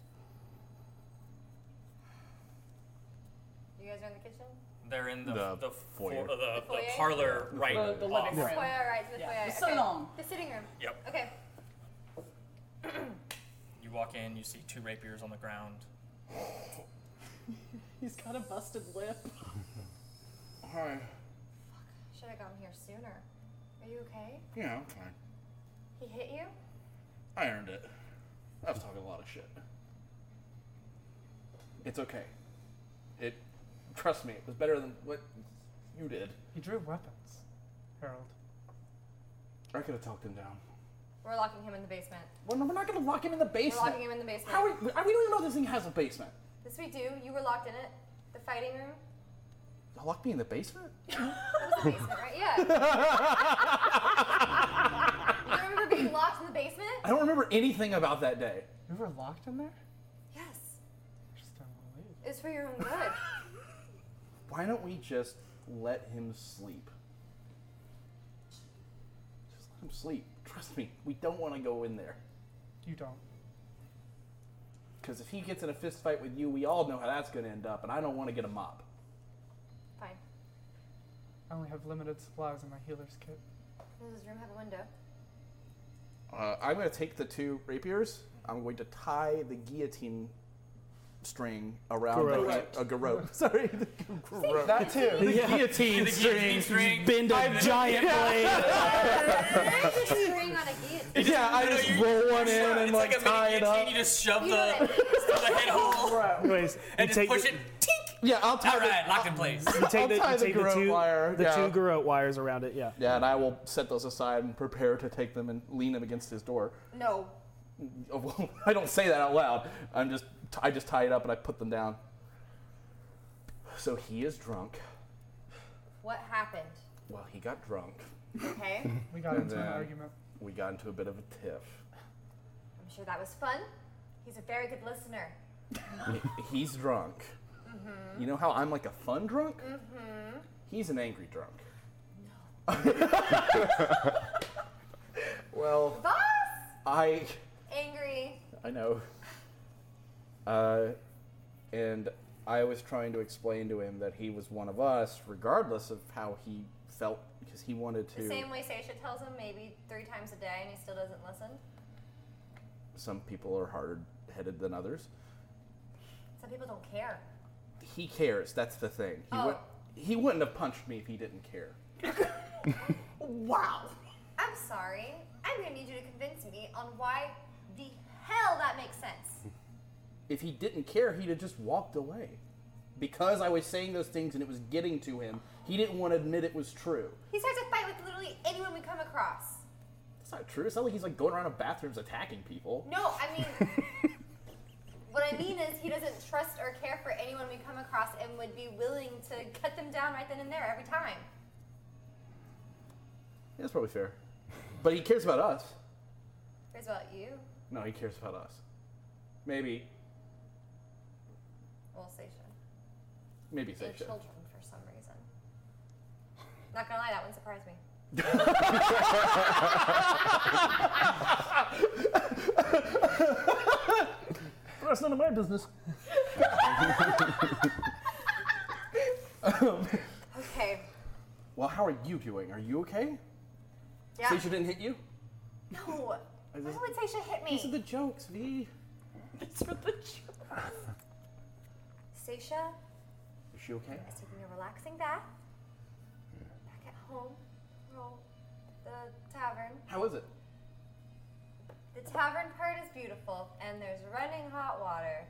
You guys are in the kitchen? They're in the The the, foyer. fo- uh, the, The the foyer? parlor The right foyer. off. The living The foyer, right? The Yeah. foyer. The okay. salon. The sitting room. Yep. Okay. You walk in, you see two rapiers on the ground. He's got a busted lip. Hi. Should have gone here sooner. Are you okay? Yeah, I'm fine. He hit you? I earned it. I was talking a lot of shit. It's okay. It, trust me, it was better than what you did. He drew weapons, Harold. I could have talked him down. We're locking him in the basement. Well, no, we're not gonna lock him in the basement. We're locking him in the basement. How are you, I- we don't even know this thing has a basement. Yes, we do. You were locked in it. The fighting room. Y'all locked me in the basement? basement, right? Yeah. you don't remember being locked in the basement? I don't remember anything about that day. You were locked in there? Yes. Just don't believe. It was for your own good. Why don't we just let him sleep? Just let him sleep. Trust me, we don't want to go in there. You don't. Because if he gets in a fist fight with you, we all know how that's gonna end up, and I don't want to get a mop. Fine. I only have limited supplies in my healer's kit. Does this room have a window? Uh, I'm going to take the two rapiers. I'm going to tie the guillotine string around Garrote. the a garrote. Sorry, the garrote. That too. The Yeah. guillotine The string. guillotine string. Bend a I've- giant There's a string on a guillotine. yeah, I just roll one in and like, tie it up. You just shove You the, know shove the head hole Anyways, and you just take push the- it. Yeah, I'll tie All right, locked in place. You take the, you take the garrote two, wire, the yeah. two garrote wires around it. Yeah. Yeah, and I will set those aside and prepare to take them and lean them against his door. No. Oh, well, I don't say that out loud. I'm just I just tie it up and I put them down. So he is drunk. What happened? Well, he got drunk. Okay. We got And into an then argument. We got into a bit of a tiff. I'm sure that was fun. He's a very good listener. He's drunk. Mm-hmm. You know how I'm like a fun drunk? Mm-hmm. He's an angry drunk. No. well, Boss! I Angry. I know. Uh, and I was trying to explain to him that he was one of us, regardless of how he felt, because he wanted The to. same way Seisha tells him maybe three times a day and he still doesn't listen. Some people are harder headed than others. Some people don't care. he cares. That's the thing. He, Oh. wou- he wouldn't have punched me if he didn't care. Wow. I'm sorry. I'm gonna need you to convince me on why the hell that makes sense. If he didn't care, he'd have just walked away. Because I was saying those things and it was getting to him, he didn't want to admit it was true. He starts a fight with literally anyone we come across. It's not true. It's not like he's like going around in bathrooms attacking people. No, I mean, what I mean is he doesn't trust or care for anyone we come across and would be willing to cut them down right then and there every time. Yeah, that's probably fair. But he cares about us. Cares about you. No, he cares about us. Maybe, Well, Seisha. maybe Your Seisha. children for some reason. Not gonna lie, that one surprised me. That's none of my business. Okay. well, how are you doing? Are you okay? Yeah. Seisha didn't hit you? No. I Why just- would Seisha hit me? These are the jokes, V. It's for the children. Seisha Is she okay? is taking a relaxing bath. Back at home. Roll the tavern. How is it? The tavern part is beautiful, and there's running hot water.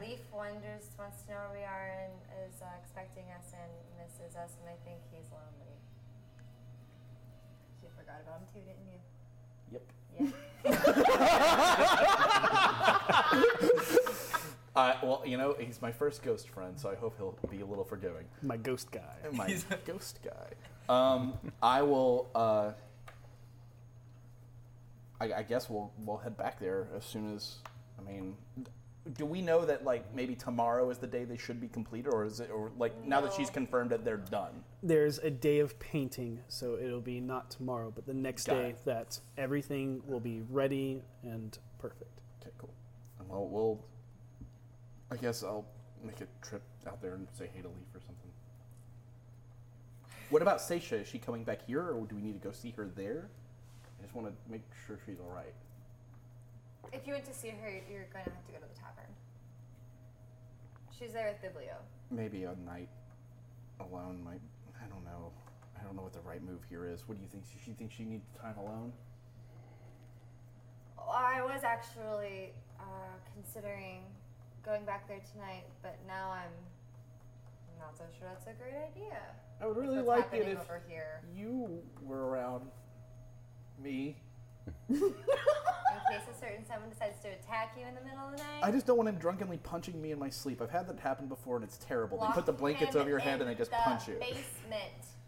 Leaf wonders, wants to know where we are, and is uh, expecting us, and misses us, and I think he's lonely. You forgot about him too, didn't you? Yep. Uh, well, you know, he's my first ghost friend, so I hope he'll be a little forgiving. My ghost guy. My ghost guy. Um, I will. Uh, I, I guess we'll we'll head back there as soon as. I mean, do we know that like maybe tomorrow is the day they should be completed, or is it or like now that she's confirmed that they're done? There's a day of painting, so it'll be not tomorrow, but the next Got day it. that everything will be ready and perfect. Okay, cool. Well, we'll. I guess I'll make a trip out there and say hey to Leaf or something. What about Seisha? Is she coming back here, or do we need to go see her there? I just want to make sure she's all right. If you went to see her, you're going to have to go to the tavern. She's there with Biblio. Maybe a night alone might. I don't know. I don't know what the right move here is. What do you think? She- She thinks she needs time alone? I was actually uh, considering going back there tonight, but now I'm not so sure that's a great idea. I would really What's like it happening if over here? you were around me. in case a certain someone decides to attack you in the middle of the night. I just don't want him drunkenly punching me in my sleep. I've had that happen before, and it's terrible. they put the Lock blankets him over your head, in and they just the punch you. Basement.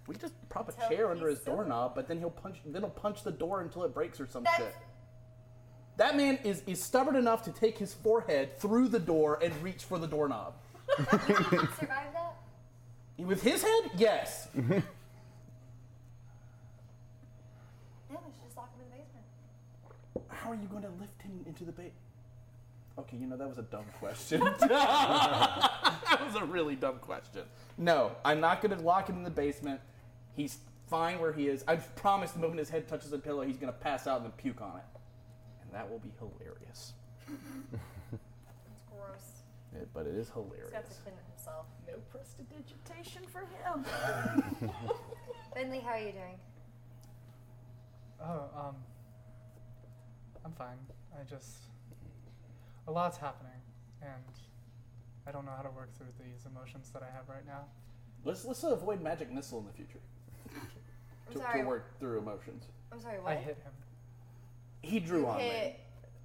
We could just prop a Until chair under he's his doorknob, but then he'll punch. Then he'll punch the door until it breaks or some That's- shit. That man is, is stubborn enough to take his forehead through the door and reach for the doorknob. Survive that? With his head, yes. No, we should just lock him in the basement. How are you going to lift him into the bait? Okay, you know that was a dumb question. that was a really dumb question. No, I'm not going to lock him in the basement. He's fine where he is. I promise the moment his head touches the pillow, he's going to pass out and then puke on it. And that will be hilarious. It's gross. It- but it is He's hilarious. got to clean it himself. No prestidigitation for him. Finley, how are you doing? Oh, um, I'm fine. I just a lot's happening, and I don't know how to work through these emotions that I have right now. Let's let's avoid magic missile in the future. I'm To, sorry. to work through emotions. I'm sorry. What? I hit him. He drew You on me. hit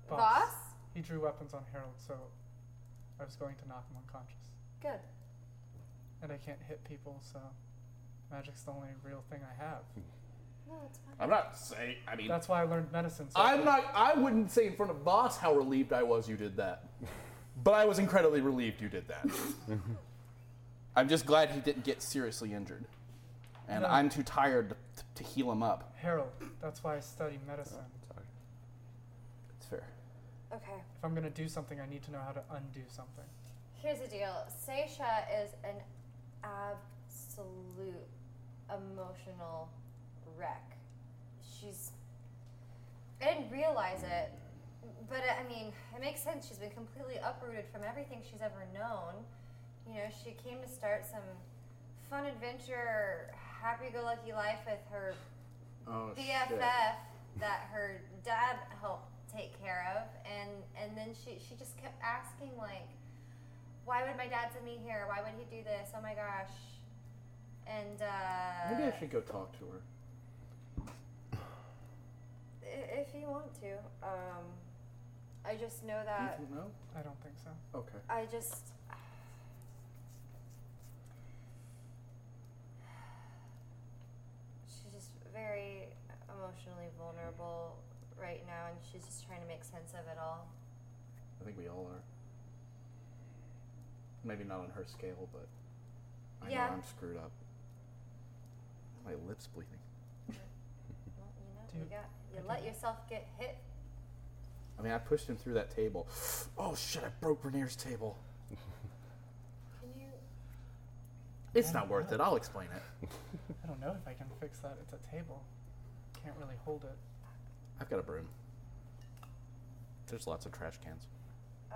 Boss. boss. He drew weapons on Harold, so I was going to knock him unconscious. Good. And I can't hit people, so magic's the only real thing I have. No, it's fine. Hmm. I'm not saying. I mean, That's why I learned medicine. So I'm not. I wouldn't say in front of boss how relieved I was you did that, but I was incredibly relieved you did that. I'm just glad he didn't get seriously injured, and No. I'm too tired to, to heal him up. Harold. That's why I study Oh, medicine. It's fair. Okay. If I'm gonna do something, I need to know how to undo something. Here's the deal. Seisha is an absolute emotional wreck. She's. I didn't realize it, but I mean, it makes sense. She's been completely uprooted from everything she's ever known. you know, she came to start some fun adventure, happy-go-lucky life with her Oh, shit. BFF that her dad helped take care of, and and then she she just kept asking like, why would my dad send me here? Why would he do this? Oh my gosh! And uh, Maybe I should go talk to her. i- if you want to, um, I just know that don't know? I don't think so. Okay. I just. She's just very emotionally vulnerable right now, and she's just trying to make sense of it all. I think we all are. Maybe not on her scale, but I Yeah. know I'm screwed up. My lips bleeding. Well, you know, Do you you- got you I let don't- yourself get hit. I mean, I pushed him through that table. Oh shit! I broke Renier's table. Can you? It's not worth it. I'll explain it. I don't know if I can fix that. It's a table. Can't really hold it. I've got a broom. There's lots of trash cans. Uh,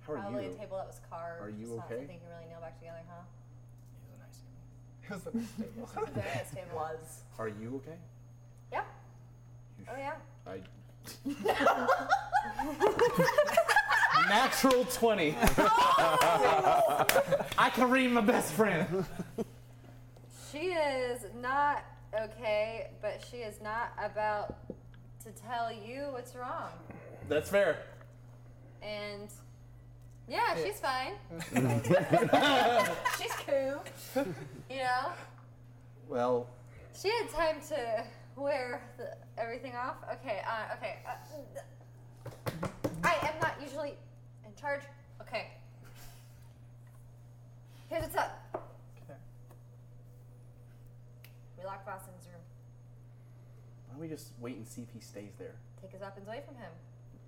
How are probably you? a table that was carved. Are you it's Not okay? something you can really nail back together, huh? It was a mistake. It's a very nice table. Was. Are you okay? Yeah. Oh yeah. I. Natural twenty. I can read my best friend. She is not okay, but she is not about to tell you what's wrong. That's fair. And yeah, Yeah. she's fine. she's cool. You know, well, she had time to wear the, everything off. Okay, uh, okay. Uh, I am not usually in charge. Okay. Here's what's up. Okay. We lock Boston's room. why don't we just wait and see if he stays there? Take his weapons away from him.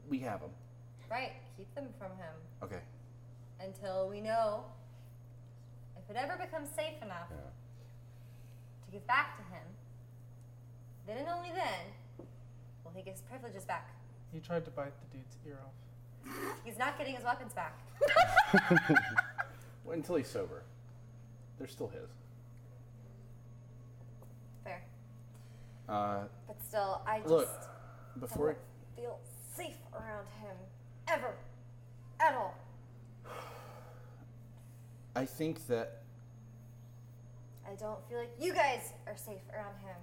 We have him. Right. Keep them from him. Okay. until we know if it ever becomes safe enough to give back to him. Then and only then will he get his privileges back. You tried to bite the dude's ear off. He's not getting his weapons back. Well, until he's sober. They're still his. Fair. Uh, But still, I just look, before don't feel safe around him ever at all. I think that I don't feel like you guys are safe around him.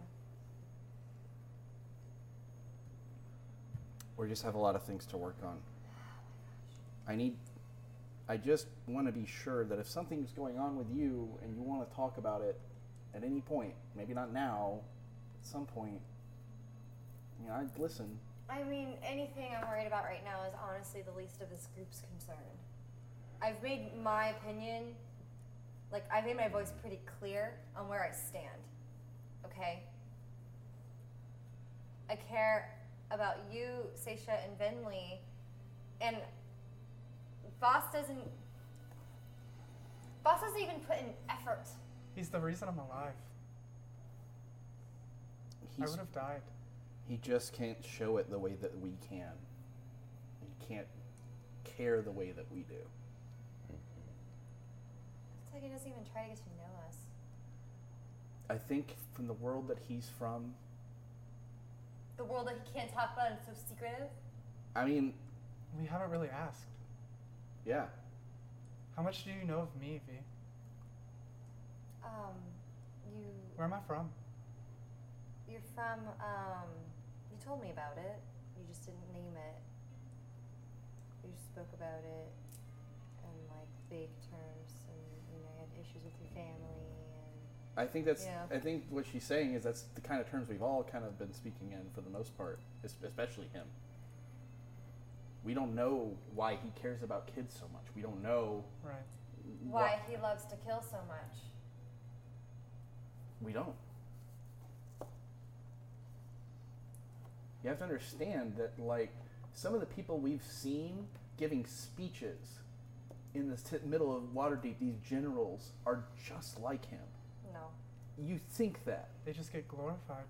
we just have a lot of things to work on. I need. I just want to be sure that if something's going on with you and you want to talk about it at any point, maybe not now, at some point, you know, I'd listen. I mean, anything I'm worried about right now is honestly the least of this group's concern. I've made my opinion, like, I've made my voice pretty clear on where I stand. Okay? I care about you, Seisha, and Vinley, and Boss doesn't. Boss doesn't even put in effort. He's the reason I'm alive. I He's- would have died. He just can't show it the way that we can. He can't care the way that we do. It's like he doesn't even try to get to know us. I think from the world that he's from, The world that he can't talk about and so secretive. I mean, We haven't really asked. yeah. How much do you know of me, V? Um, you. Where am I from? You're from, um, you told me about it. You just didn't name it. You just spoke about it in like vague terms, and you know, you had issues with your family. And I think that's. Yeah. I think what she's saying is that's the kind of terms we've all kind of been speaking in for the most part, es- especially him. We don't know why he cares about kids so much. We don't know Right. why he loves to kill so much. We don't. You have to understand that, like, some of the people we've seen giving speeches in the t- middle of Waterdeep, these generals are just like him. No. You think that. They just get glorified.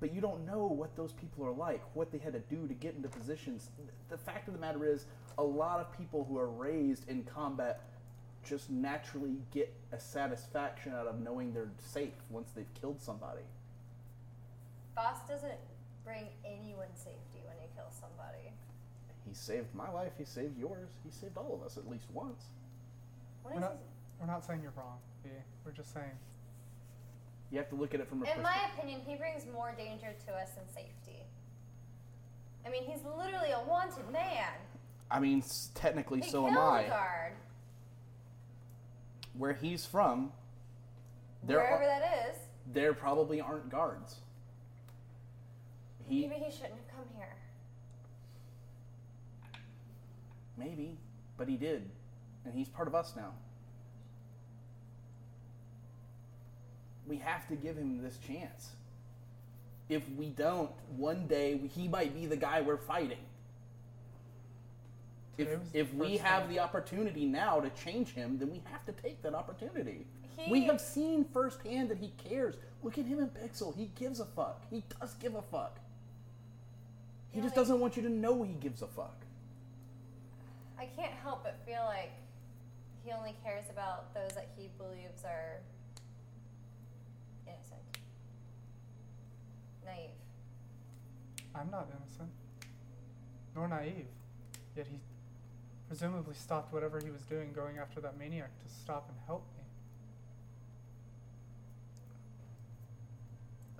but you don't know what those people are like, what they had to do to get into positions. The fact of the matter is, a lot of people who are raised in combat just naturally get a satisfaction out of knowing they're safe once they've killed somebody. Boss doesn't bring anyone safety when he kills somebody. He saved my life, he saved yours, he saved all of us at least once. What We're is not, his- we're not saying you're wrong, B. We're just saying. You have to look at it from a In perspective. my opinion, he brings more danger to us than safety. I mean, he's literally a wanted man. I mean, s- technically, he so killed am I. a guard. Where he's from, there wherever are, that is. there probably aren't guards. He Maybe he shouldn't have come here. maybe, but he did, and he's part of us now. We have to give him this chance. If we don't, one day he might be the guy we're fighting. If, if we have the opportunity now to change him, then we have to take that opportunity. We He- have seen firsthand that he cares. Look at him in Pixel. He gives a fuck. He does give a fuck. He just doesn't want you to know he gives a fuck. I can't help but feel like he only cares about those that he believes are innocent, naive. I'm not innocent, nor naive. Yet he presumably stopped whatever he was doing going after that maniac to stop and help me.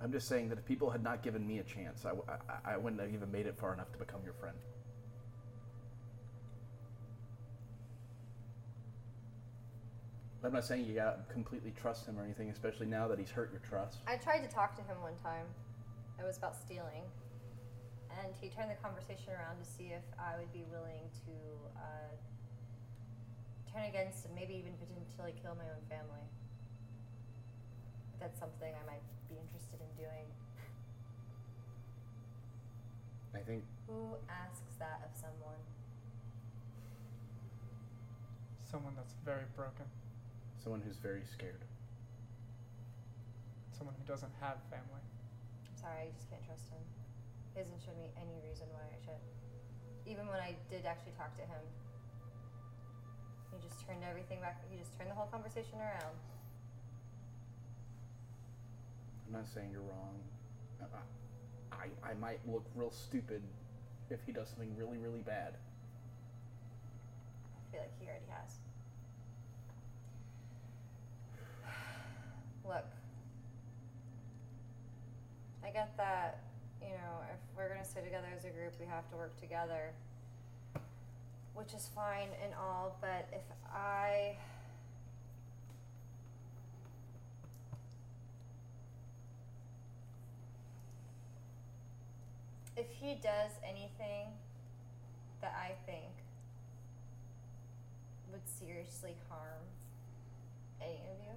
I'm just saying that if people had not given me a chance, I, w- I- I wouldn't have even made it far enough to become your friend. I'm not saying you gotta completely trust him or anything, especially now that he's hurt your trust. I tried to talk to him one time. It was about stealing. And he turned the conversation around to see if I would be willing to uh, turn against and maybe even potentially kill my own family. That's something I might be interested in doing. I think Who asks that of someone? Someone that's very broken. Someone who's very scared. Someone who doesn't have family. I'm sorry, I just can't trust him. He hasn't shown me any reason why I should. Even when I did actually talk to him, he just turned everything back. He just turned the whole conversation around. I'm not saying you're wrong. I- I, I might look real stupid if he does something really, really bad. I feel like he already has. Look, I get that, you know, if we're going to stay together as a group, we have to work together, which is fine and all, but if I. If he does anything that I think would seriously harm any of you.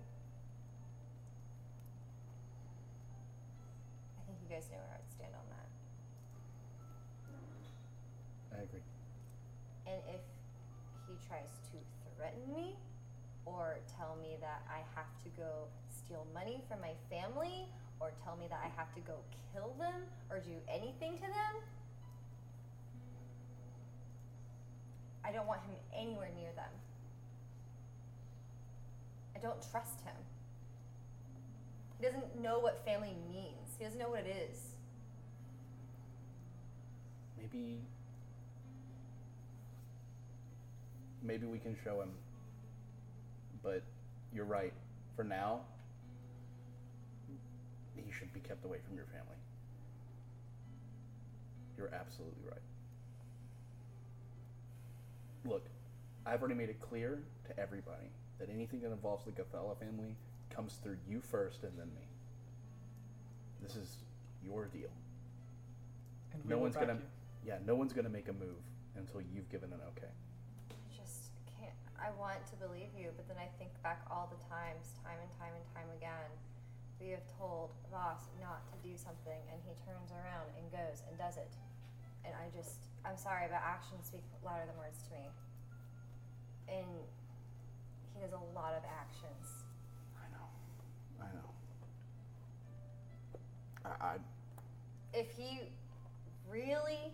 I think you guys know where I'd stand on that. I agree. And if he tries to threaten me or tell me that I have to go steal money from my family or tell me that I have to go kill them or do anything to them, I don't want him anywhere near them. I don't trust him. He doesn't know what family means. He doesn't know what it is. Maybe. Maybe we can show him. But you're right. For now, he should be kept away from your family. You're absolutely right. Look, I've already made it clear to everybody that anything that involves the Gathala family comes through you first and then me. This is your deal. And we no will one's back gonna, you. yeah, no one's gonna make a move until you've given an okay. I just can't. I want to believe you, but then I think back all the times, time and time and time again. We have told Voss not to do something, and he turns around and goes and does it. And I just, I'm sorry, but actions speak louder than words to me. And he does a lot of actions. I know. I, I if he really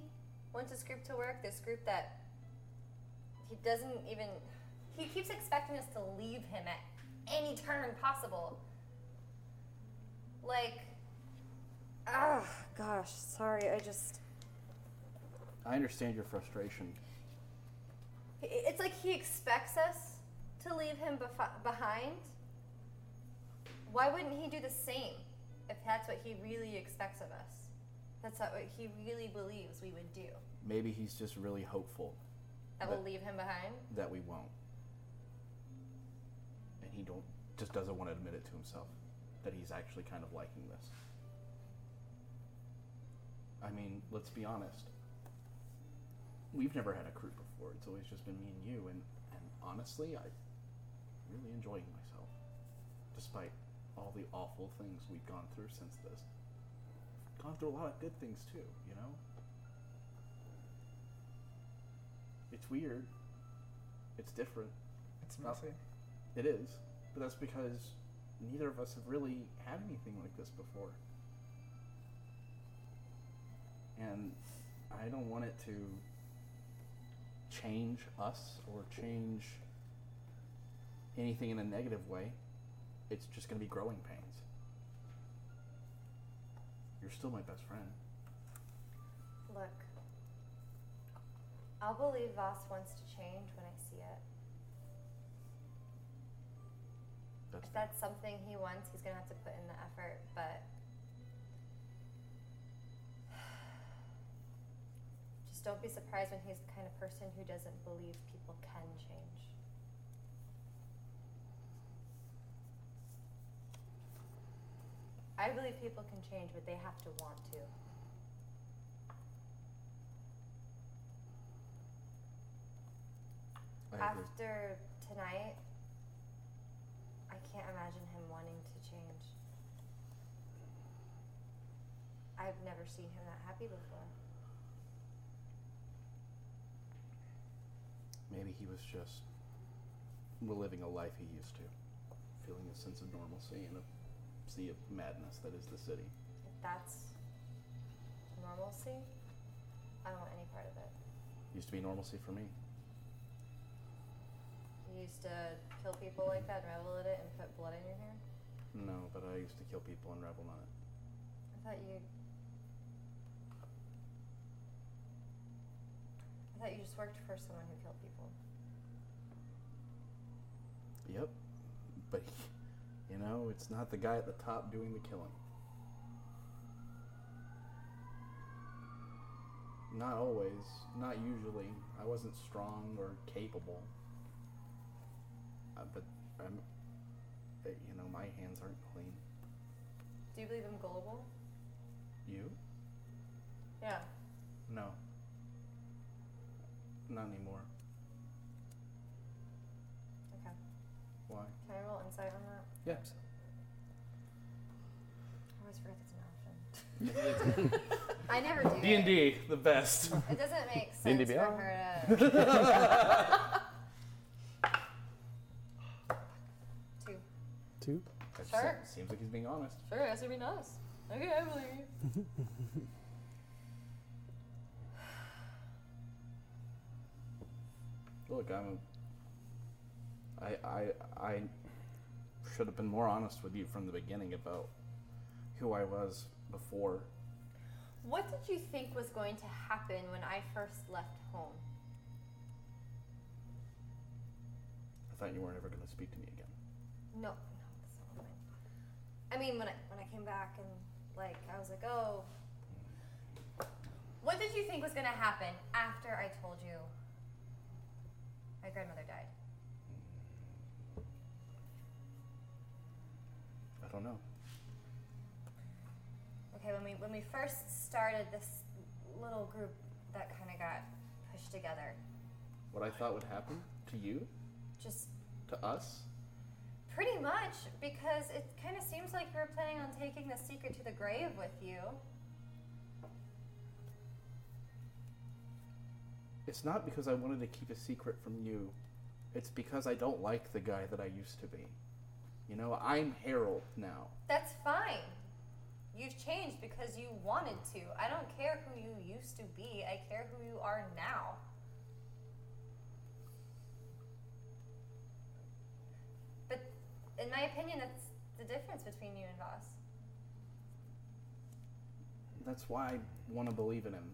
wants this group to work, this group that he doesn't even. He keeps expecting us to leave him at any turn possible. Like. Oh, gosh. Sorry, I just. I understand your frustration. i- It's like he expects us to leave him bef- behind. Why wouldn't he do the same if that's what he really expects of us? That's not what he really believes we would do. Maybe he's just really hopeful That we'll But- leave him behind? that we won't, and he don't just doesn't want to admit it to himself that he's actually kind of liking this. I mean, let's be honest. We've never had a crew before. It's always just been me and you, and, and honestly, I'm really enjoying myself, despite all the awful things we've gone through since this. Gone through a lot of good things too, you know. It's weird. It's different. It's Not- messy. It is, but that's because neither of us have really had anything like this before. And I don't want it to change us or change anything in a negative way. It's just going to be growing pains. You're still my best friend. Look, I'll believe Voss wants to change when I see it. That's if that's something he wants, he's gonna have to put in the effort. But just don't be surprised when he's the kind of person who doesn't believe people can change. I believe people can change, but they have to want to. I agree. After tonight, I can't imagine him wanting to change. I've never seen him that happy before. Maybe he was just living a life he used to, feeling a sense of normalcy in a sea of madness that is the city. If that's normalcy, I don't want any part of it. Used to be normalcy for me. You used to kill people like that and revel in it and put blood in your hair? No, but I used to kill people and revel in it. I thought you. I thought you just worked for someone who killed people. Yep. But, you know, it's not the guy at the top doing the killing. Not always, not usually. I wasn't strong or capable. Uh, but I'm, but, you know, my hands aren't clean. Do you believe I'm gullible? You? Yeah. No. Not anymore. Okay. Why? Can I roll insight on that? Yeah. I always forget that's an option. I never do. D and it. D, the best. It doesn't make sense D&D for beyond. her to. Two. Two. That Sure. se- Seems like he's being honest. Sure, that should be nice. Okay, I believe you. Look, I'm. A, I I I should have been more honest with you from the beginning about who I was before. What did you think was going to happen when I first left home? I thought you weren't ever going to speak to me again. No, no, that's not what I meant. I mean, when I when I came back and like I was like, oh. What did you think was gonna happen after I told you my grandmother died? I don't know. Okay, when we when we first started this little group that kind of got pushed together, What I thought would happen to you, just to us. pretty much because it kind of seems like you were planning on taking the secret to the grave with you. It's not because I wanted to keep a secret from you. It's because I don't like the guy that I used to be. You know, I'm Harold now. That's fine. You've changed because you wanted to. I don't care who you used to be, I care who you are now. But in my opinion, that's the difference between you and Voss. That's why I want to believe in him,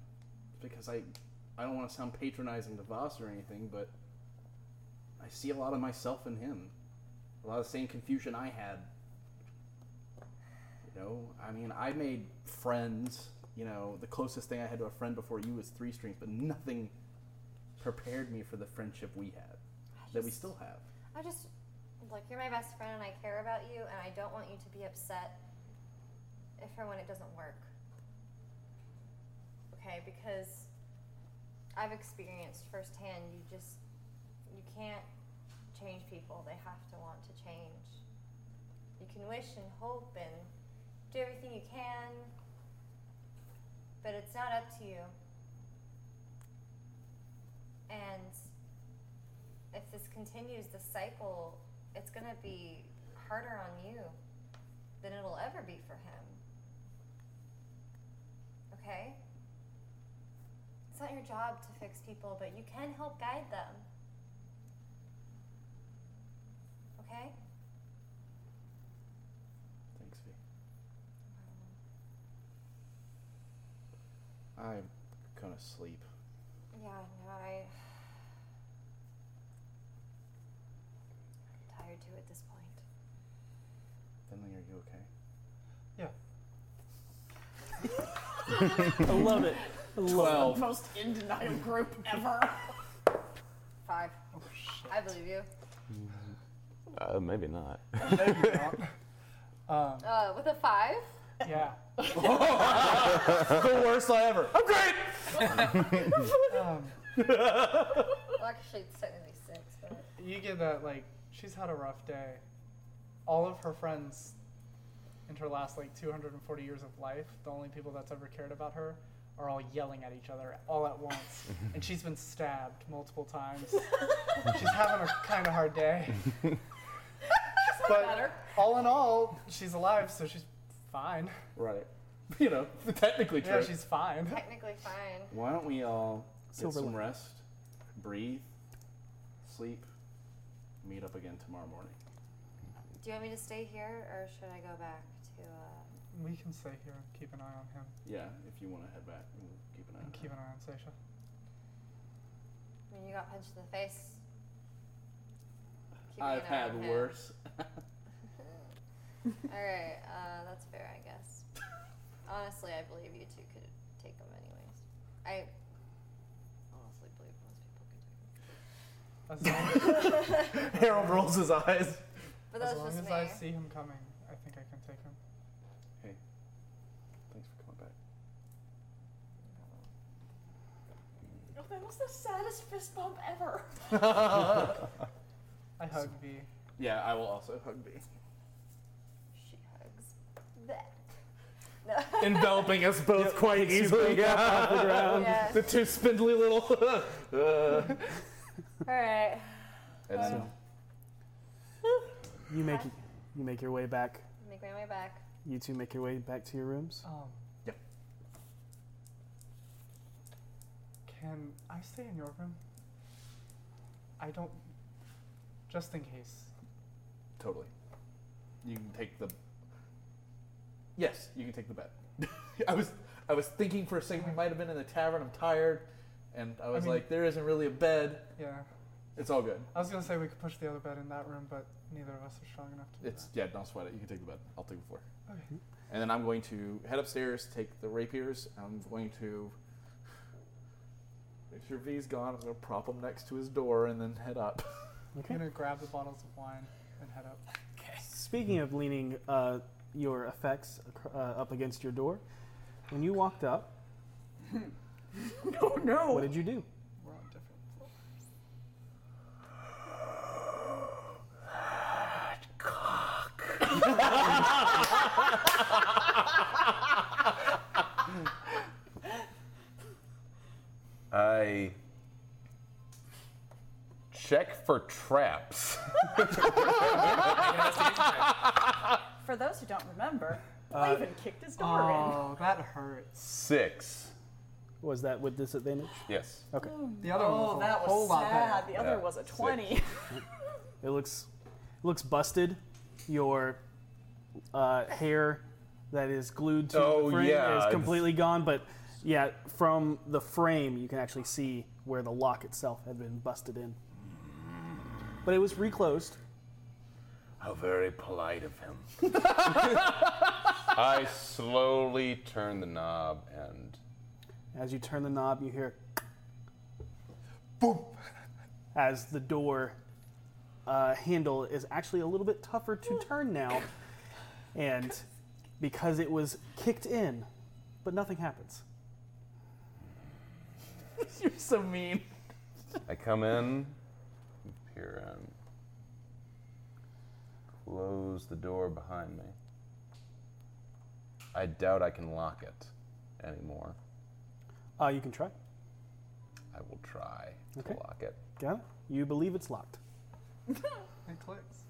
because I, I don't want to sound patronizing to Voss or anything, but I see a lot of myself in him, a lot of the same confusion I had. You know, I mean, I made friends. You know, the closest thing I had to a friend before you was three strings, but nothing prepared me for the friendship we had, that we still have. I just, look, you're my best friend and I care about you, and I don't want you to be upset if or when it doesn't work. Okay, because I've experienced firsthand, you just, you can't change people. They have to want to change. You can wish and hope and do everything you can, but it's not up to you. And if this continues, the cycle, it's going to be harder on you than it'll ever be for him. Okay? It's not your job to fix people, but you can help guide them. Okay? Thanks, V. I'm gonna sleep. Yeah, no, I. I'm tired too at this point. Finley, are you okay? I love it. I love it. Twelve. Most in denial group ever. Oh, Five. I believe you. Uh, maybe not. Um, Uh, with a five? yeah. the worst I ever. I'm great. Um, Well, actually, it's technically six, but. you get that like she's had a rough day. All of her friends in her last like 240 years of life, the only people that's ever cared about her are all yelling at each other all at once. and she's been stabbed multiple times. she's having a kind of hard day. but all in all, she's alive, so she's fine. Right. You know, technically true. Yeah, she's fine. Technically fine. Why don't we all get Silver some lining. rest, breathe, sleep, meet up again tomorrow morning? Do you want me to stay here, or should I go back to, uh, We can stay here and keep an eye on him. Yeah, if you want to head back, we'll keep an eye. And keep an eye on Seisha. I mean, you got punched in the face. Keep an I've eye had on him. worse. Alright, uh, that's fair, I guess. Honestly, I believe you two could take him anyways. I honestly believe most people could take him. As long- Harold rolls his eyes. But as that's long just as I me. see him coming, I think I can take him. Hey, thanks for coming back. Oh, that was the saddest fist bump ever. I hug V. Yeah, I will also hug B. She hugs. That. No. Enveloping us both quite easily. up off the ground. Yes. The two spindly little. uh, Alright. That's- Um, Uh, You make you make your way back. Make my way back. You two make your way back to your rooms. Um, yep. Can I stay in your room? I don't. Just in case. Totally. You can take the. Yes, you can take the bet. I was I was thinking for a second we might have been in the tavern. I'm tired, and I was mean- like, there isn't really a bed. Yeah. It's all good. I was gonna say we could push the other bed in that room, but neither of us are strong enough to do It's yeah, don't sweat it. You can take the bed. I'll take the floor. that. Okay. And then I'm going to head upstairs, take the rapiers. I'm going to. If your V's gone, I'm going to prop him next to his door and then head up. I'm gonna grab the bottles of wine and head up. Speaking of leaning uh, your effects acro- uh, up against your door, when you walked up, no, no. what did you do? We're on different floors. I check for traps. For those who don't remember, I even kicked his door Oh, that hurts. Six. Was that with disadvantage? Yes. Okay. The other one was Oh, a that whole was lot sad. better. The other Yeah. was a Sick. 20. It looks looks busted. Your uh, hair that is glued to Oh, the frame yeah, is it's- completely gone, but yeah, from the frame you can actually see where the lock itself had been busted in. But it was reclosed. How very polite of him. I slowly turn the knob and As you turn the knob, you hear boom. As the door uh, handle is actually a little bit tougher to turn now, and because it was kicked in, but nothing happens. You're so mean. I come in here and close the door behind me. I doubt I can lock it anymore. Uh, you can try. I will try Okay. to lock it. Got it? You believe it's locked. It clicks.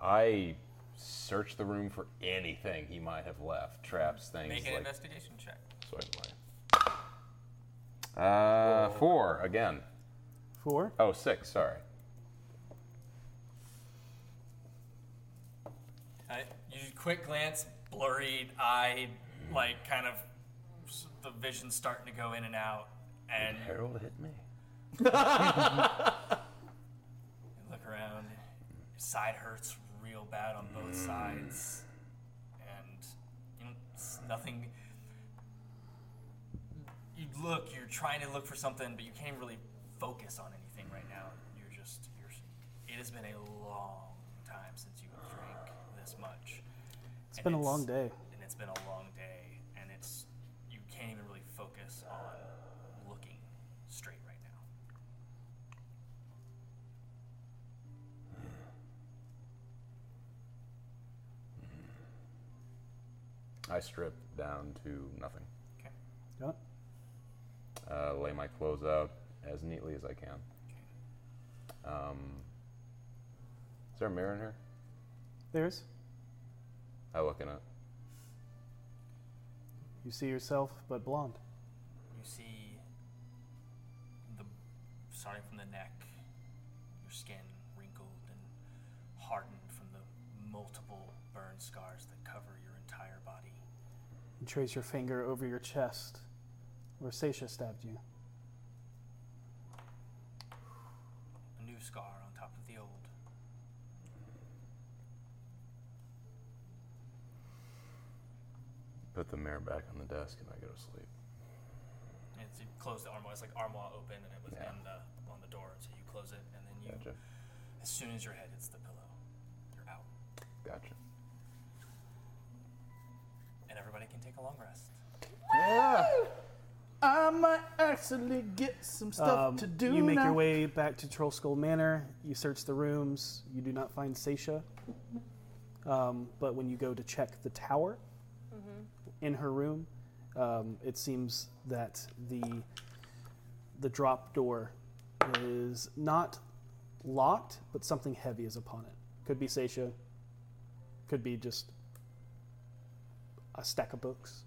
I search the room for anything he might have left, traps, things Make an like investigation check. Certainly. Uh, four again. Four? Oh, six. Sorry. Uh, you quick glance, blurried eye, like kind of s- the vision's starting to go in and out, and Harold hit me. You look around. Your side hurts real bad on both sides, and you know, it's nothing. You look. You're trying to look for something, but you can't really focus on anything right now. You're just. You're. It has been a long time since you drank this much. It's been a long day. And it's been a long day, and it's. You can't even really focus on looking straight right now. I strip down to nothing. Got it? Uh, lay my clothes out as neatly as I can. Um, is there a mirror in here? There's. I look in it. You see yourself, but blonde. You see the starting from the neck, your skin wrinkled and hardened from the multiple burn scars that cover your entire body. You trace your finger over your chest where Sasha stabbed you. A new scar on top of the old. Put the mirror back on the desk and I go to sleep. And it's, you close the armoire. It's like armoire open, and it was in the, on the door. So you close it, and then you, as soon as your head hits the pillow, you're out, Gotcha. and everybody can take a long rest. Yeah. I might actually get some stuff Um, to do You make now. your way back to Troll Skull Manor. You search the rooms. You do not find Seisha. Um, but when you go to check the tower Mm-hmm. in her room, um, it seems that the the drop door is not locked, but something heavy is upon it. Could be Seisha. Could be just a stack of books.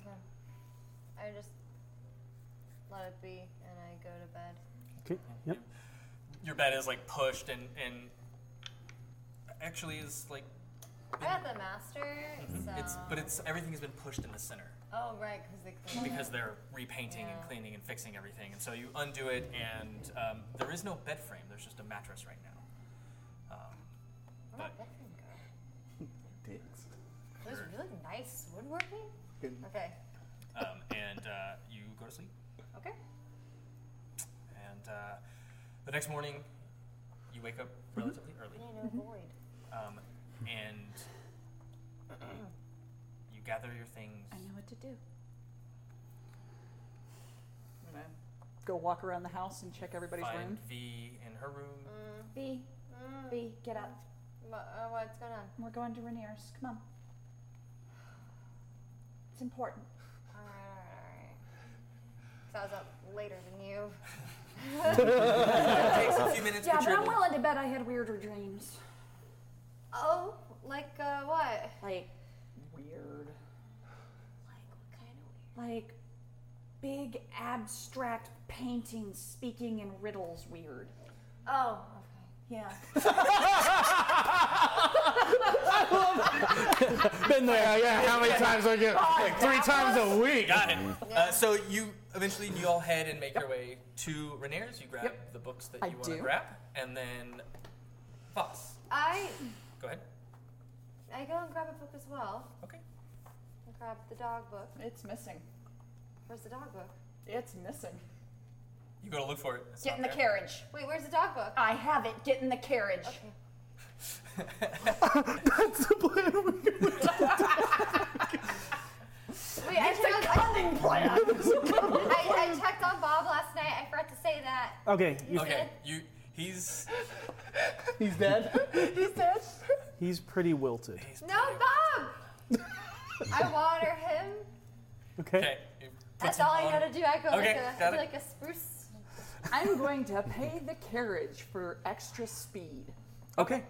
Okay. I just let it be and I go to bed. Okay. Yep. Your bed is like pushed, and and actually is like I got the master, so. Mm-hmm. It's but it's everything has been pushed in the center Oh, right, because they cleaned because it. they're repainting and cleaning and fixing everything, and so you undo it, and um, there is no bed frame. There's just a mattress right now. Um, Where'd my but- bedroom go? It was really nice woodworking. Okay. um, and uh, you go to sleep. Okay. And uh, the next morning, you wake up relatively early. I need to avoid. Um, and you gather your things. I know what to do. I'm gonna Go walk around the house and check everybody's find room. V in her room. B. B, get up. What, Mm, uh, what's going on? We're going to Rainier's. Come on. It's important. All right, all right, all right. So I was up later than you. takes a few minutes, yeah, but but you're I'm able- willing to bet I had weirder dreams. Oh, like uh, what? Like like big abstract paintings speaking in riddles weird. Oh, Yeah. Been there, yeah. How many times I get? Oh, Like three times a week. Got it. Uh, so you eventually you all head and make your way to Rainier's. You grab the books that I you want to do. grab, and then Fox, I go ahead. I go and grab a book as well. Okay. I grab the dog book. It's missing. Where's the dog book? It's missing. You go to look for it. It's Get in not the there. carriage. Wait, where's the dog book? I have it. Get in the carriage. Wait, I checked, on, plan. I, I checked on Bob last night. I forgot to say that. Okay. You, Okay. You. He's. He's dead. He's dead. He's pretty wilted. No, Bob. I water him. Okay. That's all I on- know to do. I go Okay, like, a, got I do it. like a spruce. I'm going to pay the carriage for extra speed. Okay.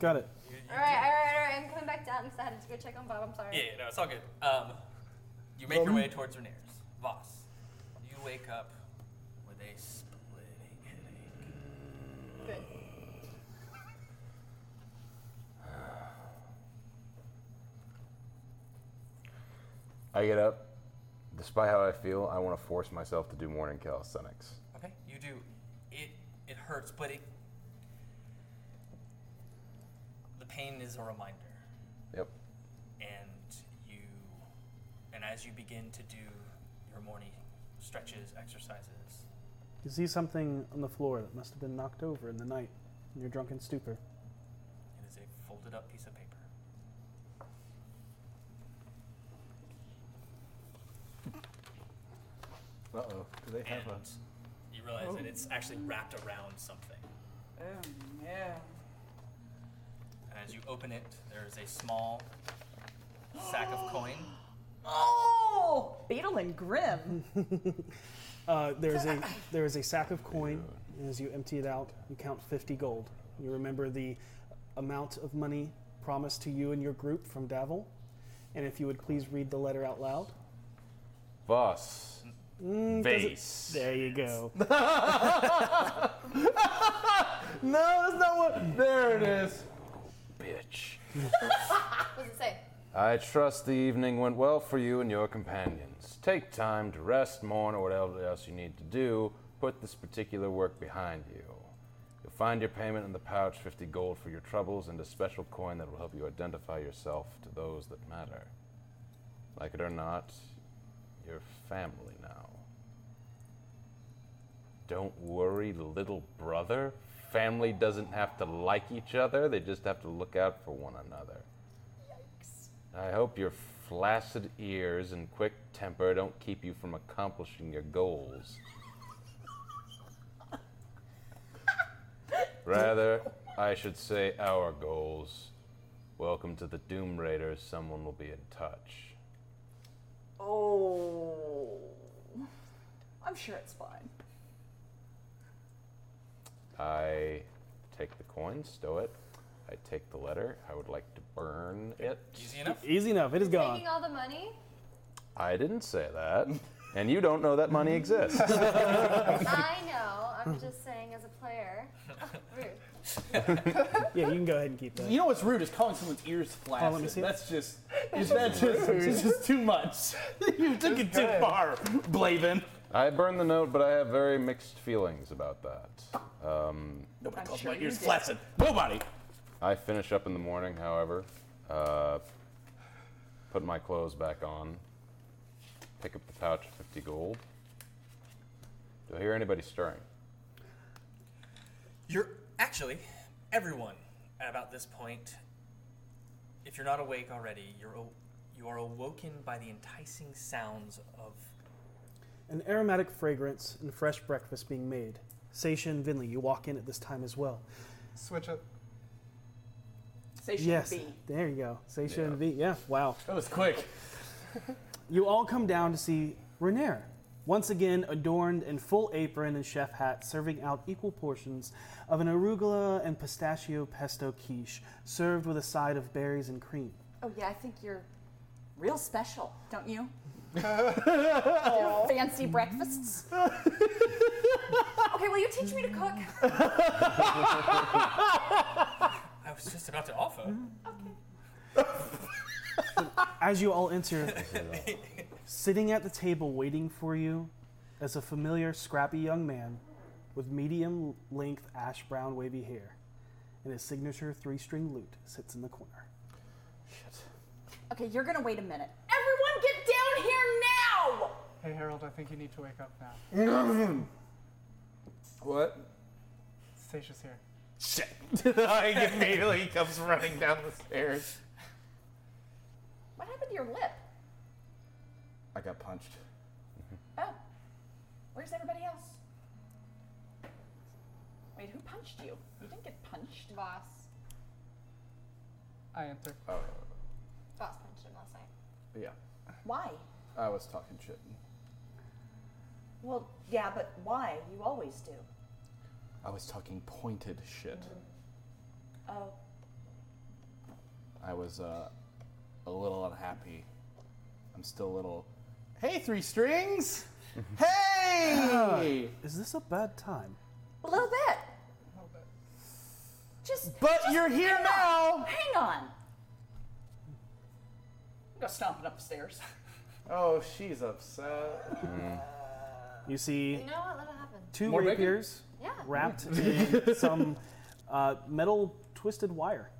Got it. All right, all right, all right. I'm coming back down because I had to go check on Bob. I'm sorry. Yeah, yeah, no, it's all good. Um, you make your way towards Rainier's. Voss, you wake up with a splitting headache. Good. I get up. Despite how I feel, I want to force myself to do morning calisthenics. Okay, you do. It it hurts, but it the pain is a reminder, Yep. and you and as you begin to do your morning stretches, exercises, You see something on the floor that must have been knocked over in the night in your drunken stupor. it is a folded up piece of paper. Uh oh. Do they have a? You realize Oh. that it's actually wrapped around something. Oh, yeah. And as you open it, there is a small sack of coin. Oh! Beetle and Grim. Uh, there's a there is a sack of coin, and as you empty it out, you count 50 gold. You remember the amount of money promised to you and your group from Davil, and if you would please read the letter out loud. Voss. Mm, does it- Vase. There you go. No, that's not what. There it is. Bitch. what does it say? I trust the evening went well for you and your companions. Take time to rest, mourn, or whatever else you need to do. Put this particular work behind you. You'll find your payment in the pouch 50 gold for your troubles and a special coin that will help you identify yourself to those that matter. Like it or not, you're family now. Don't worry, little brother. Family doesn't have to like each other, they just have to look out for one another. I hope your flaccid ears and quick temper don't keep you from accomplishing your goals. Rather, I should say our goals. Welcome to the Doom Raiders. Someone will be in touch. Oh. I'm sure it's fine. I take the coin, stow it. I take the letter. I would like to burn it. Easy enough. Easy enough. It is gone. Taking all the money. I didn't say that. And you don't know that money exists. I know. I'm just saying, as a player. Rude. yeah, you can go ahead and keep that. Oh, You know what's rude is calling someone's ears flaccid. let me see it. That's just That's that's just, rude. it's just too much. you took it too far, Blaven. I burned the note, but I have very mixed feelings about that. Um, Nobody I'm calls sure my you ears did. flaccid. Nobody. I finish up in the morning, however, uh, put my clothes back on, pick up the pouch of 50 gold. Do I hear anybody stirring? You're actually everyone at about this point. If you're not awake already, you're aw- you are awoken by the enticing sounds of An aromatic fragrance and fresh breakfast being made. Seisha and Vinley, you walk in at this time as well. Switch it. Station yes, B. there you go. Seisha and V. Yeah, wow. That was quick. You all come down to see Renair, once again adorned in full apron and chef hat, serving out equal portions of an arugula and pistachio pesto quiche, served with a side of berries and cream. Oh, yeah, I think you're real special, don't you? Your fancy breakfasts. okay, will you teach me to cook? I was just about to offer. As you all enter, sitting at the table waiting for you is a familiar, scrappy young man with medium length ash brown wavy hair, and his signature three string lute sits in the corner. Okay, you're gonna wait a minute. Everyone get down here now! Hey, Harold, I think you need to wake up now. What? what? Stacia's here. Shit. I immediately comes running down the stairs. What happened to your lip? I got punched. Oh, where's everybody else? Wait, who punched you? You didn't get punched. Boss. I enter. Oh, Boss punched him last night. yeah. Why? I was talking shit. Well, yeah, but why? You always do. I was talking pointed shit. Oh, I was uh, a little unhappy. I'm still a little. Hey, three strings! hey! Is this a bad time? a little bit. Just. But just you're hang here on. now! Hang on. Go stomping up the stairs. Oh, she's upset. You see You know what? Let it happen. two More bacon? rapiers Yeah. wrapped in some uh, metal twisted wire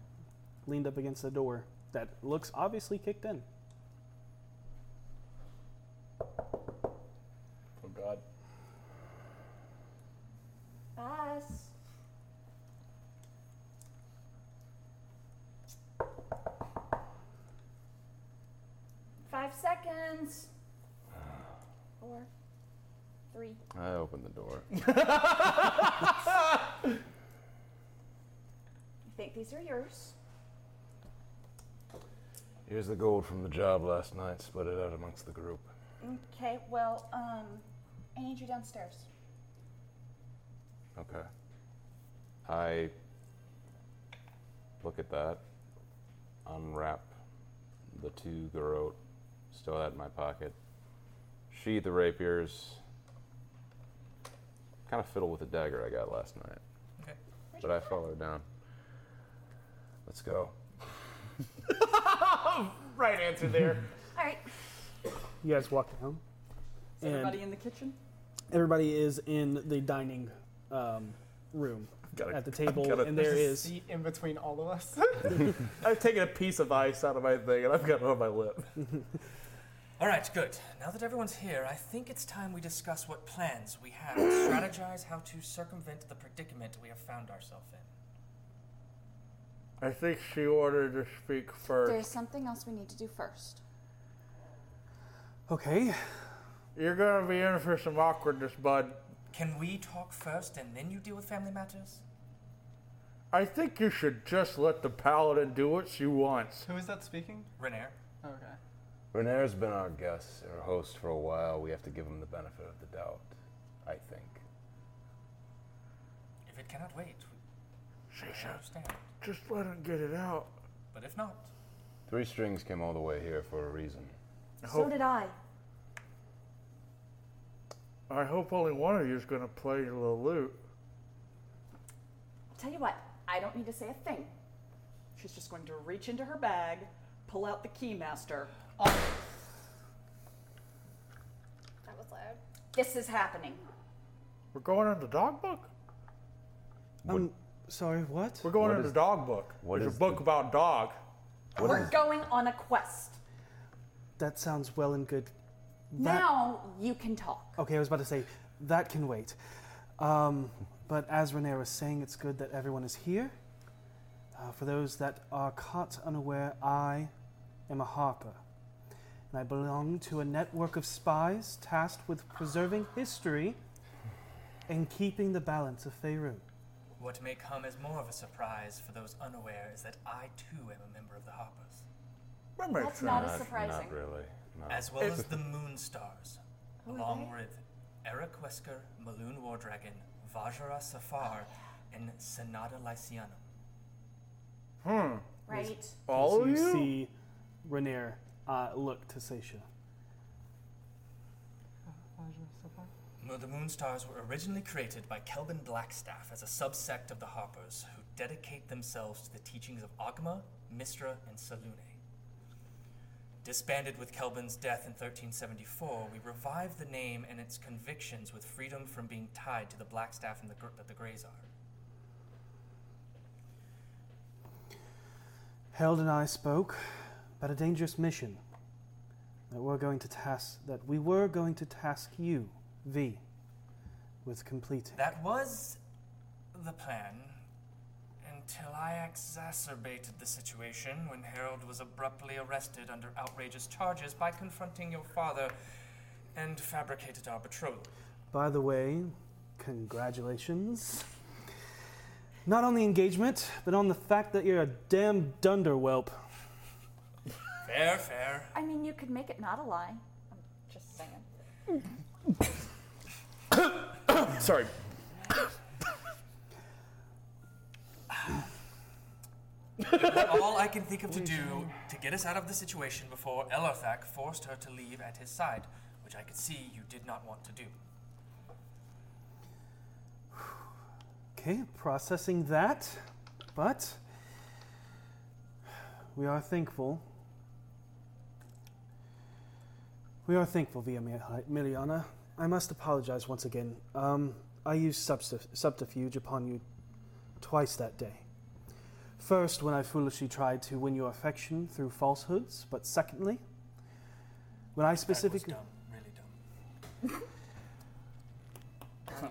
leaned up against the door that looks obviously kicked in. Oh, God. Boss. Five seconds. Uh. Four. Three. I opened the door. I think these are yours. Here's the gold from the job last night. Split it out amongst the group. Okay, well, um, I need you downstairs. Okay. I look at that, unwrap the two garrote still out in my pocket, sheathe the rapiers, kind of fiddle with the dagger I got last night. Okay. But I follow her down. Let's go. right answer there. All right. You guys walk down. Is everybody in the kitchen? Everybody is in the dining um, room at the table, and there There's a is. seat in between all of us. I've taken a piece of ice out of my thing and I've got it on my lip. All right, good. Now that everyone's here, I think it's time we discuss what plans we have to strategize how to circumvent the predicament we have found ourselves in. I think she ordered to speak There's something else we need to do first. Okay. You're gonna be in for some awkwardness, bud. Can we talk first and then you deal with family matters? I think you should just let the paladin do what she wants. Who is that speaking? Renair. Okay. Renair's been our guest, our host for a while. We have to give him the benefit of the doubt, I think. If it cannot wait, we I understand. Just let him get it out. But if not, Three strings came all the way here for a reason. So did I. I hope only one of you is gonna play the lute. Tell you what, I don't need to say a thing. She's just going to reach into her bag, pull out the keymaster. That was loud. This is happening. We're going in the dog book. I'm Um, sorry, what? We're going What in is- the dog book. what There's is a book about dog. We're going on a quest. That sounds well and good. That- Now you can talk. Okay, I was about to say that can wait. Um, but as Renair was saying, it's good that everyone is here. Uh, for those that are caught unaware, I am a harper, and I belong to a network of spies tasked with preserving history and keeping the balance of Faerun. what may come as more of a surprise for those unaware is that I too am a member of the Harpers. That's not as surprising. really. As well as the Moonstars, Who are along they? with Eric Wesker, Maloon Wardragon, Vajra Oh, Safar, and Senada Lycianum. Hmm. Right. As All of you you? see Renair uh, look to Seisha. Uh, so far? No, the Moonstars were originally created by Kelvin Blackstaff as a subsect of the Harpers who dedicate themselves to the teachings of Agma, Mistra, and Salune. Disbanded with Kelvin's death in 1374, we revived the name and its convictions with freedom from being tied to the Blackstaff and the, Gr- that the Greys are. Held and I spoke about a dangerous mission that we're going to task that we were going to task you, V, with completing. That was the plan until I exacerbated the situation when Harold was abruptly arrested under outrageous charges by confronting your father and fabricated our betrothal. By the way, congratulations. Not on the engagement, but on the fact that you're a damn dunderwhelp. Fair, fair. I mean, you could make it not a lie. I'm just saying. Sorry. But all I can think of to do to get us out of the situation before Elorthak forced her to leave at his side, which I could see you did not want to do. Okay, processing that, but we are thankful. We are thankful, Via Miliana. I must apologize once again. Um, I used substif- subterfuge upon you twice that day. First, when I foolishly tried to win your affection through falsehoods, but secondly, when I specifically. Really dumb.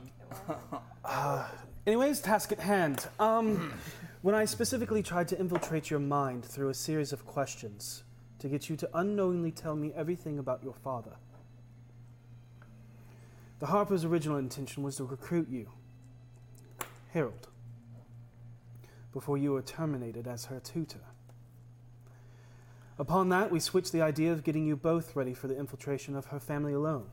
Uh, anyways, task at hand. Um, when I specifically tried to infiltrate your mind through a series of questions to get you to unknowingly tell me everything about your father, the Harper's original intention was to recruit you, Harold, before you were terminated as her tutor. Upon that, we switched the idea of getting you both ready for the infiltration of her family alone.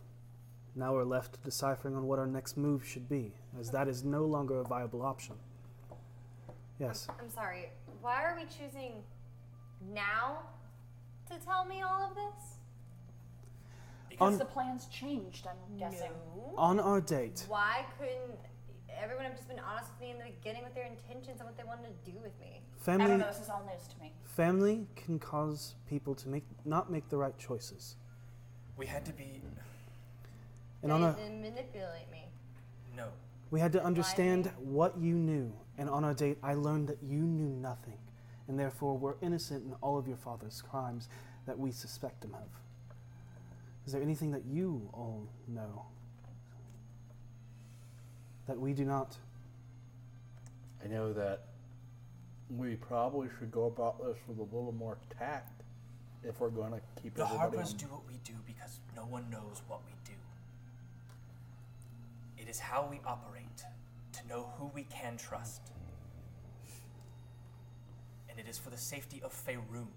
Now we're left deciphering on what our next move should be, as that is no longer a viable option. Yes. I'm sorry. Why are we choosing now to tell me all of this? Because On- the plans changed, I'm guessing. On our date, Why couldn't everyone have just been honest with me in the beginning with their intentions and what they wanted to do with me? Family- I don't know, this is all news to me. family can cause people to make not make the right choices. We had to be. And on a, They didn't manipulate me. No. we had to understand what you knew, and on our date, I learned that you knew nothing, and therefore were innocent in all of your father's crimes that we suspect him of. Is there anything that you all know that we do not? I know that we probably should go about this with a little more tact if we're going to keep The everybody. Harpers on- do what we do because no one knows what we do. It is how we operate to know who we can trust. And it is for the safety of Faerun,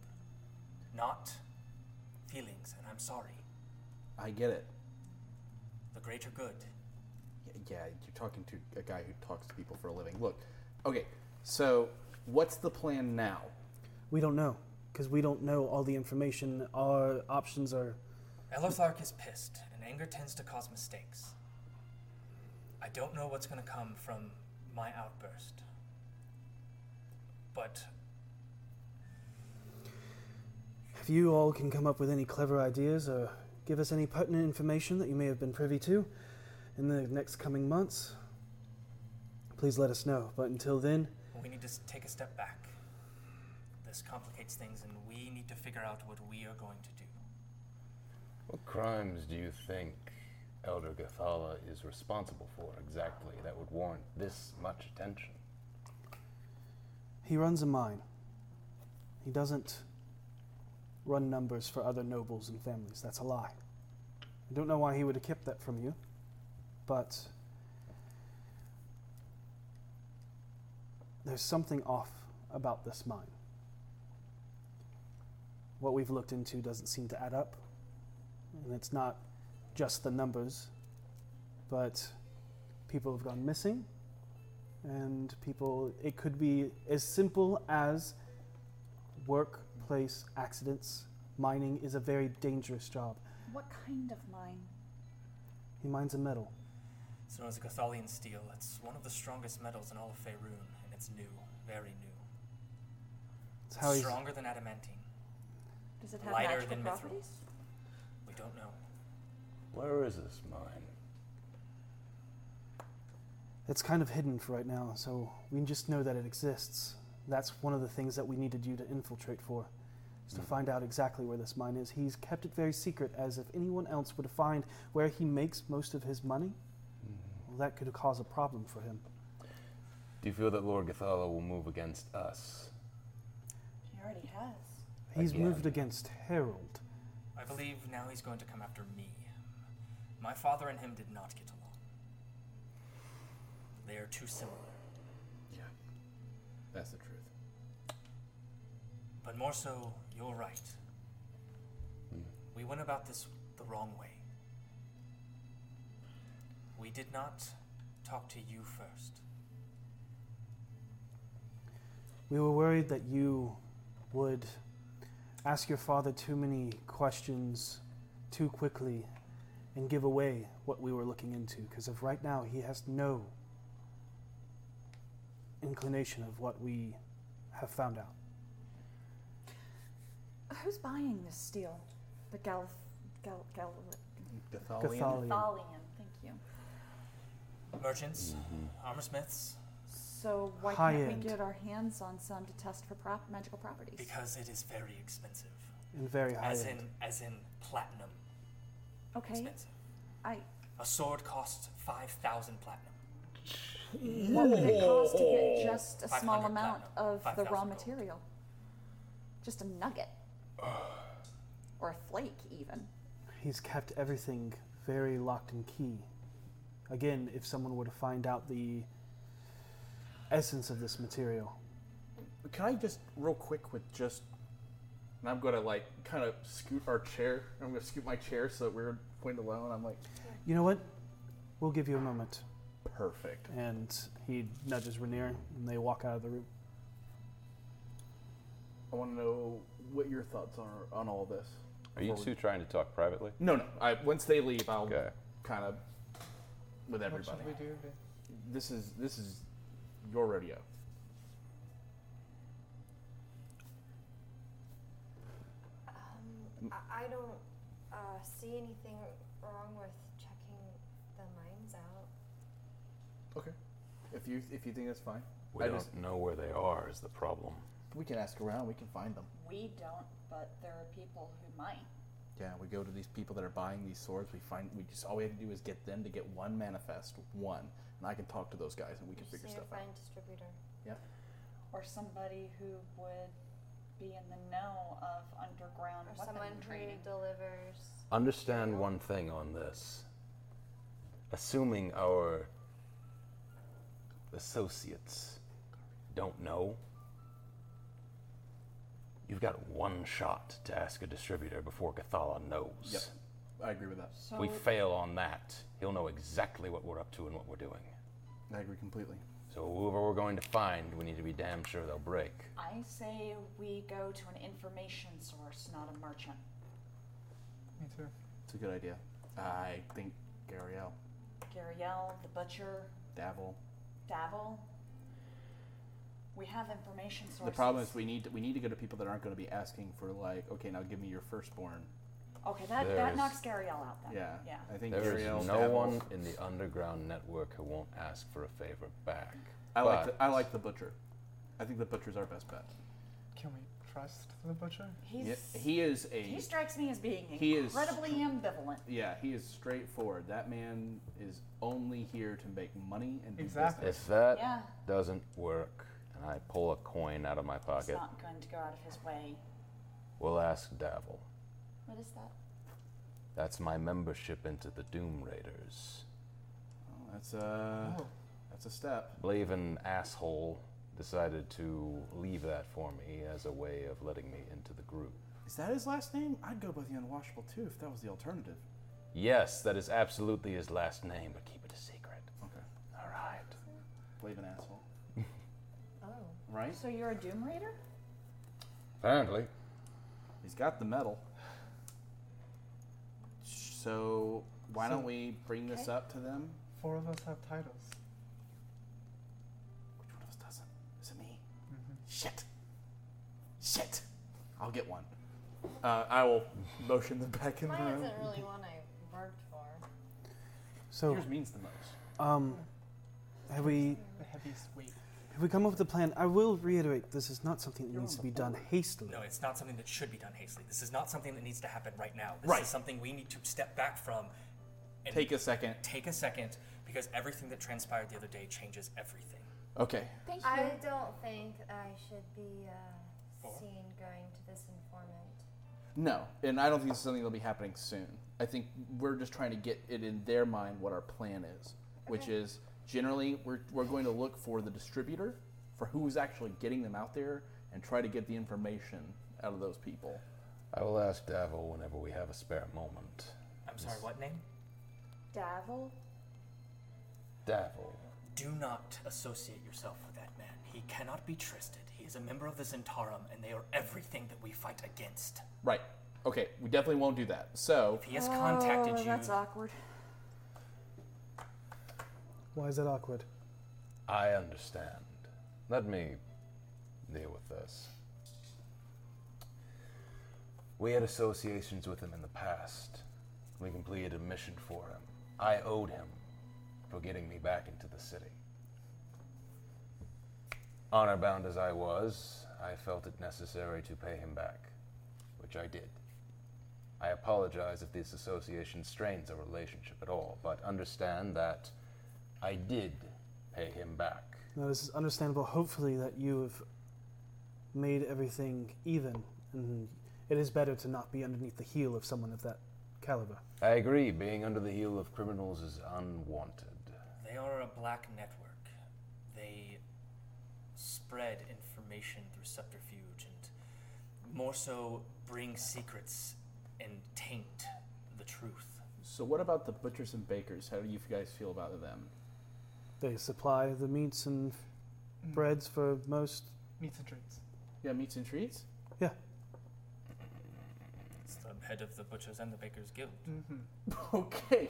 not feelings, and I'm sorry, I get it. the greater good. Yeah, you're talking to a guy who talks to people for a living. Look, okay, so what's the plan now? We don't know, because we don't know all the information. Our options are. Elothark is pissed, and anger tends to cause mistakes. I don't know what's going to come from my outburst. But If you all can come up with any clever ideas or give us any pertinent information that you may have been privy to in the next coming months, please let us know. But until then, we need to s- take a step back. This complicates things, and we need to figure out what we are going to do. What crimes do you think Elder Gathala is responsible for exactly that would warrant this much attention? he runs a mine. He doesn't run numbers for other nobles and families. That's a lie. I don't know why he would have kept that from you, but there's something off about this mine. What we've looked into doesn't seem to add up, and it's not just the numbers, but people have gone missing, and people, it could be as simple as workplace accidents. Mining is a very dangerous job. What kind of mine? He mines a metal. It's known as Gathalian steel. It's one of the strongest metals in all of Faerun, and it's new, very new. It's how he's- stronger than adamantine. Does it have lighter magical than mithril. properties? We don't know. Where is this mine? It's kind of hidden for right now, so we just know that it exists. That's one of the things that we needed you to infiltrate for, is to Mm. find out exactly where this mine is. He's kept it very secret, as if anyone else were to find where he makes most of his money. Well, that could cause a problem for him. Do you feel that Lord Gathala will move against us? He already has. He's Again. moved against Harold. I believe now he's going to come after me. My father and him did not get along. They are too similar. That's the truth. But more so, you're right. Hmm. We went about this the wrong way. We did not talk to you first. We were worried that you would ask your father too many questions too quickly and give away what we were looking into, because of right now, he has no inclination of what we have found out. Who's buying this steel? The Gal. Gal. Gal. Gathalion. Gathalion, Thank you. Merchants, Mm-hmm. armorsmiths, So why High can't end. we get our hands on some to test for prop- magical properties? because it is very expensive. And very high As end. in, as in platinum. okay. I. A sword costs five thousand platinum. What would it cost to Oh, get just a 500 small amount platinum, of the 5,000 raw gold. material? Just a nugget. or a flake, even. He's kept everything very locked and key. Again, if someone were to find out the essence of this material, Can I just real quick with just? And I'm gonna like kind of scoot our chair. I'm gonna scoot my chair so that we're point alone. I'm like, You know what? We'll give you a moment. Perfect. And he nudges Rainier, and they walk out of the room. I want to know what your thoughts are on all this. Are you before we- two trying to talk privately? No, no. I, once they leave, I'll kind of with everybody. What should we do? This is this is your rodeo. Um, I, I don't uh, see anything wrong with checking the mines out. Okay. If you if you think that's fine, We I don't just- know where they are is the problem. we can ask around. We can find them. We don't, but there are people who might. Yeah, we go to these people that are buying these swords. We find we just all we have to do is get them to get one manifest, one, and I can talk to those guys and we can Just figure need to stuff out. find distributor. Yeah. Or somebody who would be in the know of underground Or weapon someone training. who delivers. Understand one thing on this. Assuming our associates don't know, you've got one shot to ask a distributor before Gathala knows. Yep. I agree with that. If we fail on that, he'll know exactly what we're up to and what we're doing. I agree completely. So whoever we're going to find, we need to be damn sure they'll break. I say we go to an information source, not a merchant. Me too. It's a good idea. I think Gariel, Gariel, the butcher, Davil. Oh, Davil. We have information sources. The problem is we need to, we need to go to people that aren't going to be asking for like, okay, now give me your firstborn. Okay, that, that There's- knocks Gariel out then. Yeah, Yeah. I think there is Ariel- no Davil- one in the underground network who won't ask for a favor back. I like But the, I like the butcher. I think the butcher's our best bet. Can we trust the butcher? He's, Yeah, he is a he strikes me as being He is- incredibly ambivalent. yeah. He is straightforward. That man is only here to make money and do business. If that Yeah. doesn't work, and I pull a coin out of my He's pocket, not going to go out of his way. we'll ask Davil. What is that? That's my membership into the Doom Raiders. Oh, that's uh, a that's a step. Believe an asshole decided to leave that for me as a way of letting me into the group. Is that his last name? I'd go by the unwashable too if that was the alternative. Yes, that is absolutely his last name, but keep it a secret. Okay. All right. Believe an asshole. Oh. Right? So you're a Doom Raider? Apparently. He's got the medal. So Why So- don't we bring this Okay. up to them? Four of us have titles. Which one of us doesn't? Is it me? Mm-hmm. Shit. Shit. I'll get one. Uh, I will motion them back in the Mine room. isn't really one I worked for. So Yours means the most. Um, have we The heaviest weight. have we come up with a plan? I will reiterate, this is not something that needs to be done hastily. No, it's not something that should be done hastily. This is not something that needs to happen right now. This Right. is something we need to step back from. And Take a second. Take a second, because everything that transpired the other day changes everything. Okay. Thank I you. don't think I should be uh, seen going to this informant. No, and I don't think this is something that'll be happening soon. I think we're just trying to get it in their mind what our plan is, which Okay. is generally we're, we're going to look for the distributor, for who's actually getting them out there, and try to get the information out of those people. I will ask Davil whenever we have a spare moment. I'm sorry, what name? Davil? Davil. Do not associate yourself with that man. He cannot be trusted. He is a member of the Zentarum, and they are everything that we fight against. Right. Okay, we definitely won't do that. So If he has contacted Oh, you, Oh, That's awkward. Why is that awkward? I understand. Let me deal with this. We had associations with him in the past. We completed a mission for him. I owed him for getting me back into the city. Honor bound as I was, I felt it necessary to pay him back, which I did. I apologize if this association strains our relationship at all, but understand that I did pay him back. No, this is understandable. Hopefully, that you have made everything even, and it is better to not be underneath the heel of someone of that caliber. I agree, being under the heel of criminals is unwanted. they are a black network. They spread information through subterfuge and more so bring secrets and taint the truth. So what about the butchers and bakers? How do you guys feel about them? They supply the meats and Mm. breads for most. Meats and treats. Yeah, meats and treats. It's the head of the Butchers and the Bakers Guild. Okay.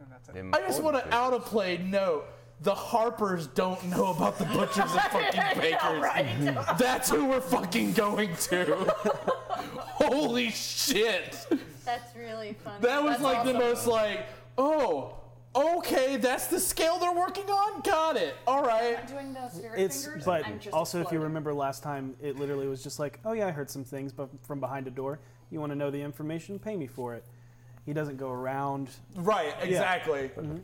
And that's it. I just want to Important out of play note the Harpers don't know about the butchers and fucking bakers. Yeah, right. That's who we're fucking going to. Holy shit. That's really funny. That was That's like the awesome. most like, oh, okay, that's the scale they're working on? Got it. All right. doing those It's but also if you remember last time, it literally was just like, oh yeah, I heard some things, but from behind a door. You want to know the information? Pay me for it. He doesn't go around. Right. Yeah. Exactly. Mhm.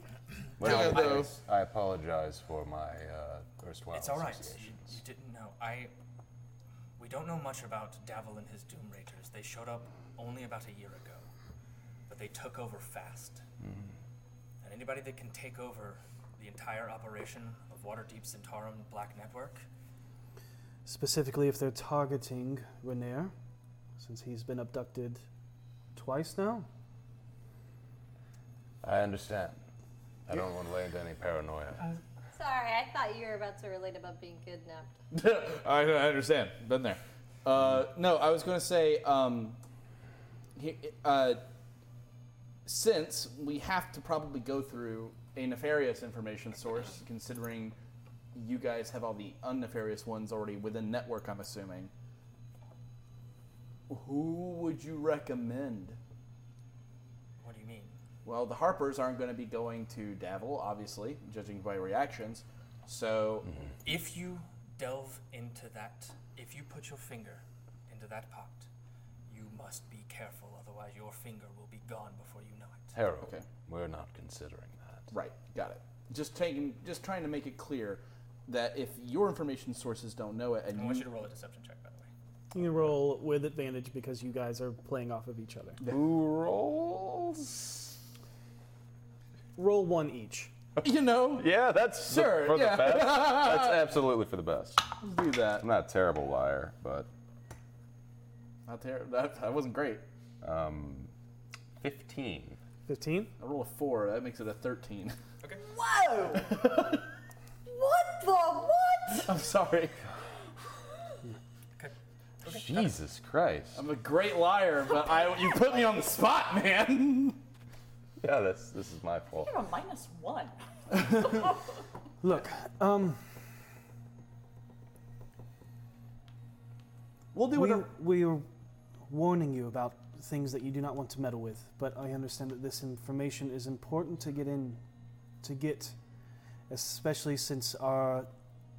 Well, Yeah, I, I apologize for my uh, erstwhile It's all right. association. You, you didn't know. I. We don't know much about Davil and his Doom Raiders. They showed up only about a year ago, but they took over fast. Mm. And anybody that can take over the entire operation of Waterdeep Centaurum Black Network, Specifically, if they're targeting Renair, since he's been abducted twice now. I understand. I don't want to lay into any Uh, paranoia. Sorry, I thought you were about to relate about being kidnapped. I, I understand. Been there. Uh, no, I was going to say, um, he, uh, since we have to probably go through a nefarious information source, considering you guys have all the unnefarious ones already within network, I'm assuming. Who would you recommend? what do you mean? Well, the Harpers aren't going to be going to Davil, obviously, judging by reactions. So, Mm-hmm. If you delve into that, if you put your finger into that pot, you must be careful, otherwise, your finger will be gone before you know it. Harold, we're not considering that. Right. Got it. Just taking, just trying to make it clear that if your information sources don't know it, and I want you to roll a deception check, by the way. You can roll with advantage because you guys are playing off of each other. Who rolls? Roll one each. You know? Yeah, that's the- Sure, for yeah. the best. That's absolutely for the best. do that. I'm not a terrible liar, but Not there. That, that wasn't great. um, 15. 15? I roll a four. That makes it a 13. Whoa! what the what? I'm sorry. Jesus Christ. I'm a great liar, but I, you put me on the spot, man. Yeah, this this is my fault. You're a minus one. Look, um, We'll do we, whatever- we are warning you about things that you do not want to meddle with, but I understand that this information is important to get in, to get, especially since our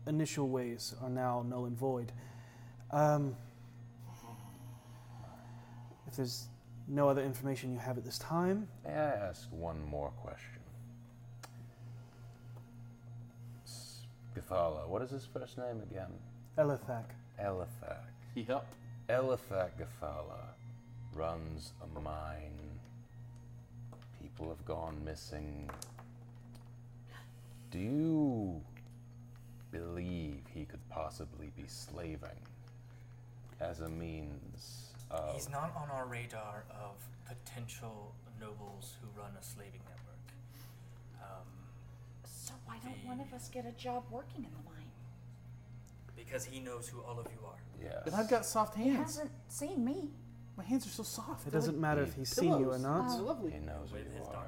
initial ways are now null and void. Um, if there's no other information you have at this time, May I ask one more question? S- Gathala, what is his first name again? Elithak. Elithak. Yep. Elithak Gathala runs a mine. People have gone missing. Do you believe he could possibly be slaving as a means of. He's not on our radar of potential nobles who run a slaving network. Um, So why don't one of us get a job working in the mine? because he knows who all of you are. Yeah. But I've got soft He hands. hasn't seen me. My hands are so soft. It doesn't matter if he's seen you or not. Oh. Lovely. He knows who you are.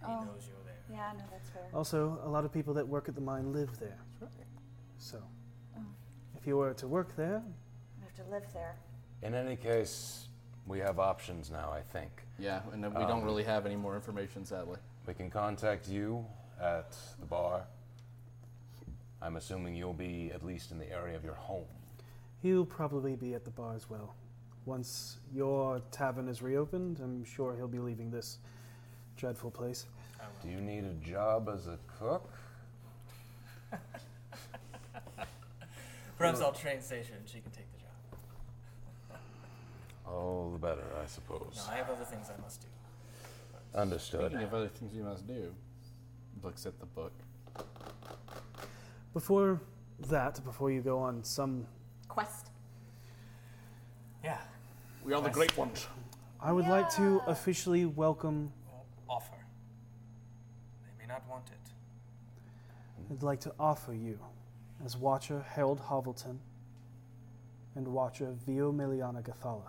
He knows you're there. Yeah, I know that's fair. Oh. Also, a lot of people that work at the mine live there. So, if you were to work there, We have to live there. In any case, we have options now, I think. Um, Yeah, and we don't really have any more information, sadly. We can contact you at the bar. I'm assuming you'll be at least in the area of your home. he'll probably be at the bar as well. Once your tavern is reopened, I'm sure he'll be leaving this dreadful place. Do you need a job as a cook? Perhaps I'll train Station and she can take the job. All the better, I suppose. No, I have other things I must do. Understood. Speaking of other things you must do, looks at the book. Before that, before you go on some, Quest. Yeah. We are the great ones. I would like to officially welcome. Offer. They may not want it. I'd like to offer you, as Watcher Harold Hovelton and Watcher Vio Miliana Gathala,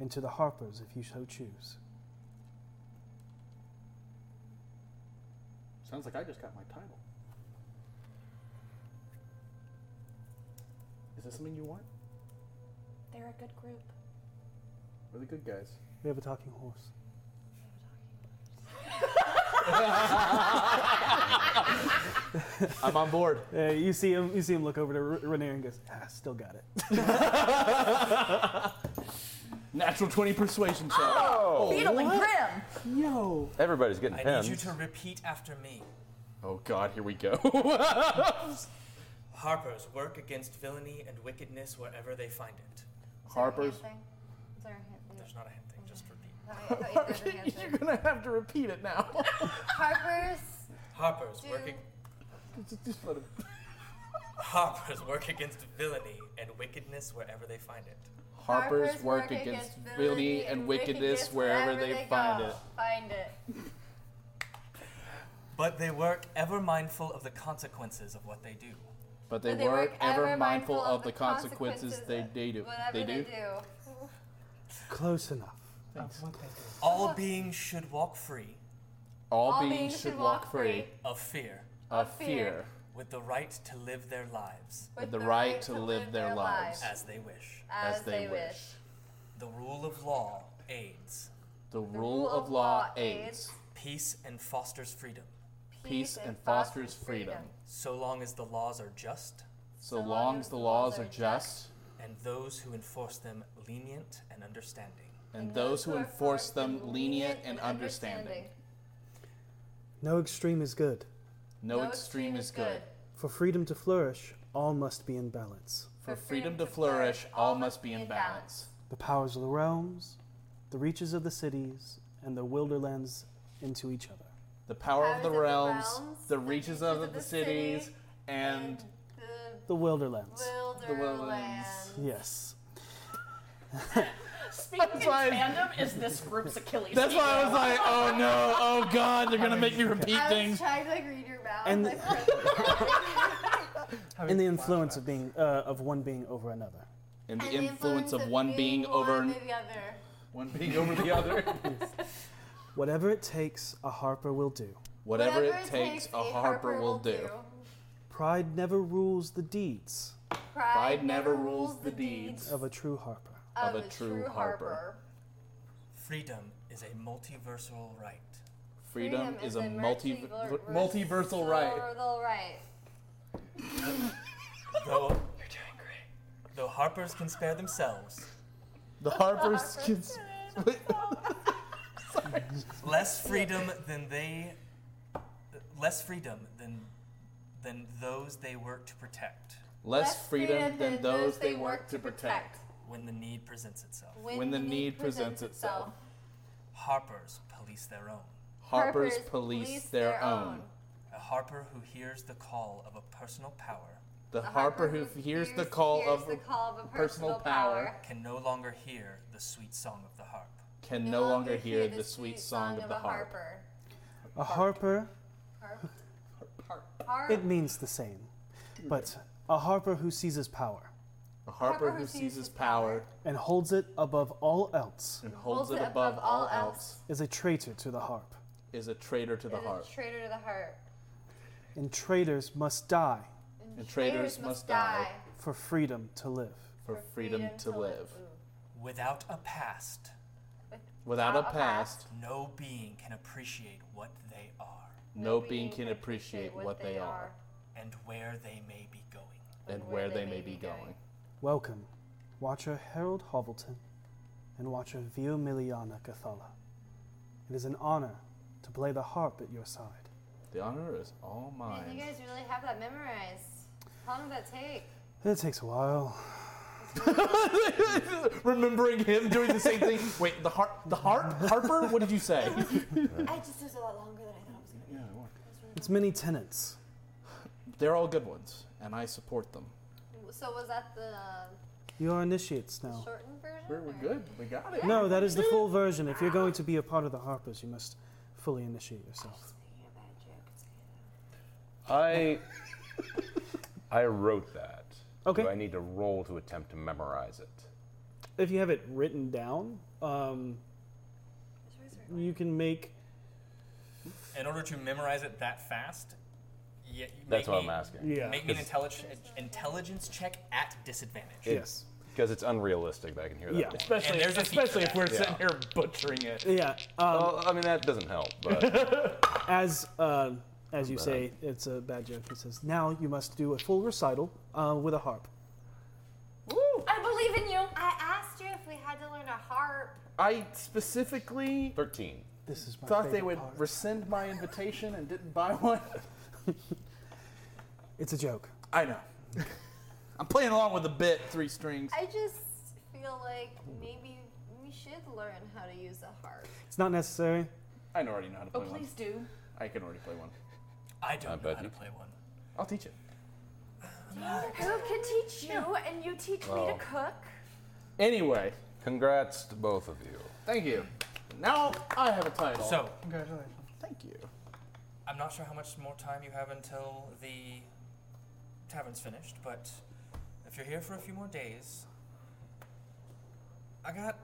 into the Harpers if you so choose. Sounds like I just got my title. Is this something you want? They're a good group. We're the good guys. We have a talking horse. I'm on board. Yeah, you see him. You see him look over to R- Renee and goes, ah, "Still got it." Natural 20 persuasion check. Oh, Beetle and Grim. Yo. Everybody's getting I need you to repeat after me. Oh god, here we go. Harpers work against villainy and wickedness wherever they find it. Harper's. There's not a hint thing, just repeat. You're gonna have to repeat it now. Harper's. Harpers working. Harpers work against villainy and wickedness wherever they find it. Harper's, work against villainy and wickedness wherever they, find it. Find it. But they work ever mindful of the consequences of what they do. But they, were ever mindful of the consequences, they, they do. They do. Close enough. All beings should walk free. All, beings, should walk free Of fear. of fear, With the right to live their lives. with the right to live their lives As they wish. as they wish. The rule of law aids. The rule of law aids Peace and fosters freedom. peace and fosters freedom. So long as the laws are just. So long as the laws are just, And those who enforce them lenient and understanding. and those who enforce them lenient and understanding. No extreme is good. No extreme is good. For freedom to flourish, all must be in balance. For freedom to flourish, all must be in balance. The powers of the realms, the reaches of the cities, and the wilderlands into each other. The power of the realms, the reaches of the cities, and The wilderlands. the wildlands. Yes. Speaking in why- fandom is this group's Achilles. That's why I was heel. like, oh no, oh god, they're gonna make me repeat I was things. trying to like read your mouth. Oh And- like, and And the influence of being uh, of one being over another. And the influence of one being over the other. one being over the other. Whatever it takes, a harper will do. Whatever, it takes, a harper will do. Pride never rules the deeds Pride never rules the deeds of a true harper. of a true harper. Freedom is a multiversal right. Freedom is a multi- multiver- multiversal right. All right. Though you're doing great. Though harpers can spare themselves, The harpers can. less freedom than they, less freedom than than those they work to protect. Less freedom than those they work to protect. When the need presents itself. When When the the need need presents presents itself. itself. Harpers police their own. Harpers police their own. A harper who hears the call of a personal power The harper who hears the call of personal power can no longer hear the sweet song of the harp. can no longer hear the sweet song of the harp. A harper, Harp. it means the same. But a harper who seizes power A harper who seizes power and holds it above all else and holds it above all else is a traitor to the harp. is a traitor to the It harp. is traitor to the harp. And traitors must die And traitors must die for freedom to live. for freedom to live. Without a past, Without a past, no being can appreciate what they are no being can appreciate what they are and where they may be going. and where they may be going. Welcome, Watcher Harold Hovelton and Watcher Vio Miliana Cathala. It is an honor to play the harp at your side. The honor is all Man, you guys really have that memorized. How long did that take? It takes a while. Remembering him doing the same thing. Wait, the harp, the harp, harper. What did you say? I just it was a lot longer than I thought it was gonna be. It's many tenants. They're all good ones, and I support them. So was that the um, You are initiates now. shortened version? We're, we're good. We got it. No, that is the full version. If you're going to be a part of the Harpers, you must fully initiate yourself. I I wrote that. Okay. Do I need to roll to attempt to memorize it? If you have it written down, um, you can make. In order to memorize it that fast, yeah, you That's make what me- I'm asking. Yeah. Make me an It's- intelligence intelligence check at disadvantage. Because it's unrealistic that I can hear that. Yeah. wrong. Especially- And there's a feature especially if we're Yeah. sitting here butchering it. Yeah. Um, well, I mean that doesn't help, but as uh, as you Bad. say, it's a bad joke. It says, "Now you must do a full recital uh, with a harp." I believe in you. I asked you if we had to learn a harp. I specifically thirteen This is my thought they favorite would rescind my invitation and didn't buy one. It's a joke. I know. I'm playing along with the bit, three strings. I just feel like maybe we should learn how to use a harp. It's not necessary. I already know how to play one. do. I can already play one. I don't know how to play one. I'll teach it. Who can teach you and you teach me Well. to cook? Anyway. Congrats to both of you. Thank you. Now I have a title. So- congratulations. Thank you. I'm not sure how much more time you have until the tavern's finished, but if you're here for a few more days, I got.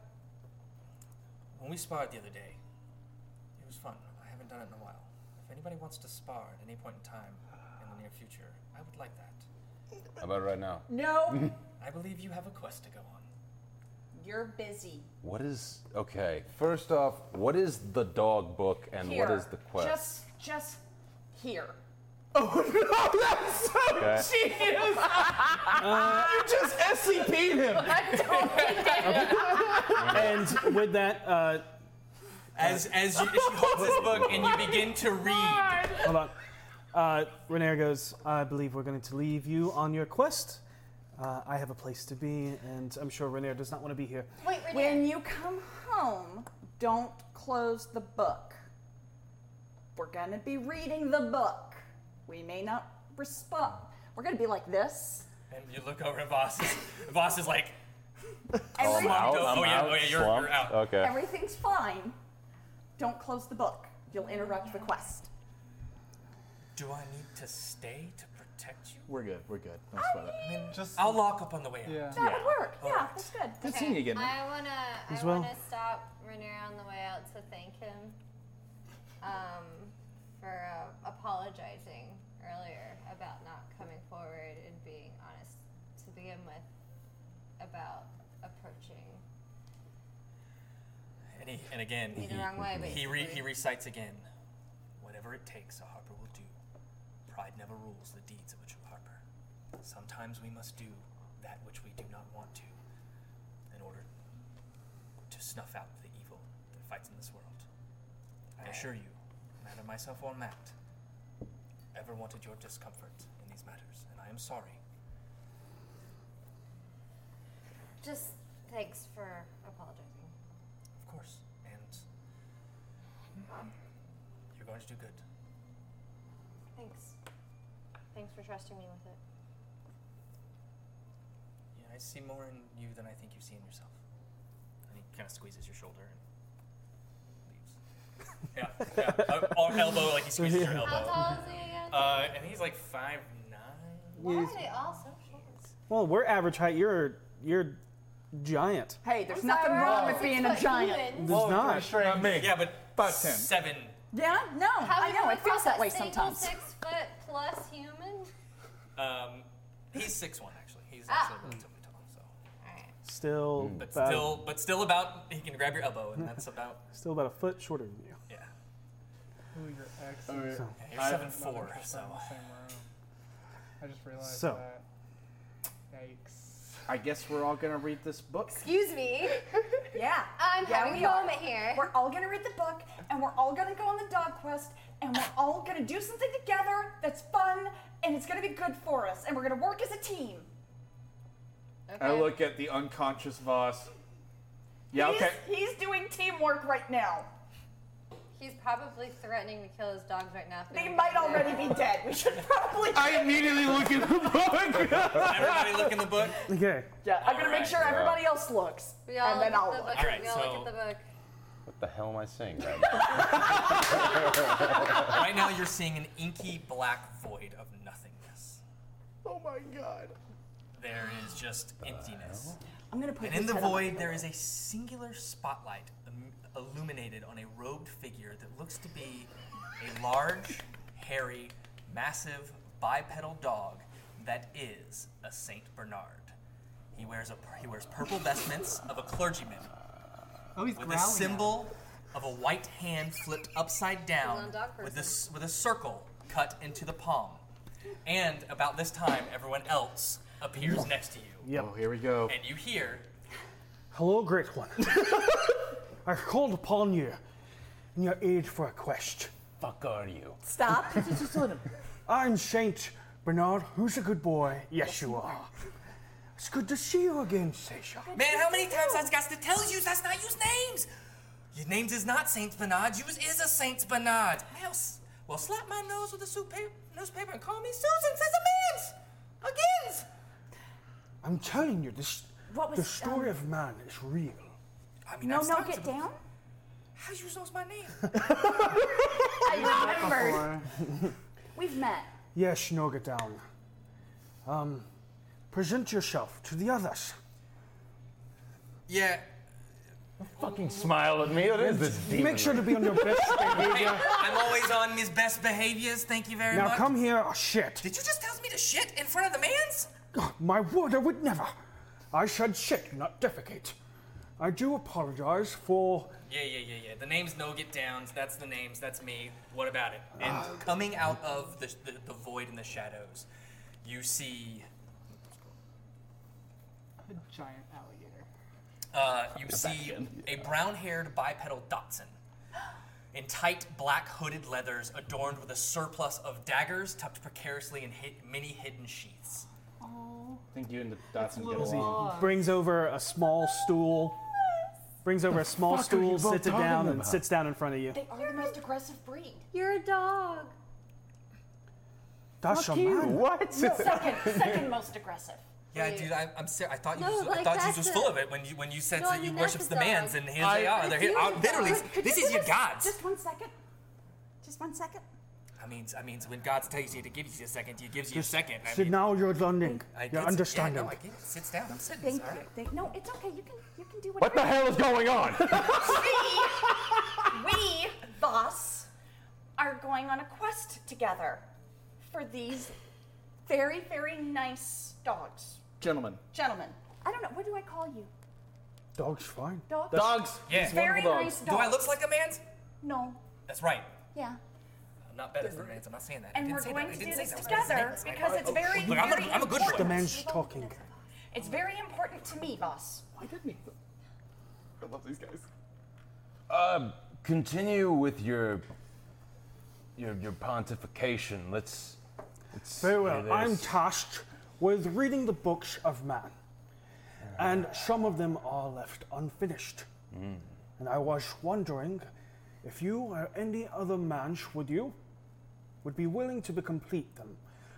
When we sparred the other day, it was fun. I haven't done it in a while. If anybody wants to spar at any point in time in the near future, I would like that. How about right now? No. I believe you have a quest to go on. You're busy. What is okay? First off, what is the dog book and what Here. is the quest? Just, just here. Oh no, that's so Okay. genius! you just E SCP'd him. and with that, uh, as as you, she holds this book and you begin to read. Hold on. Uh, Renair goes, I believe we're going to leave you on your quest. Uh, I have a place to be, and I'm sure Renair does not want to be here. Wait, when you come home, don't close the book. We're gonna be reading the book. We may not respond. We're gonna be like this. And you look over at Voss. Voss is like, Oh, slumped out? over. I'm oh, yeah, out? oh, yeah, you're, you're Slumped? out. Everything's fine. Don't close the book. You'll interrupt the quest. Do I need to stay to protect you? We're good. We're good. Don't sweat it. I mean, I'll lock up on the way out. Yeah. That would work. All Yeah, right. that's good. Good seeing you again, man. I wanna, As I well. wanna stop Renier on the way out to thank him um, for uh, apologizing earlier about not coming forward and being honest to begin with about approaching. And, he, and again, Be the wrong way, he, re, basically. he recites again. Whatever it takes, a harper will do. Pride never rules the deeds of a true harper. Sometimes we must do that which we do not want to in order to snuff out the evil that fights in this world. I assure you, neither myself or Matt ever wanted your discomfort in these matters, and I am sorry. Just thanks for apologizing. Of course. And you're going to do good. Thanks. Thanks for trusting me with it. Yeah, I see more in you than I think you see in yourself. And he kind of squeezes your shoulder and leaves. yeah, yeah. Uh, or elbow, like he squeezes your elbow. How tall is he again? Uh, and he's like five nine. Why are they all so short? Well, we're average height. You're you're giant. Hey, there's I'm nothing sorry, we're wrong all with six being a foot giant. There's humans. not. Not me. Yeah, but Five ten. seven. Yeah, no, How I is know. it It feels that a way single sometimes. Six foot plus human. Um, he's six one actually. He's Ah. actually relatively tall. So, Still, but about, still, but still about he can grab your elbow, and that's about. still about a foot shorter than you. Yeah. Who your ex Oh, is. yeah. Yeah, I- you're seven I'm not four, interested so. in the same room. I just realized So. that. Yikes. I guess we're all gonna read this book. Excuse me. Yeah. I'm yeah, having we a are. moment here. We're all gonna read the book, and we're all gonna go on the dog quest, and we're all gonna do something together that's fun, and it's gonna be good for us, and we're gonna work as a team. I look at the unconscious Voss. Yeah, he's, okay. He's doing teamwork right now. He's probably threatening to kill his dogs right now. if They don't might do that. already be dead. We should probably. I immediately look in the book. Everybody look in the book. Okay. Yeah, I'm gonna Alright. make sure everybody else looks, We all and then look I'll at the look. book. Alright, we all so- look at the book. What the hell am I saying right now? right now, you're seeing an inky black void of nothingness. Oh my god. There is just emptiness. I'm gonna put. And his in the head on void, my there is pillow. a singular spotlight im- illuminated on a robed figure that looks to be a large, hairy, massive, bipedal dog that is a Saint Bernard. He wears a he wears purple vestments of a clergyman Oh, he's with growling. a symbol of a white hand flipped upside down on dog with person. a, s- with a circle cut into the palm. And about this time, everyone else appears next to you. Yep. Oh, here we go. And you hear Hello, great one. I called upon you in your aid for a quest. Fuck are you? Stop. I'm Saint Bernard. Who's a good boy? Yes, you are. It's good to see you again, Seisha. Man, how many times I've got to tell you that's not use names? Your names is not Saint Bernard. Yours is a Saint Bernard. Well, s- well slap my nose with a soup pa- newspaper and call me Susan Says a man's agains. I'm telling you, this What was, the story um, of man is real. I mean, No, no, I've stopped get him. down. How you knows my name? I remembered. We've met. Yes, no, get down. Um, present yourself to the others. Yeah. Fucking smile at me. What is this demon? Make sure to be on your best Hey, behavior. I'm always on his best behaviors. Thank you very Now much. come here. Oh, shit. Did you just tell me to shit in front of the man's? My word, I would never. I said shit, not defecate. I do apologize for. Yeah, yeah, yeah, yeah. The name's no get downs. That's the names. That's me. What about it? And coming out of the, the, the void and the shadows, you see A giant alligator. Uh, you see a brown haired bipedal Dotson in tight black hooded leathers adorned with a surplus of daggers tucked precariously in hid- many hidden sheaths. Oh, I think you and the Dotson get He along. brings over a small stool. Brings over a small fuck are stool, you both sits it talking down, and about? sits down in front of you. They are the most aggressive breed. You're a dog. That's Fuck a you. man. What? Second, second most aggressive. Yeah, dude, I, I'm ser- I thought you No, was, I like, thought you that's was a- full of it when you when you said No, I that you mean, that's worships the a dog. man's and here they are. They're here. Dude, I- literally, could- could this you is your just- gods. Just one second. Just one second. I mean, I mean, when God tells you to give you a second, He gives you a second. I So mean, now you're learning. I get- You're yeah, understanding. no, I get it. Sits down. I'm sitting. Thank It's all you. right. Thank- no, it's okay. You can you can do What whatever. the hell is going on? We, we, boss, going on a quest together for these very, very nice dogs. Gentlemen. Gentlemen, I don't know. What do I call you? Dogs fine. Dogs? Dogs. Yeah. It's Very wonderful dogs. nice Do I dogs. look like a man's? No. That's right. Yeah. I'm not better than a man's. I'm not saying that. I And didn't we're say going that. I to do didn't say this that. I was together saying because that. it's very, Look, I'm a, very I'm a good The one. man's talking. It's very important to me, boss. Why didn't he? I love these guys. Um, Uh, continue with your your your pontification. Let's. let's Very hear well. this. I'm tasked with reading the books of man, and some of them are left unfinished. Hmm. Mm. And I was wondering if you or any other man would you would be willing to be- complete them,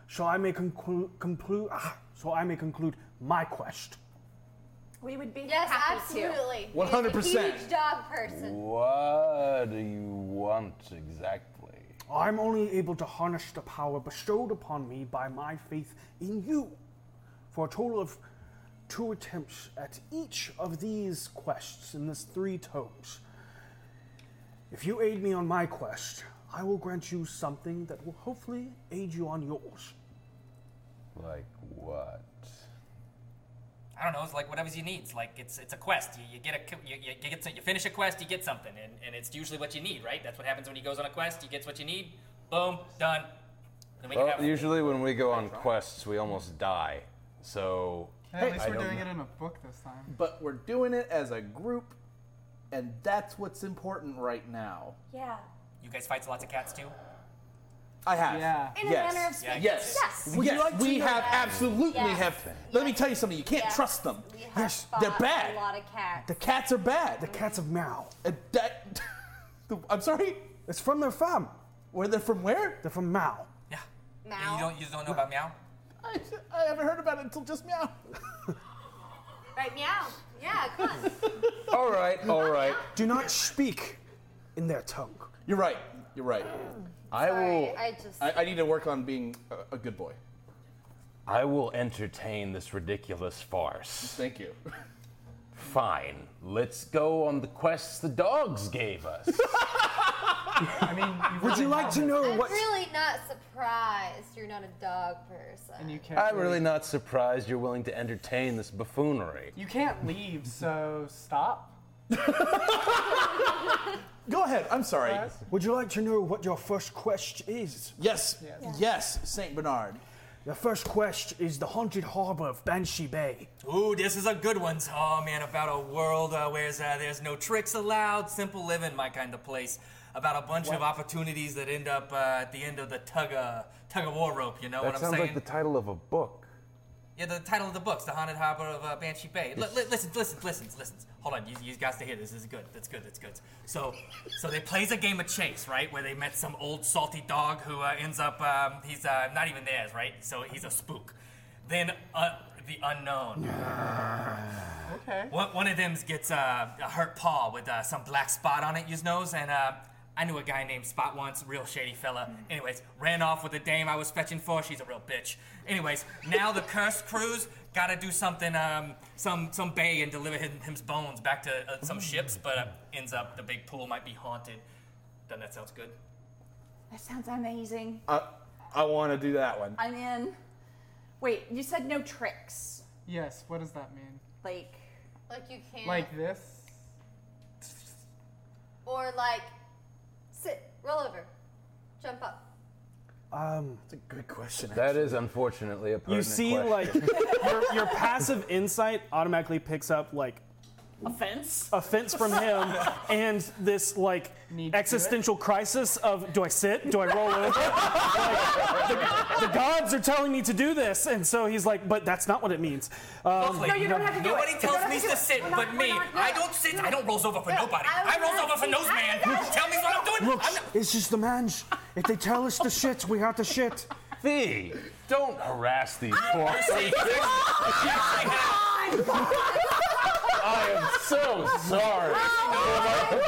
so I may conclude conclude ah, so I may conclude my quest. We would be yes, happy absolutely. to. He is a 100%. Huge dog person. What do you want exactly? I'm only able to harness the power bestowed upon me by my faith in you. For a total of two attempts at each of these quests in this three tomes. If you aid me on my quest, I will grant you something that will hopefully aid you on yours. Like what? I don't know. It's like whatever you need. It's like it's it's a quest. You, you get a co- you, you, you get some, you finish a quest. You get something, and, and it's usually what you need, right? That's what happens when he goes on a quest. He gets what you need. Boom, done. Then we can Well, have usually when we go on quests, we almost die. So At least I we're don't doing know. it in a book this time. But we're doing it as a group, and that's what's important right now. Yeah. You guys fight lots of cats too. I have. Yeah. In a yes. manner of speaking. Yes. Yes. We, Would you like to we know have that? absolutely Yes. have. Let me tell you something. You can't Yes. trust them. We have Yes. fought They're bad. A lot of cats. The cats are bad. The cats of Mao. that, I'm sorry? It's from their farm. Where they're from where? They're from Mao. Meow. You don't you don't know about meow? I, I haven't heard about it until just now. Right, meow. Yeah, come on. All right, all right. Do not speak in their tongue. You're right. You're right. I will- I just- I, need to work on being a, a good boy. I will entertain this ridiculous farce. Thank you. Fine. Let's go on the quests the dogs gave us. I mean, Would you like to know I'm what? really not surprised you're not a dog person. And you can't. I'm really not surprised you're willing to entertain this buffoonery. You can't leave, so stop. Go ahead. I'm sorry. Would you like to know what your first quest is? Yes. Yes, Saint Bernard. Your first quest is the haunted harbor of Banshee Bay. Ooh, this is a good one. Oh man, about a world uh, where uh, there's no tricks allowed, simple living, my kind of place. About a bunch of opportunities that end up uh, at the end of the tug uh, tug of war rope. You know that what I'm sounds saying? like the title of a book. Yeah, the title of the book's The Haunted Harbor of uh, Banshee Bay. L- listen, listen, listen, listen. Hold on, you, you guys to hear this. This is good. That's good. That's good. So, so they plays a game of chase, right? Where they met some old salty dog who uh, ends up um, he's uh, not even theirs, right? So he's a spook. Then uh, the unknown. Okay. One, one of them gets uh, a hurt paw with uh, some black spot on it, you knows, and uh, I knew a guy named Spot once, real shady fella. Anyways, ran off with the dame I was fetching for. She's a real bitch. Anyways, now the cursed crews gotta do something, um, some some bay and deliver him, him's bones back to uh, some ships, but uh, ends up the big pool might be haunted. Doesn't that sounds good? That sounds amazing. I, I want to do that one. I'm in. Wait, you said no tricks. Yes. What does that mean? Like, Like you can't. Like this? Or like, sit, roll over, jump up. Um, That's a good question. That is unfortunately a You pertinent see, question. like your, your passive insight automatically picks up like offense, offense from him, and this like existential crisis of do I sit? Do I roll over? Like, the, the gods are telling me to do this, and so he's like, but that's not what it means. Um, Like, Nobody tells me to sit but me. I don't sit. I don't rolls over for nobody. I, rolls over for nose man. Tell me what I'm doing. Look, it's just the man's. If they tell us to shit, we have to shit. Fee, don't Harass these poor. I am so sorry for my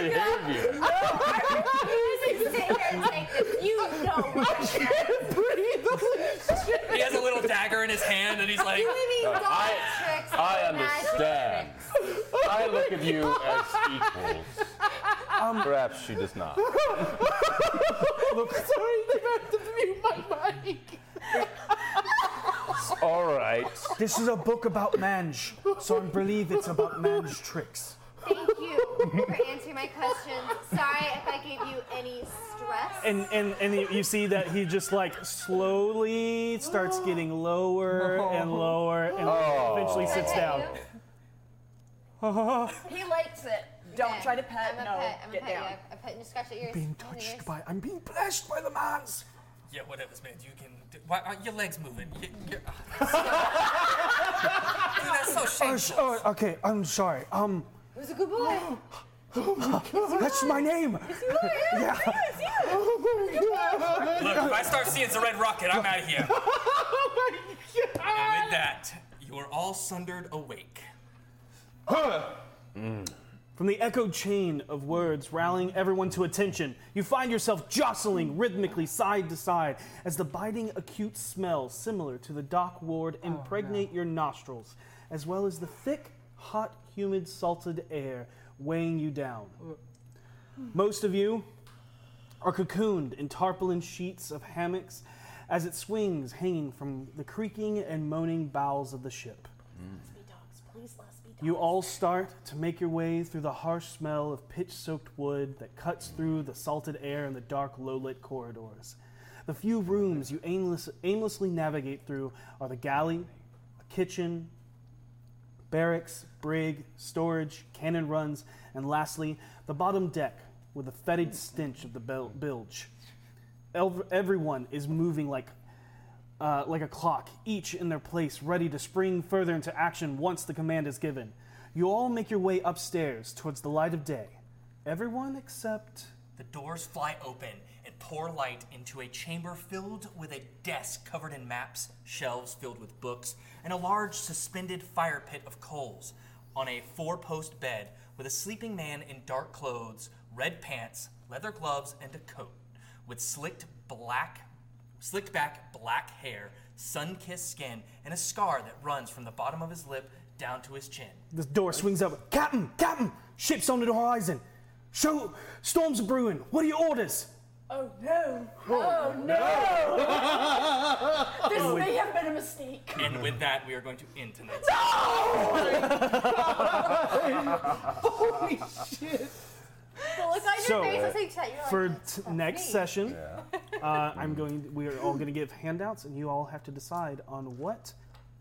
companion's unfit behavior. You know He has a little dagger in his hand, and he's like, mean dog I- tricks? I and magic understand. tricks? I look at you as equals. Um, Perhaps she does not. Sorry, they have to mute my mic. All right. This is a book about mange, so I believe it's about mange tricks. Thank you for answering my questions. Sorry if I gave you any stress. And and and you- you see that he just like slowly starts getting lower and lower and Oh. eventually Can I sits pet down. you? He likes it. Don't Okay. try to pet, I'm a no, pet. I'm get a pet. down. Yeah, I pet and scratch at ears. Being Hold your ears. by, I'm being blessed by the mans. Yeah, whatever's man. You can. d- Why aren't your legs moving? You, you're, uh. Dude, that's so Oh, sh- shameful. oh, okay, I'm sorry. Um, It was a good boy. that's my name. Yeah. Look, if I start seeing the red rocket, I'm out of here. oh my god! And with that, you are all sundered awake. Mm. From the echoed chain of words rallying everyone to attention, you find yourself jostling rhythmically side to side as the biting, acute smell similar to the dock ward impregnate your nostrils, as well as the thick, hot, humid, salted air weighing you down. Most of you are cocooned in tarpaulin sheets of hammocks as it swings hanging from the creaking and moaning bowels of the ship. Please, let's be You all start to make your way through the harsh smell of pitch soaked wood that cuts through the salted air in the dark, low lit corridors. The few rooms you aimless, aimlessly navigate through are the galley, a kitchen, barracks, brig, storage, cannon runs, and lastly, the bottom deck with the fetid stench of the bel- bilge. Elv- everyone is moving like uh, like a clock, each in their place, ready to spring further into action once the command is given. You all make your way upstairs towards the light of day. Everyone except. The doors fly open and pour light into a chamber filled with a desk covered in maps, shelves filled with books, and a large suspended fire pit of coals on a four post bed with a sleeping man in dark clothes, red pants, leather gloves, and a coat, with slicked black slicked back black hair, sun kissed skin, and a scar that runs from the bottom of his lip down to his chin. The door swings open. Captain! Captain! Ship's on the horizon! Show. Storms are brewing! What are your orders? Oh no! Oh no. no! this And we- may have been a mistake. And with that, we are going to end tonight's. Holy shit! The look on your So, face is like that. You're like, For t- next me. session, uh, I'm going. We are all going to give handouts, and you all have to decide on what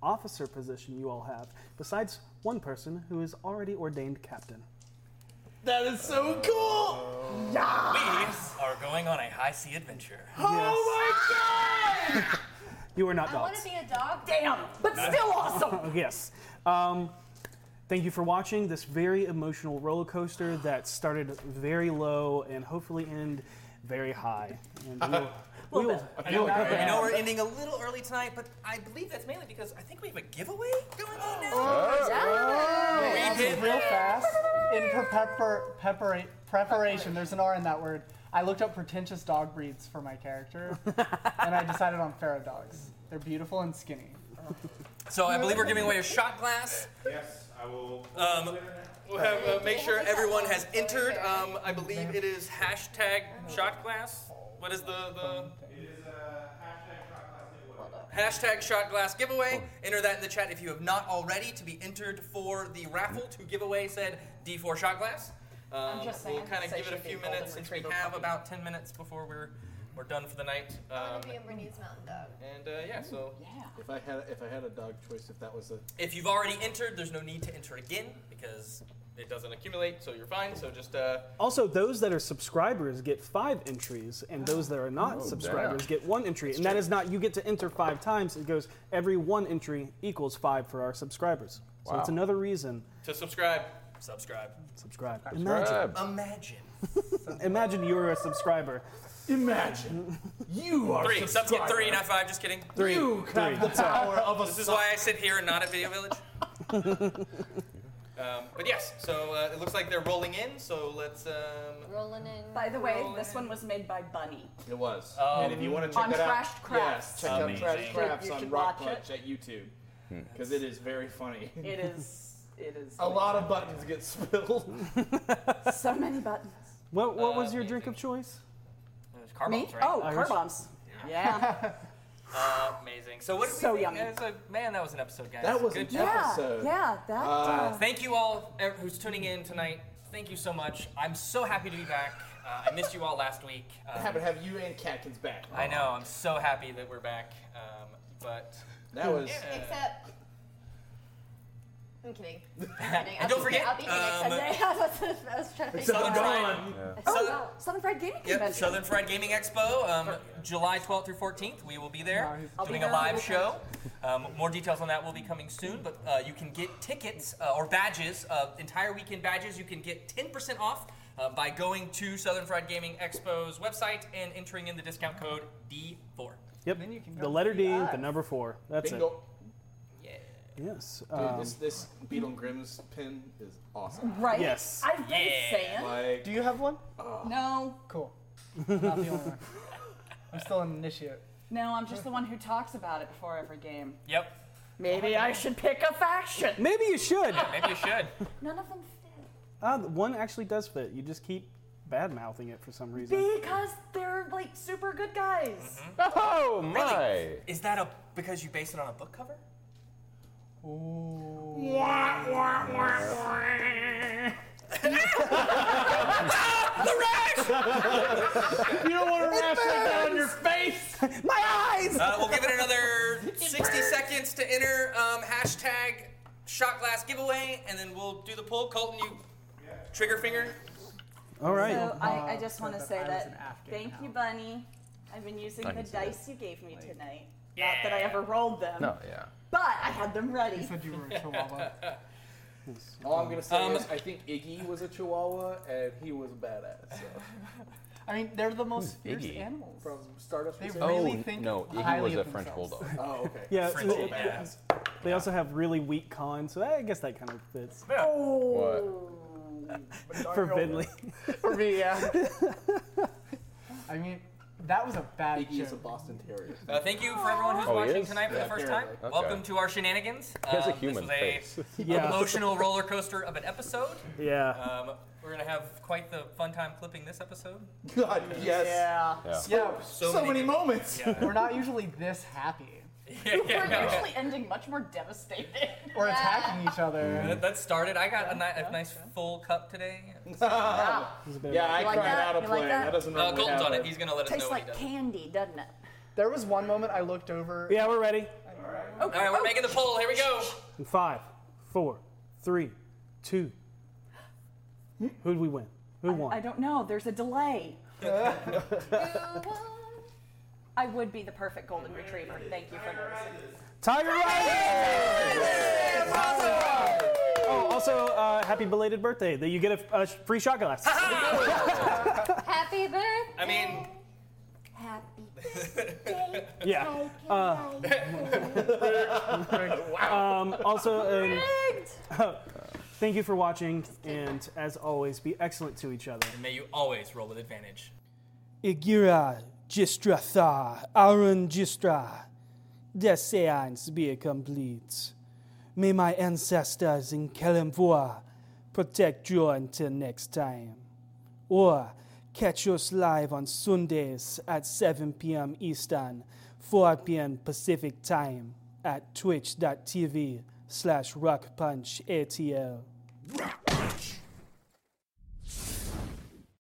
officer position you all have. Besides one person who is already ordained captain. That is so cool! We are going on a high sea adventure. Oh, Ah! You are not I want dogs. to be a dog. Damn, but still awesome. yes. Um, thank you for watching this very emotional roller coaster that started very low and hopefully end very high. And we will, we will- I know, I know we're ending a little early tonight, but I believe that's mainly because I think we have a giveaway going on now. Oh, Oh. Wait, We also, did real fast. In pre- pepper, pepper, preparation, there's an R in that word. I looked up pretentious dog breeds for my character, and I decided on feral dogs. They're beautiful and skinny. So I believe we're giving away a shot glass. Yes, I will. Um, we'll have, uh, make sure everyone has entered. Um, I believe it is hashtag shot glass. What is the, the hashtag shot glass giveaway? Enter that in the chat if you have not already to be entered for the raffle to give away said D4 shot glass. Um, I'm just we'll saying, kind of say give it a she'd be few a golden minutes since we retriever have puppy. about 10 minutes before we're we're done for the night. Um, Be a Bernese Mountain Dog. and uh, yeah, so If I had if I had a dog choice, if that was a If you've already entered, there's no need to enter again because it doesn't accumulate, so you're fine. So just uh, Also, those that are subscribers get five entries, and those that are not Oh, subscribers damn. get one entry. and that is not, you get to enter five times. It goes every one entry equals five for our subscribers. So Wow. it's another reason. to subscribe, subscribe, subscribe. Subscribe. Imagine. um, Imagine. Imagine you're a subscriber. Imagine. You three. Subs get three, not five. Just kidding. Three. You Three. have the power of a. This is why I sit here and not at Video Village. Um, but yes, so uh, it looks like they're rolling in. So let's. Um, Rolling in. By the way, this one was made by Bunny. It was. Um, and if you want to check on that out, Trashed Crafts. yes, check Amazing. out Trash Crafts You on should Rock watch it. Punch at YouTube Hmm. because it is very funny. It is. It is. A lot of buttons get spilled. so many buttons. What Uh, What Uh, was your drink of choice? It was car Me? bombs, right? Oh, car bombs. Yeah. Uh, amazing. So what? Did So we yummy. think? That was a- man, that was an episode, guys. That was Good an job. episode. Yeah, yeah, that, uh, thank you all ev- who's tuning in tonight. Thank you so much. I'm so happy to be back. Uh, I missed you all last week. Um, Happy to have you and Catkins back. I know. I'm so happy that we're back. Um, but That was- uh, Except. I'm kidding. and don't forget. I'll be here next um, Sunday. I was, I was trying to figure Southern it out. Fried. Oh, Southern Fried Gaming Yep, Convention. Southern Fried Gaming Expo, um, July 12th through 14th. We will be there I'll be doing there. a live show. Um, more details on that will be coming soon, but uh, you can get tickets uh, or badges, uh, entire weekend badges. You can get 10% off uh, by going to Southern Fried Gaming Expo's website and entering in the discount code D4. Yep. the letter D, the number four. That's Bingo. it. Yes. Dude, um, this this Beetle and Grimm's pin is awesome. Right? Yes. I've been saying. Like, Do you have one? No, Cool. Not the only one. I'm still an initiate. no, I'm just the one who talks about it before every game. Yep. Maybe I should pick a faction. Maybe you should. Maybe you should. None of them Uh, the one actually does fit. You just keep bad mouthing it for some reason. because they're like super good guys. Oh Mm-hmm. Really? Is that a because you base it on a book cover? you don't want to rash that down your face. My eyes. Uh, we'll give it another 60 seconds to enter um, hashtag shot glass giveaway, and then we'll do the poll. Colton, you trigger finger. All right. Oh, So I, I Uh, just want to that say I was an that Afghan thank you, Bunny. I've been using I the can see that. dice you gave me tonight. Not that I ever rolled them. No, yeah. But I had them ready. You said you were a chihuahua. All I'm gonna say Um, is I think Iggy was a Chihuahua and he was a badass. So. I mean, they're the most Who's fierce Iggy? animals. From Stardust. They Resistance? really think highly of themselves. Oh, okay. Yeah. so they- They also have really weak cons, so I guess that kind of fits. Oh. For Finley. For me, yeah. I mean, that was a bad Iggy is a joke. Boston Terrier. Uh, thank you for everyone who's Oh, he watching is? tonight for Yeah, the first time. apparently. Okay. Welcome to our shenanigans. He has a Um, human this was a face. Yeah. emotional roller coaster of an episode. Yeah. Um, we're gonna have quite the fun time clipping this episode. God, yes. Yeah. Yeah. Yeah, So many good- Yeah. We're not usually this happy. We're Yeah. usually ending much more devastated. Or attacking each other. That, that started. I got a, ni- a nice full cup today. Yeah. Yeah, I You like cried that? out of You like play. that? That doesn't Uh, normally Colton's on happen. it. He's gonna let us know. what he does. candy, doesn't it? There was one moment I looked over. Yeah, we're ready. All right, Oh. we're making the poll. Here we go. In five, four, three, two. Who did we win? Who won? I don't know. There's a delay. I would be the perfect golden retriever. Thank you for noticing. Tiger Rising! Oh, also, uh, happy belated birthday! That you get a, a free shot glass. Happy birthday. I mean, Happy yeah. Uh, um, also, um, thank you for watching, and as always, be excellent to each other. may you always roll with advantage. Igira gistratha arun gistra. The seance be complete. May my ancestors in Kalimvua protect you until next time. Or catch us live on Sundays at 7 p.m. Eastern, 4 p.m. Pacific time at twitch.tv slash rockpunchatl.